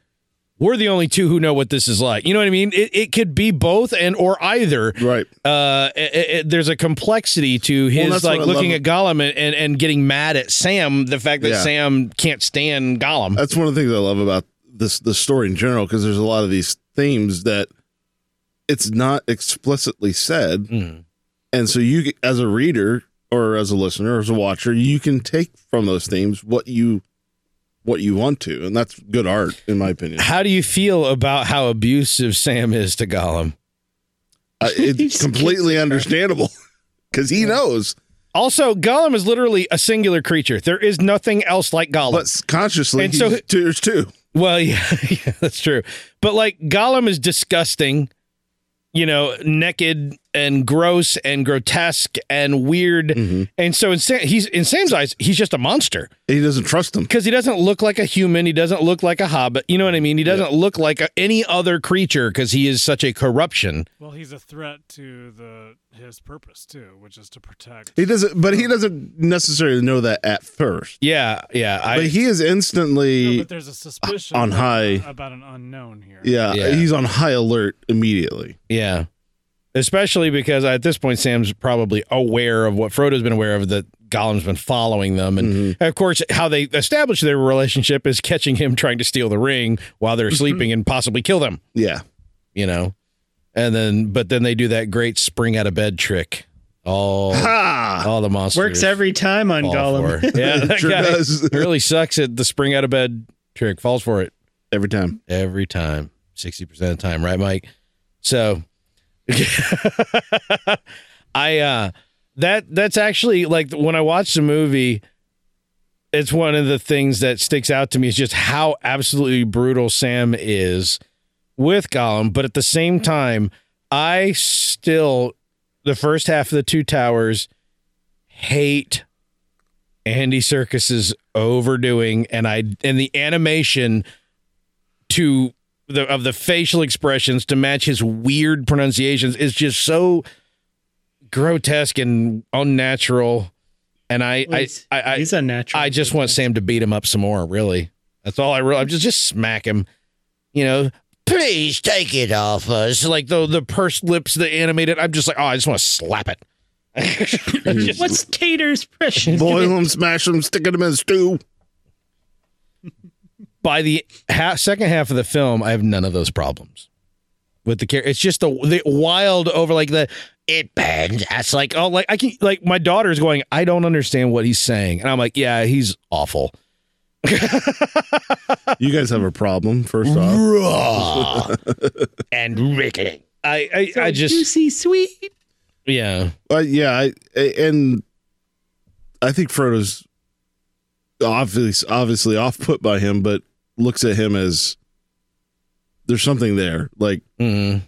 We're the only two who know what this is like. You know what I mean? It, it could be both and or either.
right.
Uh, it, it- there's a complexity to his
that's
like
what I
looking
love-
at Gollum and, and, and getting mad at Sam. The fact that
Yeah.
Sam can't stand Gollum.
That's one of the things I love about this the story in general because there's a lot of these themes that it's not explicitly said,
Mm.
and so you as a reader or as a listener or as a watcher, you can take from those themes what you what you want to, and that's good art in my opinion.
How do you feel about how abusive Sam is to Gollum?
Uh, it's completely understandable because he knows.
Also, Gollum is literally a singular creature. There is nothing else like Gollum.
but s- consciously
And
he's
so-
tears too.
Well, yeah, yeah, that's true. But like Gollum is disgusting, you know, naked and gross and grotesque and weird. And so in Sam, he's in Sam's eyes, he's just a monster
He doesn't trust him.
because he doesn't look like a human. He doesn't look like a hobbit. You know what I mean? He doesn't look like a, any other creature because he is such a corruption.
Well, he's a threat to the his purpose too, which is to protect.
He doesn't, but he doesn't necessarily know that at first.
Yeah, yeah. I,
but he is
No,
instantly,
but there's a suspicion
on
that-
high.
about an unknown here.
yeah,
Yeah.
he's on high alert immediately.
Yeah. Especially because at this point, Sam's probably aware of what Frodo's been aware of that Gollum's been following them. And
Mm.
of course, how they establish their relationship is catching him trying to steal the ring while
Mm-hmm.
they're sleeping and possibly kill them,
Yeah,
you know? And then, but then they do that great spring out of bed trick. All,
ha!
all the monsters.
works every time on
fall
Gollum.
for. Yeah, that
Sure
guy
does.
really sucks at the spring out of bed trick. Falls for it
Every time.
every time, sixty percent of the time, right, Mike? So, I uh, that that's actually like when I watch the movie, it's one of the things that sticks out to me is just how absolutely brutal Sam is with Gollum, but at the same time, I still the first half of the Two Towers hate Andy Circus's overdoing and I and the animation to the of the facial expressions to match his weird pronunciations is just so grotesque and unnatural And I, I,
He's-
I, I,
he's unnatural.
I just want Sam to beat him up some more. Really, that's all I really. I'm just just smack him. You know, please take it off us. Like the the pursed lips, the animated. I'm just like, oh, I just want to slap it.
What's Tater's precious?
Boil them, smash them, stick them in stew.
By the ha- second half of the film, I have none of those problems with the care. It's just the the wild over like the it bends. That's like oh, like I can like my daughter's going. I don't understand what he's saying, and I'm like, yeah, he's awful.
You guys have a problem, first
Mm-hmm.
off.
raw and rickety. I I, I just
juicy sweet.
yeah.
Uh, yeah, I, a- and I think Frodo's obvious, obviously off put by him, but looks at him as there's something there, like,
Mm.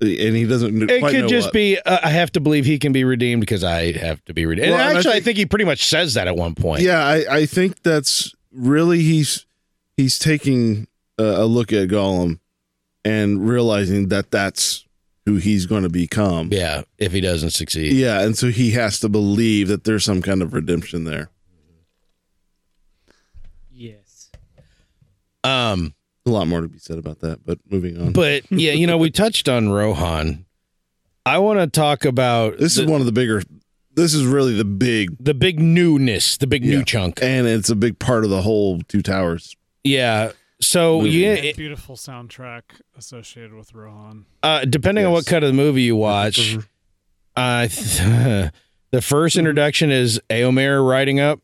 and he doesn't.
It
quite
could
know
just
what.
be. Uh, I have to believe he can be redeemed because I have to be redeemed.
Well,
and
and I
actually, I think,
think-
he pretty much says that at one point.
Yeah, I, I think that's really he's he's taking a, a look at Gollum and realizing that that's who he's going to become.
Yeah, if he doesn't succeed.
Yeah, and so he has to believe that there's some kind of redemption there.
Yes.
Um,
A lot more to be said about that, but moving on.
but yeah, you know, we touched on Rohan. I want to talk about
this
the,
is one of the bigger. This is really the big,
the big newness, the big new
Yeah.
chunk.
and it's a big part of the whole Two Towers.
Yeah. So
Movie.
yeah,
And
it-
beautiful soundtrack associated with Rohan.
uh, depending on
Yes.
what cut of the movie you watch, I th- the first introduction is Aomer riding up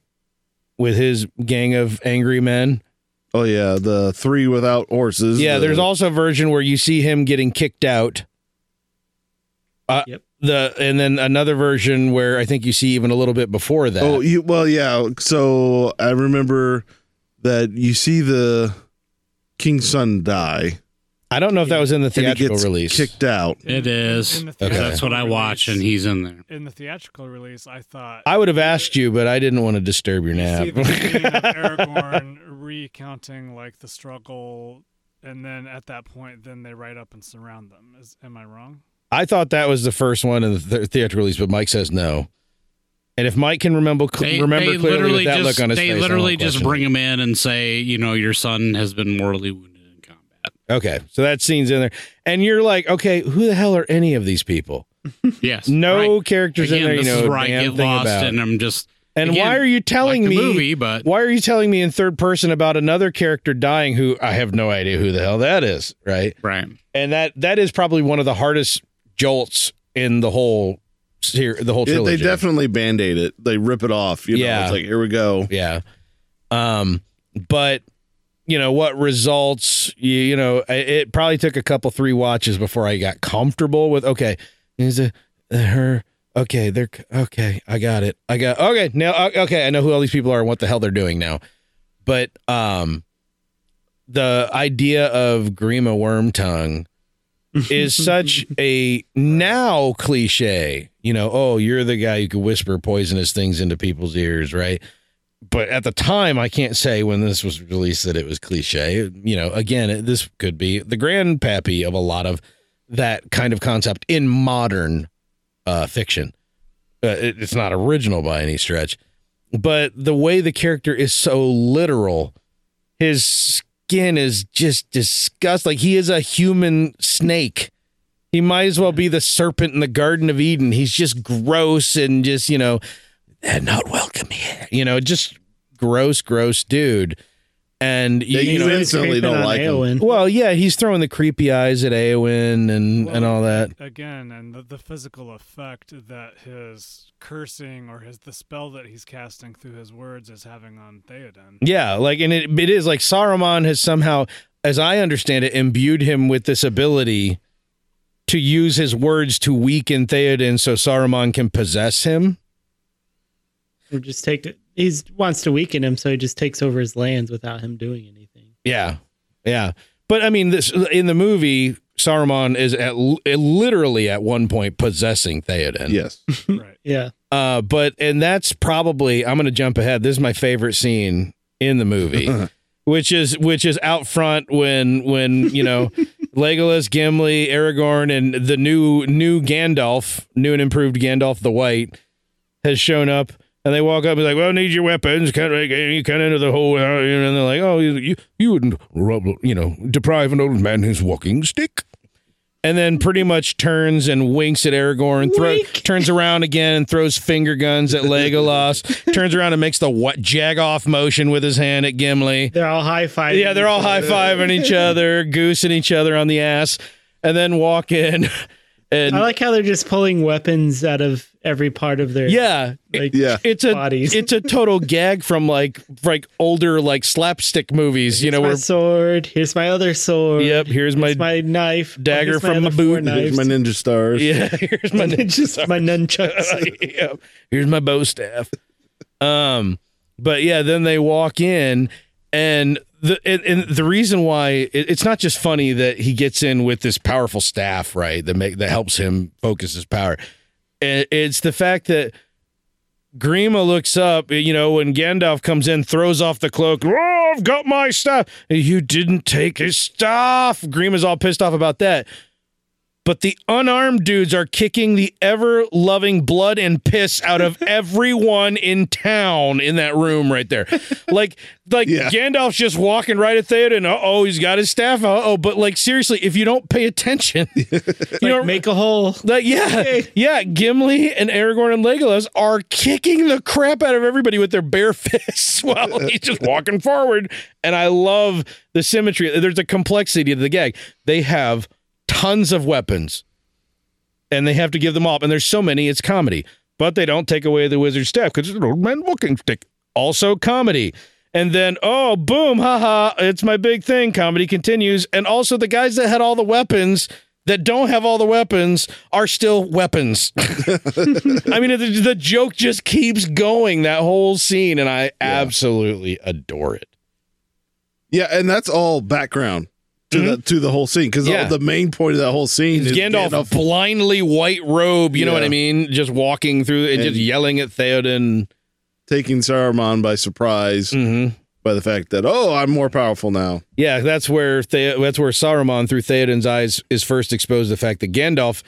with his gang of angry men.
Oh yeah, the three without horses.
Yeah,
the-
there's also a version where you see him getting kicked out. Uh,
Yep.
The and then another version where I think you see even a little bit before that.
Oh, you, well, yeah. So I remember that you see the king's son die.
I don't know if that was in the
and he
theatrical
gets
release.
kicked out.
It is.
In the
Okay.
That's what I watch, and he's in there.
In the theatrical release, I thought
I would have asked you, but I didn't want to disturb your
you
nap.
see the beginning of Aragorn recounting like the struggle, and then at that point, then they ride up and surround them. Is am I wrong?
I thought that was the first one in the th- theatrical release, but Mike says no. And if Mike can remember cl- remember clearly with that
just,
look on his
they
face, I
literally
won't
just
question
bring
it.
him in and say, you know, your son has been mortally wounded in combat.
Okay, so that scene's in there, and you're like, okay, who the hell are any of these people?
Yes.
No
right.
characters
Again,
in there. You
this
know,
is where I
damn
get
thing
lost,
about.
and I'm just
And
Again,
why are you telling
like the
me?
movie, but-
why are you telling me in third person about another character dying? Who I have no idea who the hell that is, right?
right.
And that that is probably one of the hardest jolts in the whole ser- the whole
It-
trilogy.
they definitely band aid it. They rip it off. You know,
Yeah.
it's like here we go.
yeah. Um, but you know what results? You, you know, i- it probably took a couple three watches before I got comfortable with. Okay, is it uh, her? Okay, they're okay. I got it. I got okay now. uh, Okay, I know who all these people are and what the hell they're doing now. But um, the idea of Grima Wormtongue is such a now cliche. You know, oh, you're the guy who could whisper poisonous things into people's ears, right? But at the time, I can't say when this was released that it was cliche. You know, again, it, this could be the grandpappy of a lot of that kind of concept in modern uh, fiction. Uh, it, it's not original by any stretch, but the way the character is so literal his skin is just disgust like he is a human snake he might as well be the serpent in the garden of eden he's just gross and just you know and not welcome here you know just gross gross dude and you,
Yeah,
you
he's
know
instantly don't like him.
well yeah he's throwing the creepy eyes at aowen and and all that
again, and the, the physical effect that his cursing or his the spell that he's casting through his words is having on Theoden.
Yeah, like and it it is like Saruman has somehow, as I understand it, imbued him with this ability to use his words to weaken Theoden so Saruman can possess him.
Or just take it. He wants to weaken him, so he just takes over his lands without him doing anything.
Yeah. Yeah. But I mean this in the movie Saruman is at literally at one point possessing Theoden.
Yes.
right.
Yeah.
Uh, but and that's probably I'm going to jump ahead. This is my favorite scene in the movie, which is which is out front when when you know Legolas, Gimli, Aragorn, and the new new Gandalf, new and improved Gandalf the White, has shown up. And they walk up and like, "Well, need your weapons. Can't you can't enter the whole." uh," you know, And they're like, "Oh, you you, you wouldn't, rob- you know, deprive an old man his walking stick." And then pretty much turns and winks at Aragorn, throw, turns around again and throws finger guns at Legolas. turns around and makes the what jag off motion with his hand at Gimli.
They're all high fiving.
Yeah, they're all high fiving each other, goosing each other on the ass, and then walk in. And
I like how they're just pulling weapons out of every part of their
yeah,
Like,
Yeah.
it's a
Bodies.
it's a total gag from like like older like slapstick movies, you know.
my
Where
sword. Here's my other sword.
yep, here's my,
Here's my knife. oh,
dagger
here's
from
other
the
four
boot.
Here's
Knives.
my ninja stars.
yeah, here's my
just my nunchucks.
yep, here's my bow staff. Um, but yeah, then they walk in, and the and, and the reason why it, it's not just funny that he gets in with this powerful staff, right? That make that helps him focus his power. It, it's the fact that Grima looks up, you know, when Gandalf comes in, throws off the cloak. Oh, I've got my staff. You didn't take his staff. Grima's all pissed off about that. But the unarmed dudes are kicking the ever loving blood and piss out of everyone in town in that room right there. Like, like
Yeah.
Gandalf's just walking right at Theoden. and oh, he's got his staff. Uh oh. But like, seriously, if you don't pay attention, you don't
Make a hole.
like yeah, yeah. Gimli and Aragorn and Legolas are kicking the crap out of everybody with their bare fists while he's just walking forward. And I love the symmetry. There's a complexity to the gag. They have tons of weapons, and they have to give them up. And there's so many, it's comedy. But they don't take away the wizard's staff because it's an old man walking stick. Also comedy. And then, oh, boom, haha, it's my big thing. Comedy continues. And also, the guys that had all the weapons that don't have all the weapons are still weapons. I mean, the, the joke just keeps going that whole scene, and I absolutely adore it.
Yeah, and that's all background to the to the whole scene because
Mm-hmm. Yeah.
the main point of that whole scene is
Gandalf, blindly white robe, you know what I
Yeah.
mean? Just walking through and, just
And-
yelling at Theoden.
taking Saruman by surprise
Mm-hmm.
by the fact that oh, I'm more powerful now.
Yeah, that's where the- that's where Saruman through Theoden's eyes is first exposed to the fact that Gandalf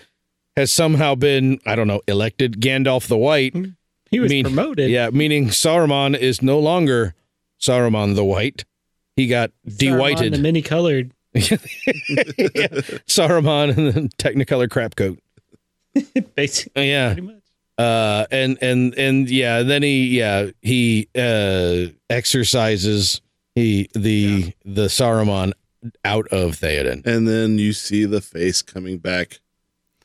has somehow been I don't know elected Gandalf the White.
Mm-hmm. He was
Mean-
promoted.
Yeah, meaning Saruman is no longer Saruman the White. He got
Saruman
de-whited.
The many colored.
Saruman and then Technicolor crap coat.
Basically,
Uh, Yeah.
pretty much.
Uh and and and yeah, then he yeah, he uh exercises he the the Saruman out of Theoden.
And then you see the face coming back,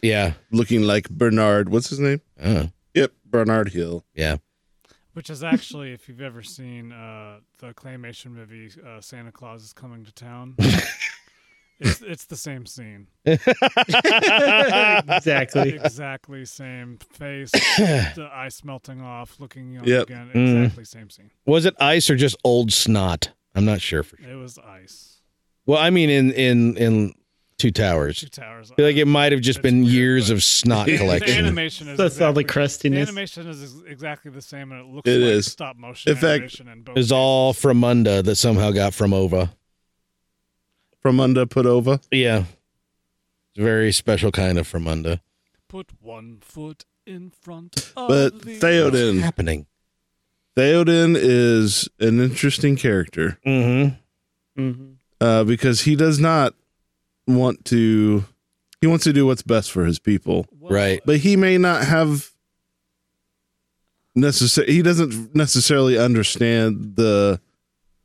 Yeah.
looking like Bernard. What's his name?
Uh,
Yep, Bernard Hill.
yeah.
Which is actually, if you've ever seen uh, the claymation movie uh, Santa Claus is Coming to Town, it's, it's the same scene.
exactly.
Exactly same face, the ice melting off, looking young
Yep.
again.
Mm.
Exactly same scene.
Was it ice or just old snot? I'm not sure for sure.
It was ice.
Well, I mean in in in Two Towers.
Two towers.
I feel like it might have just
It's
been
weird,
years
but-
of snot
The- The
collection.
animation is
That's all the
exactly, The
crustiness.
animation is ex- exactly the same, and it looks
It
like
is.
stop motion
In fact,
animation in both.
It's all from Munda that somehow got from Ova.
From Unda Padova.
Yeah. It's a very special kind of from Munda.
Put one foot in front of
But
the
Theoden.
happening.
Theoden is an interesting character
Mm-hmm.
Mhm.
uh, because he does not want to. He wants to do what's best for his people,
Well,
Right.
but he may not have necessar He doesn't necessarily understand the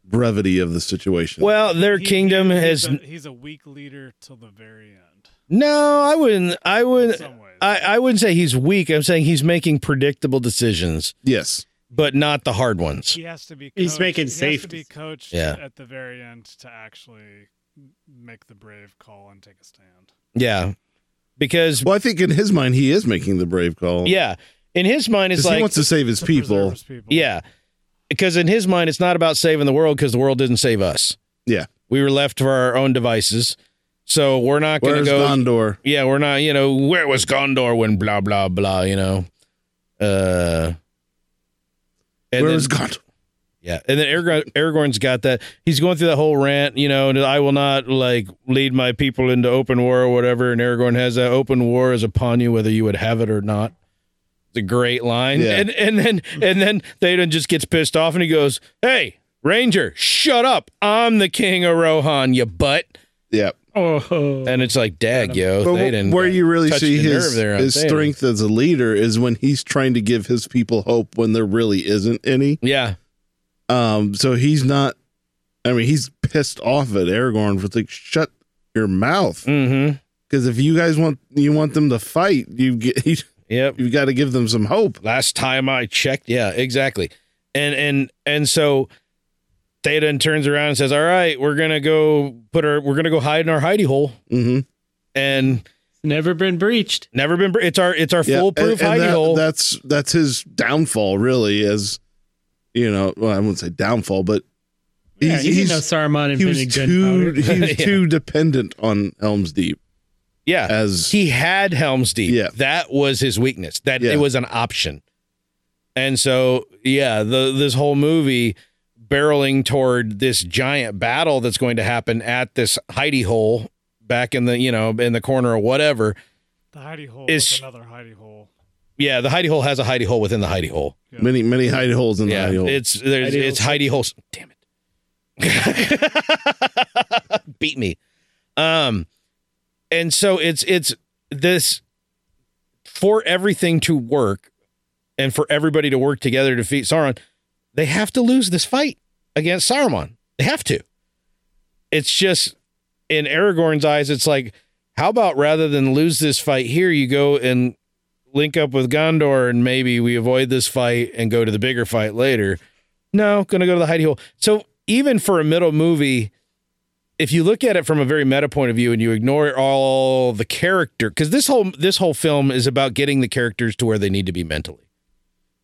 brevity of the situation.
Well, their
he-
kingdom
he's
has
A, he's a weak leader till the very end.
no. I wouldn't. I
In
wouldn't.
some ways.
I, I wouldn't say he's weak. I'm saying he's making predictable decisions,
yes,
but not the hard ones.
he has to be. Coached.
He's making
he Has to
safety.
be coached
Yeah.
at the very end to actually make the brave call and take a stand.
Yeah, because
Well, I think in his mind, he is making the brave call.
yeah, in his mind, it's
'Cause he
like
wants to save his
To
people.
preserve his people.
yeah, because in his mind, it's not about saving the world because the world didn't save us.
Yeah.
we were left for our own devices, so we're not going to go.
Where's Gondor?
yeah, we're not, you know, where was Gondor when blah blah blah, you know. Uh and
Where
then-
is Gondor?
Yeah, and then Aragorn, Aragorn's got that. He's going through that whole rant, you know, and I will not like lead my people into open war or whatever. And Aragorn has that open war is upon you, whether you would have it or not. the great line.
Yeah.
And and then and then Theoden just gets pissed off and he goes, "Hey, Ranger, shut up! I'm the king of Rohan, you butt."
Yeah.
Oh,
And it's like, "Dag, yo,
But
Theoden."
where you really
touched
see
uh, the nerve
his,
there on
his
Theoden.
strength as a leader is when he's trying to give his people hope when there really isn't any.
Yeah,
Um, so he's not. I mean, he's pissed off at Aragorn for like, shut your mouth.
mm-hmm.
Because if you guys want you want them to fight, you get you,
Yep.
you've got to give them some hope.
last time I checked. Yeah, exactly. And and and so Theoden turns around and says, "All right, we're gonna go put our we're gonna go hide in our hidey hole."
Mm-hmm.
And
it's never been breached.
never been. br- It's our it's our foolproof hidey
that-
hole.
That's that's his downfall, really. As you know, well, I wouldn't say downfall, but
Yeah,
he's-
you didn't know
he's-
Saruman
he was
invented
too
gunpowder.
he was
Yeah.
too dependent on Helm's Deep
yeah,
as
he had Helm's Deep.
Yeah.
that was his weakness. That
Yeah.
it was an option. And so yeah, the this whole movie barreling toward this giant battle that's going to happen at this hidey hole back in the you know in the corner or whatever
The hidey hole
Is-
is another hidey hole.
Yeah, the hidey hole has a hidey hole within the hidey hole.
many many hide holes in
yeah,
the hidey hole.
it's there's
Hidey
it's hidey holes. Damn it! Beat me. Um, and so it's it's this for everything to work and for everybody to work together to defeat Sauron, they have to lose this fight against Saruman. They have to. It's just in Aragorn's eyes, it's like, how about rather than lose this fight here, you go and link up with Gondor and maybe we avoid this fight and go to the bigger fight later. No, gonna go to the hidey hole. So even for a middle movie, if you look at it from a very meta point of view and you ignore all the character, because this whole this whole film is about getting the characters to where they need to be mentally.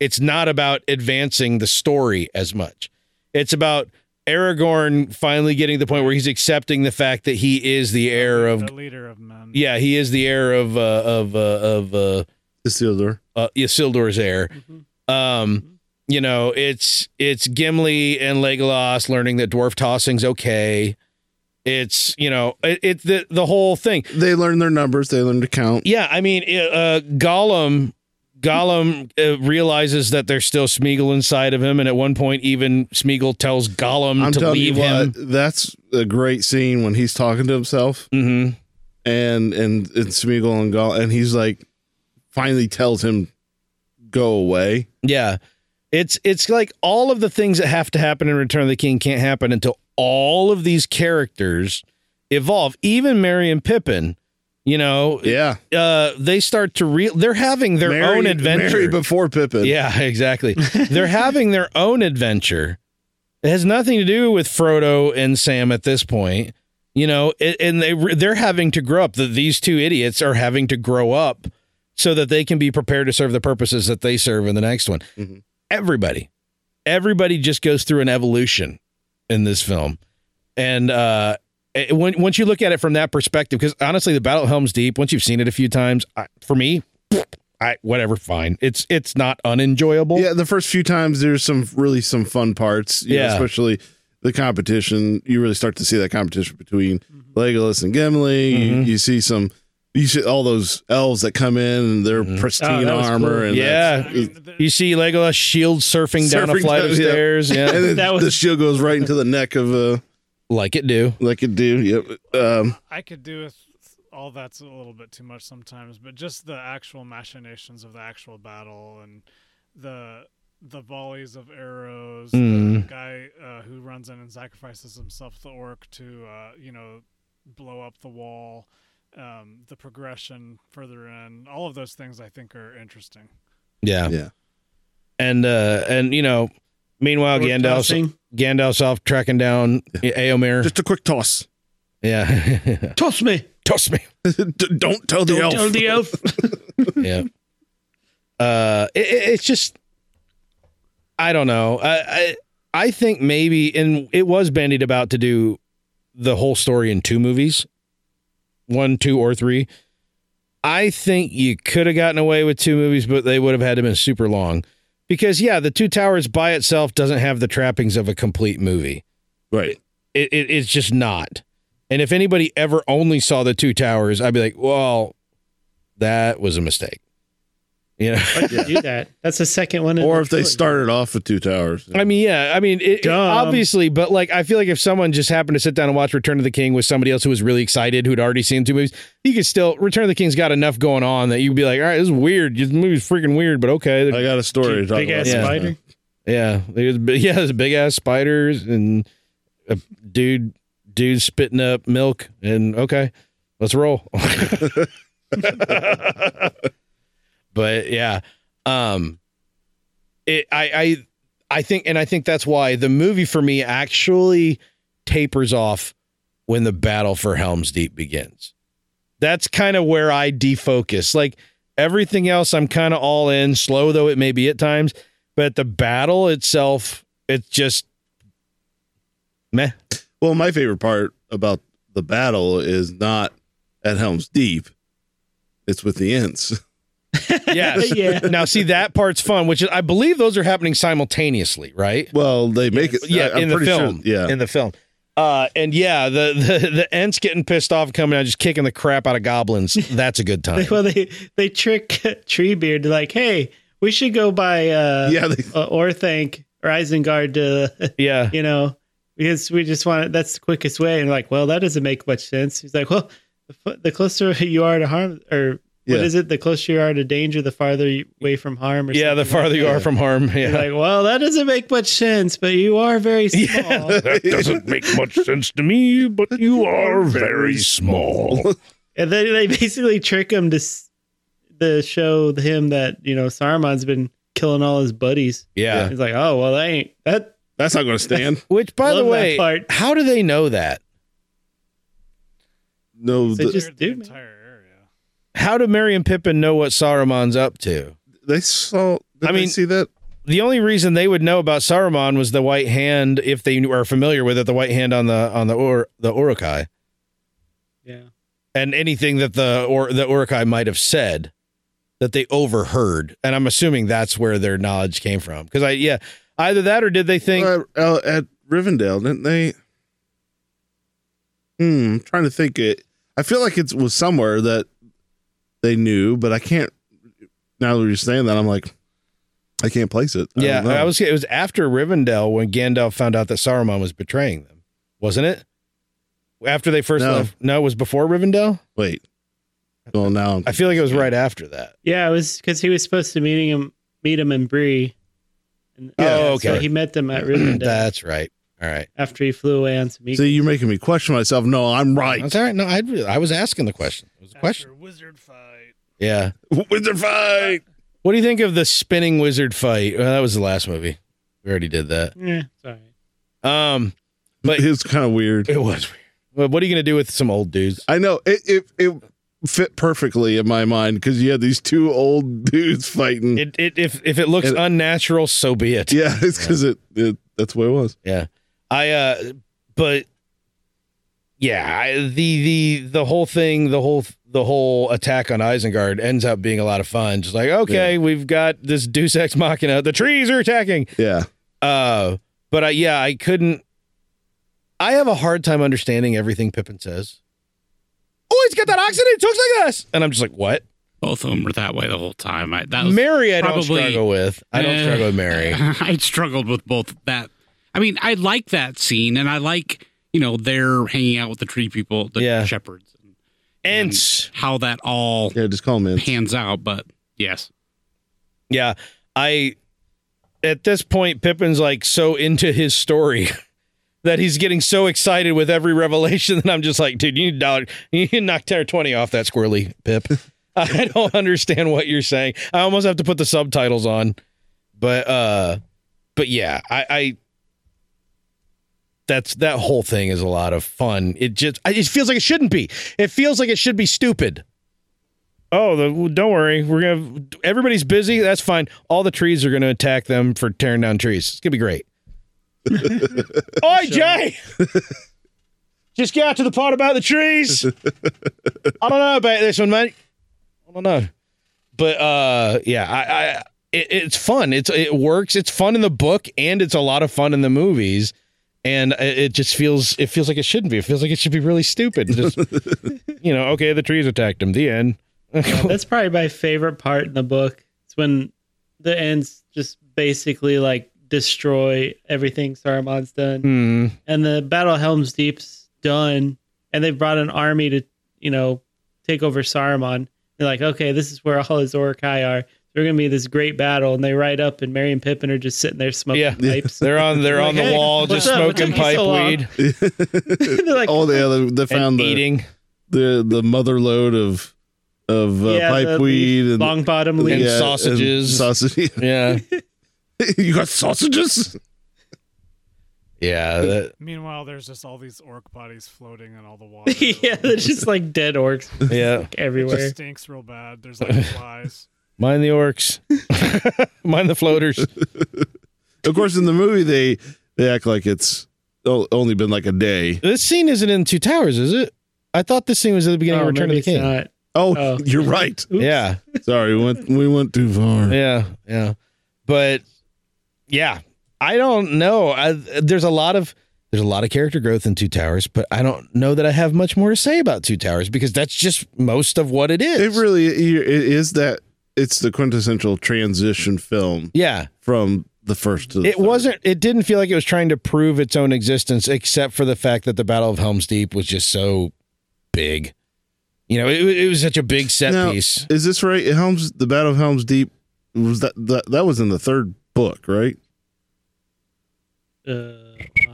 It's not about advancing the story as much. It's about Aragorn finally getting to the point where he's accepting the fact that he is the heir of
the leader of men.
yeah, he is the heir of uh, of uh, of uh,
Isildur.
uh, Isildur's heir. Um, you know, it's it's Gimli and Legolas learning that dwarf tossing's okay. It's you know, it, it the the whole thing.
They learn their numbers. They learn to count.
Yeah, I mean, uh, uh, Gollum. Gollum uh, realizes that there's still Smeagol inside of him, and at one point, even Smeagol tells Gollum
I'm
to
telling you
leave
what,
him.
that's a great scene when he's talking to himself
hmm
and and and Smeagol and Gall and he's like finally tells him go away.
Yeah. It's it's like all of the things that have to happen in Return of the King can't happen until all of these characters evolve. Even Mary and Pippin, you know,
Yeah,
uh, they start to real. They're having their
Merry-
own adventure.
Merry before Pippin.
yeah, exactly. they're having their own adventure. It has nothing to do with Frodo and Sam at this point. You know, a- and they re- they're having to grow up. The, these two idiots are having to grow up so that they can be prepared to serve the purposes that they serve in the next one.
Mhm.
Everybody, everybody just goes through an evolution in this film, and uh, it- when once you look at it from that perspective, because honestly, the Battle at Helm's Deep, once you've seen it a few times, I, for me, I whatever, fine. It's it's not unenjoyable.
Yeah, the first few times there's some really some fun parts. you know,
Yeah.
especially the competition. You really start to see that competition between Legolas and Gimli. You,
Mm-hmm.
Mhm.
you see some. You see all those elves that come in and their
Mhm.
pristine
Oh, that was
armor
cool.
and
Yeah.
I mean, the-
You see Legolas shield surfing, down a
Surfing
flight
down-
of
yeah.
stairs. Yeah.
and then
That was-
the shield goes right into the neck of uh,
like it do.
like it do. Yep. Um,
I could do with all that's a little bit too much sometimes, but just the actual machinations of the actual battle and the the volleys of arrows,
Mm.
Hmm.
the guy uh, who runs in and sacrifices himself, the orc, to uh, you know blow up the wall, um, the progression further in, all of those things I think are interesting.
Uh,
Yeah.
Yeah.
And uh and you know, meanwhile
Dwarf
Gandalf's
tossing.
Gandalf's off tracking down Aomir.
just a quick toss.
yeah.
Toss me.
Toss me.
D- don't tell the elf.
Tell the elf.
yeah. Uh, it, it- it's just, I don't know. I, I I think maybe, and it was bandied about to do the whole story in two movies, one, two, or three. I think you could have gotten away with two movies, but they would have had to been super long. Because yeah, the Two Towers by itself doesn't have the trappings of a complete movie
right.
it, it it's just not. And if anybody ever only saw the two towers, I'd be like, well, that was a mistake. You know?
do that. That's the second one. in
Or
the
if they
trilogy.
started off with two towers.
I mean, yeah. I mean, it, it-
Dumb.
obviously, but like, I feel like if someone just happened to sit down and watch Return of the King with somebody else who was really excited, who'd already seen two movies, you could still Return of the King's got enough going on that you'd be like, all right, this is weird. This movie's freaking weird, but okay.
I got a story to talk
big
about.
ass
Yeah.
spider.
yeah, there's bi- yeah, there's big ass spiders and a dude, dude spitting up milk, and okay, let's roll. but yeah, um, it I I I think, and I think that's why the movie for me actually tapers off when the battle for Helm's Deep begins. That's kind of where I defocus. Like everything else, I'm kind of all in, slow though it may be at times, but the battle itself, it's just meh.
Well, my favorite part about the battle is not at Helm's Deep. It's with the Ents.
Yes.
Yeah.
Now, see, that part's fun, which is, I believe those are happening simultaneously, right?
Well, they make it.
yeah,
I- uh, I'm
in the
pretty sure-
film.
yeah.
in the film. Uh, and yeah, the, the the Ents getting pissed off, coming out, just kicking the crap out of goblins. That's a good time.
Well, they they trick Treebeard to like, hey, we should go by uh,
yeah, they,
uh, Orthanc or Isengard to
yeah,
you know because we just want it, that's the quickest way. And like, well, that doesn't make much sense. He's like, well, the, fu- the closer you are to harm, or
Yeah.
what is it? The closer you are to danger, the farther you, away from harm. Or
yeah. The
something like
farther you are from harm,
You're
yeah,
like, well, that doesn't make much sense, but you are very small.
doesn't make much sense to me. But you are very small.
and then they basically trick him to s- to show him that you know Saruman's been killing all his buddies.
Yeah.
he's like, oh well, that ain't that.
that's not going to stand.
Which, by the
Love that
way,
part.
how do they know that?
No,
They
the-
just
Cleared the
do. man.
entire area.
How do Merry and Pippin know what Saruman's up to?
they saw. Did
I
I mean,
mean-
see that?
The only reason they would know about Saruman was the White Hand, if they are familiar with it, the White Hand on the on the or the Urukai.
Yeah,
and anything that the or the Urukai might have said that they overheard, and I'm assuming that's where their knowledge came from. Because I, yeah, either that or did they think?
Well, uh, at Rivendell, didn't they? Hmm, I'm trying to think. It. I feel like it was somewhere that they knew, but I can't. Now that you're saying that, I'm like, I can't place it. I
yeah,
don't know.
I was. It was after Rivendell when Gandalf found out that Saruman was betraying them, wasn't it? After they first
No.
left, no, it was before Rivendell.
Wait. Well, now
I feel like it was right after that.
yeah, it was because he was supposed to meeting him, meet him in Bree. And,
Yeah,
yeah,
oh,
So
okay.
he met them at Rivendell
That's right. All right.
after he flew away on some. eagle.
See, you're making me question myself. No, I'm right.
That's all right. No, I I was asking the question. It was a question.
After wizard fight.
Yeah.
Wizard fight.
What do you think of the spinning wizard fight? Well, that was the last movie. We already did that.
Yeah, sorry.
Um, But-
It's kind of weird.
It was weird. Well, what are you going to do with some old dudes?
I know it. It, it fit perfectly in my mind because you had these two old dudes fighting.
It, it if if it looks
It-
unnatural, so be it.
yeah, it's because it, it. That's what it was.
Yeah. I uh but yeah, I, the the the whole thing, the whole the whole attack on Isengard ends up being a lot of fun. Just like, okay, we've got this Deus Ex Machina. The trees are attacking.
Yeah.
Uh but I yeah, I couldn't I have a hard time understanding everything Pippin says. Oh, he's got that oxygen. It talks like this. And I'm just like, what?
Both of them were that way the whole time. I, that was
Mary, I don't
probably-
struggle with. I don't
Eh.
struggle with Mary.
I struggled with both that. I mean, I like that scene, and I like you know they're hanging out with the tree people, the
Yeah.
shepherds, and
Ents.
how that all
Yeah. Just call him in.
pans out. But yes,
Yeah. I at this point Pippin's like so into his story that he's getting so excited with every revelation that I'm just like, dude, you need dollar you need to knock 10 or 20 off that squirrely pip. I don't understand what you're saying. I almost have to put the subtitles on. But uh but yeah, I, I that's that whole thing is a lot of fun. It just I- it feels like it shouldn't be. It feels like it should be stupid. Oh, the, well, don't worry. We're gonna everybody's busy. That's fine. All the trees are gonna attack them for tearing down trees. It's gonna be great. Oi, Jay! just get out to the part about the trees. I don't know about this one, mate. I don't know, but uh, yeah, I, I it, it's fun. It's it works. It's fun in the book, and it's a lot of fun in the movies. And it it just feels it feels like it shouldn't be. It feels like it should be really stupid. Just you know, okay, the trees attacked him. The end.
That's probably my favorite part in the book. It's It's when the ends just basically like destroy everything Saruman's done,
Hmm.
and the Battle of Helm's Deep's done, and they've brought an army to you know take over Saruman. They're like, okay, this is where all his Orokai are. They're gonna be this great battle, and they ride up, and Merry and Pippin are just sitting there smoking
Yeah.
pipes.
They're on they're on
Like,
the
hey,
wall
what's
just
up? What
smoking
took you
pipe
so long?
weed
They're like,
all the other they
and
found the,
eating.
the the mother load of of uh,
the-
pipe
the
weed and
long bottom leaf.
and sausages.
sausage.
Yeah.
you got sausages?
Yeah. that-
Meanwhile, there's just all these orc bodies floating in all the water.
yeah, they're just like dead orcs
yeah.
It
everywhere.
stinks real bad. There's like flies.
Mind the orcs. Mind the floaters.
Of course, in the movie they they act like it's o- only been like a day.
This scene isn't in Two Towers, is it? I thought this scene was at the beginning of
Oh,
Return of
maybe
the
it's
King.
not.
Oh,
Oh.
you're right.
Oops.
Yeah.
Sorry, we went we went too far.
Yeah, yeah. But yeah, I don't know. I, there's a lot of there's a lot of character growth in Two Towers, but I don't know that I have much more to say about Two Towers because that's just most of what it
It
is.
really it is that it's the quintessential transition film
yeah.
from the first to the
It
was
wasn't it didn't feel like it was trying to prove its own existence except for the fact that the Battle of Helm's Deep was just so big. You know, it, it was such a big set
Now-
piece.
Is this right? Helms, the Battle of Helm's Deep was that that, that was in the third book, right?
Uh, I'll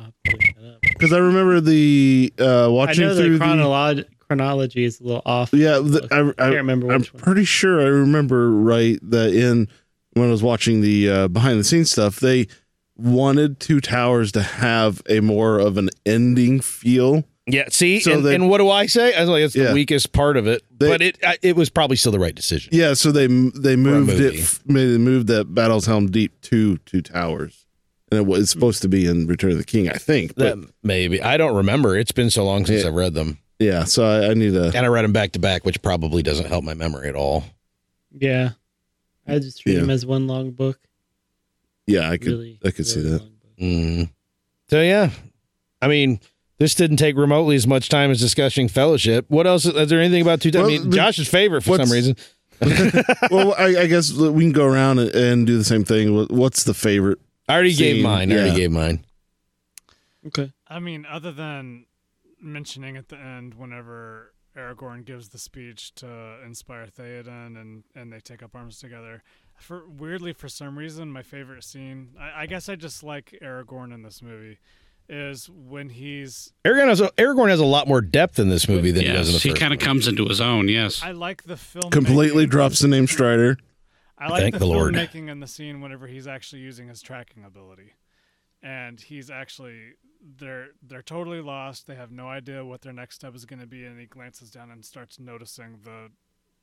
have to look that up.
Because I remember the uh
I
watching
know the,
through the,
chronolo- chronology is a little off.
yeah. The, I,
I,
I,
can't remember
I'm
which one.
pretty sure I remember right that in when I was watching the uh, behind the scenes stuff, they wanted Two Towers to have a more of an ending feel.
Yeah, see,
So
and,
they-
and what do I say? I was like, it's the
Yeah.
weakest part of it,
They-
but it I, it was probably still the right decision.
Yeah, so they they moved
movie.
it, f- they moved that Battle's Helm Deep to Two Towers, and it was it's supposed to be in Return of the King, I think. But
That maybe I don't remember. It's been so long since
Yeah.
I've read them,
yeah, so I, I need a
and I read them back to back, which probably doesn't help my memory at all.
Yeah, I just read
Yeah.
them as one long book.
yeah, I could
Really,
I could see
really
that.
long book.
Mm. So yeah, I mean, this didn't take remotely as much time as discussing Fellowship. What else is there? Anything about two? I
Well,
mean,
the-
Josh's favorite for some
what's-
reason.
well, I, I guess we can go around and, and do the same thing. What- What's the favorite?
I already gave
Scene,
mine. I
yeah.
already gave mine.
Okay.
I mean, other than mentioning at the end whenever Aragorn gives the speech to inspire Theoden and, and they take up arms together, for weirdly for some reason my favorite scene, I, I guess I just like Aragorn in this movie, is when he's
Aragorn has, Aragorn has a lot more depth in this movie than he does in the first.
Yes, he kind of
one.
comes into his own. Yes,
I like the film
Completely drops the name Strider.
I like
Thank
the,
the Lord.
filmmaking in the scene whenever he's actually using his tracking ability, and he's actually they're they're totally lost. They have no idea what their next step is going to be, and he glances down and starts noticing the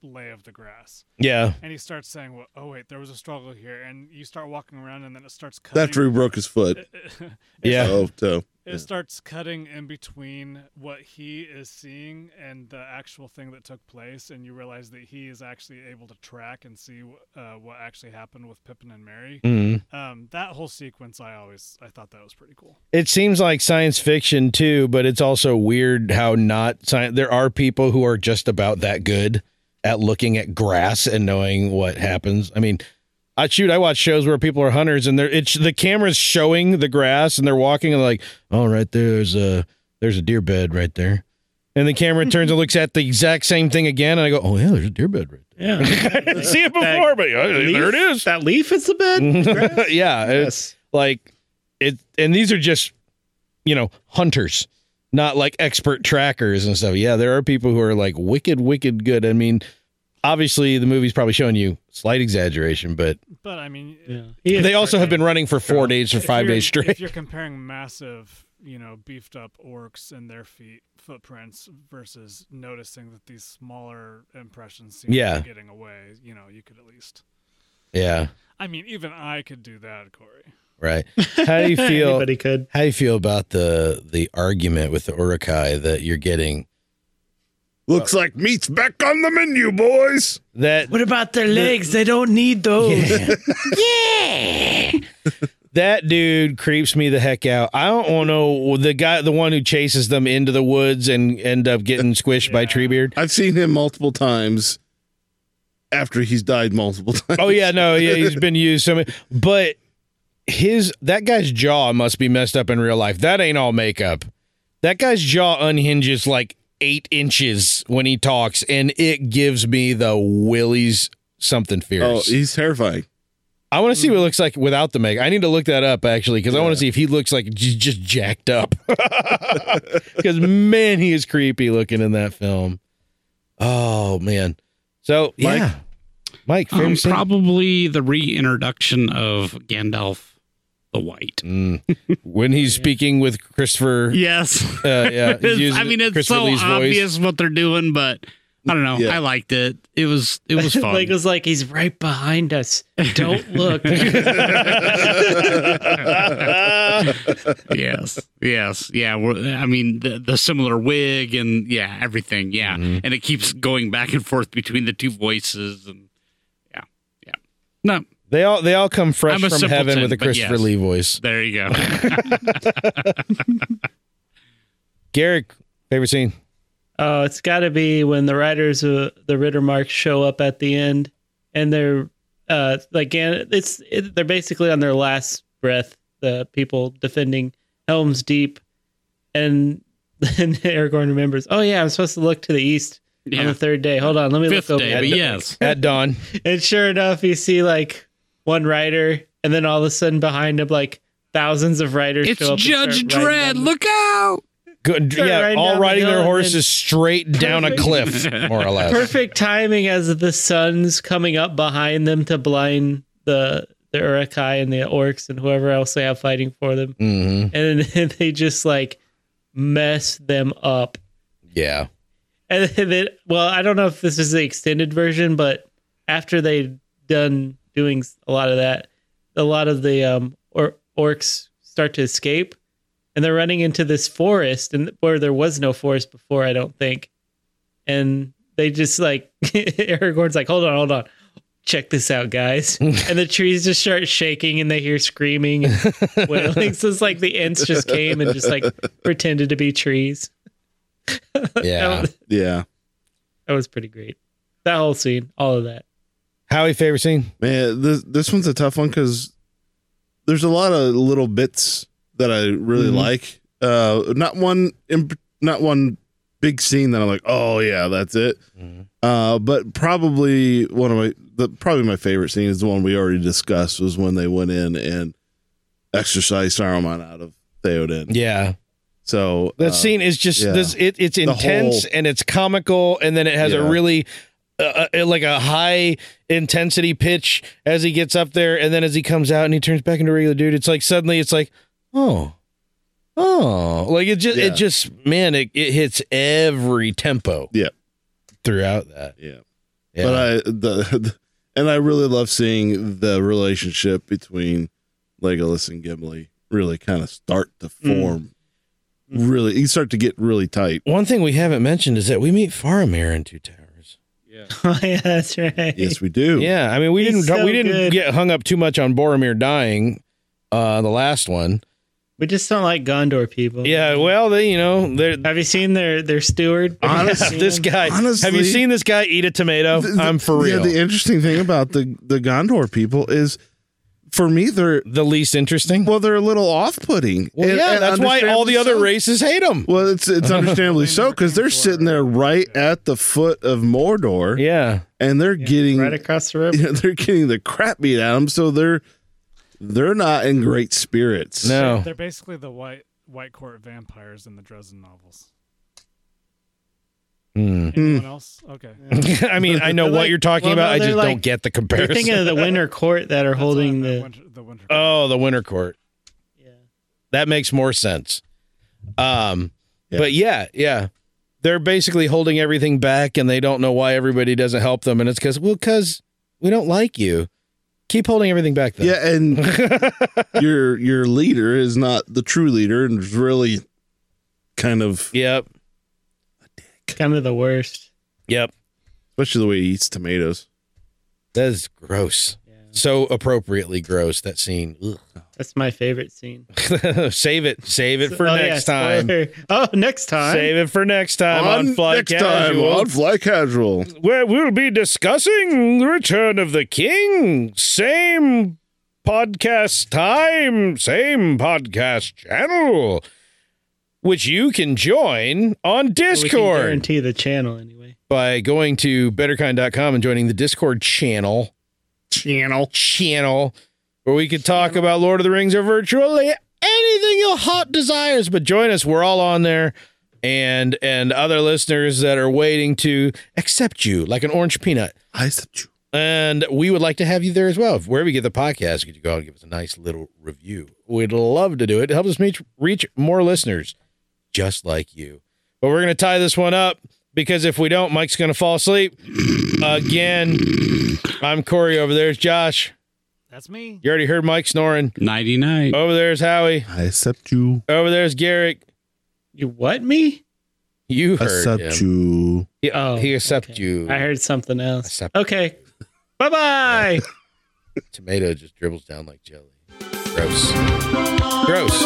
lay of the grass,
Yeah,
and he starts saying, "Well, oh wait, there was a struggle here," and you start walking around, and then it starts cutting.
That's after he broke his foot.
yeah.
Oh, so
It starts cutting in between what he is seeing and the actual thing that took place, and you realize that he is actually able to track and see wh- uh, what actually happened with Pippin and Mary.
Mhm.
Um, that whole sequence, I always I thought that was pretty cool.
It seems like science fiction too, but it's also weird how not science. There are people who are just about that good at looking at grass and knowing what happens. I mean, I shoot. I watch shows where people are hunters and they're it's the camera's showing the grass and they're walking and like, oh, right there, there's a there's a deer bed right there, and the camera turns and looks at the exact same thing again, and I go, oh yeah, there's a deer bed right there.
Yeah.
I didn't see it before, but uh, there it is.
That leaf is the
Mm.
bed.
yeah, it's-
Yes.
like it and these are just you know hunters not like expert trackers and stuff yeah there are people who are like wicked wicked good i mean obviously the movie's probably showing you slight exaggeration but
But I mean,
Yeah.
they also have been running for four days or
if
five
you're-
days
If
straight
you're comparing massive, you know, beefed up orcs and their feet footprints versus noticing that these smaller impressions seem
Yeah.
to be getting away, you know, you could at least.
yeah
I mean, even I could do that, Corey.
right how do you feel
Anybody could.
how do you feel about the the argument with the urukai that you're getting
looks like meat's back on the menu, boys.
that
What about their legs? They don't need those.
yeah. That dude creeps me the heck out. I don't want to know the guy, the one who chases them into the woods and end up getting squished by
Yeah.
Treebeard.
I've seen him multiple times after he's died multiple times.
Oh yeah, no, yeah, he's been used so many, but his that guy's jaw must be messed up in real life. That ain't all makeup. That guy's jaw unhinges like eight inches when he talks, and it gives me the willies something
Oh,
fierce.
he's terrifying.
I want to see what it
Mm-hmm.
looks like without the make. I need to look that up actually because I want to see if he looks like j- just jacked up. Because man, he is creepy looking in that film. Oh man, so yeah, Mike,
Um,
favorite scene?
probably the reintroduction of Gandalf the White.
mm, when he's speaking with Christopher.
Yes.
Uh, yeah, he's using
I mean, it's
Christopher
so
Lee's voice.
obvious what they're doing, but I don't know.
Yeah.
I liked it. It was it was fun.
like it was like he's right behind us. Don't look. That's
yes, yes, yeah. We're, I mean, the, the similar wig and yeah, everything. Yeah,
Mm-hmm.
and it keeps going back and forth between the two voices and yeah, yeah. No,
They all they all come fresh
I'm a
from heaven
simpleton,
with a
but
Christopher
yes.
Lee voice.
there you go.
Garrick, favorite scene.
Oh, it's got to be when the riders of the Ritter Mark show up at the end, and they're uh like Gan- it's it, they're basically on their last breath. The people defending Helm's Deep, and then Aragorn remembers. Oh yeah, I'm supposed to look to the east on
Yeah.
the third day. Hold on, let me
Fifth
look over.
day,
there."
but yes,
At dawn.
And sure enough, you see like one rider, and then all of a sudden behind him, like thousands of riders.
it's
show up and
Judge
start riding
Dredd.
down-
Look out!
Good.
Start
Yeah,
riding down
all
the
riding
hill
their
and then-
horses straight down a cliff, more or less.
Perfect timing as the sun's coming up behind them to blind the the Urukai and the orcs and whoever else they have fighting for them,
hmm
and then they just like mess them up.
Yeah.
And then, well, I don't know if this is the extended version, but after they done doing a lot of that, a lot of the um, or- orcs start to escape, and they're running into this forest, and where there was no forest before, I don't think. And they just like Aragorn's like, hold on, hold on, check this out, guys. and the trees just start shaking, and they hear screaming and wailing. So it's like the ants just came and just like pretended to be trees.
Yeah.
um,
Yeah,
That was pretty great. That whole scene, all of that.
Howie, favorite scene.
man, this this one's a tough one because there's a lot of little bits that I really
Mm-hmm.
like. Uh, not one, imp- not one big scene that I'm like, oh yeah, that's it. Uh, but probably one of my, the, probably my favorite scene is the one we already discussed was when they went in and exercised Saruman out of Theoden.
Yeah.
So
That
uh,
scene is just
yeah.
this. It, it's intense
whole-
and it's comical, and then it has
Yeah.
a really uh, uh, like a high intensity pitch as he gets up there, and then as he comes out and he turns back into a regular dude, it's like suddenly it's like oh. Oh, like it just,
Yeah.
it just, man, it, it hits every tempo.
Yeah.
Throughout that.
Yeah.
Yeah.
But I the, and I really love seeing the relationship between Legolas and Gimli really kind of start to
Mm.
form. Really, you start to get really tight.
One thing we haven't mentioned is that we meet Faramir in Two Towers.
Oh yeah, that's right.
Yes, we do.
Yeah, I mean we
He's
didn't
so
we didn't
good.
get hung up too much on Boromir dying, uh, the last one.
We just don't like Gondor people.
Yeah, well, they you know they're
Have you seen their their steward?
Honest-
this guy.
Honestly-
have you seen this guy eat a tomato?
The- the-
I'm for real.
Yeah, the interesting thing about the the Gondor people is, for me, they're
the least interesting.
well, they're a little off-putting.
Well,
And-
yeah,
and
that's why all the
understandably
other
so.
races hate him.
Well, it's it's understandably so because they're sitting there right at the foot of Mordor,
Yeah,
and they're getting
right across the river.
you know, they're getting the crap beat out of them, so they're they're not in great spirits.
no,
They're basically the white white court vampires in the Dresden novels.
Hmm.
Anyone else? Okay.
I mean I know
They're
what
like-
you're talking
well, no,
about. I
they're
just
like-
don't get the
You're
comparison.
thinking of the Winter Court that are
That's
holding
on
the.
winter, the winter.
oh, the Winter Court.
yeah.
That makes more sense. Um,
Yeah.
but yeah, yeah, they're basically holding everything back, and they don't know why everybody doesn't help them, and it's because well, because we don't like you. Keep holding everything back. Then.
Yeah, and your your leader is not the true leader and is really kind of
Yep.
Kind of the worst.
Yep.
especially the way he eats tomatoes.
That is gross.
Yeah.
So appropriately gross that scene. Ugh.
That's my favorite scene.
save it. Save it for
Oh, yeah,
next time.
spoiler. Oh, next time.
Save it for next time on, Fly
next time
Casual,
on Fly Casual.
where we'll be discussing the return of the king. Same podcast time, same podcast channel, which you can join on
Well, we can
Discord.
guarantee the channel anyway.
by going to betterkind.com and joining the Discord channel. Channel. Channel. Where we could talk about Lord of the Rings or virtually anything your heart desires. But join us. We're all on there. And and other listeners that are waiting to accept you like an orange peanut.
I said you.
And we would like to have you there as well. Wherever you get the podcast, could you go out and give us a nice little review? We'd love to do it. It helps us reach, reach more listeners just like you. But we're going to tie this one up because if we don't, Mike's going to fall asleep again. I'm Corey. Over there's Josh.
That's me.
You already heard Mike snoring.
Ninety nine.
Over there's Howie.
I accept you.
Over there's Garrick.
You what me?
You heard him.
Accept you.
He, uh,
Oh,
he accept
okay.
you.
I heard something else.
Accept-
Okay. Bye bye.
Tomato just dribbles down like jelly. Gross. Gross.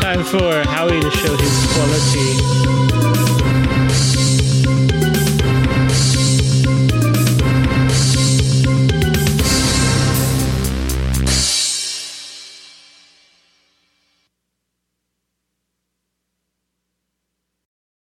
Time for Howie to show his quality.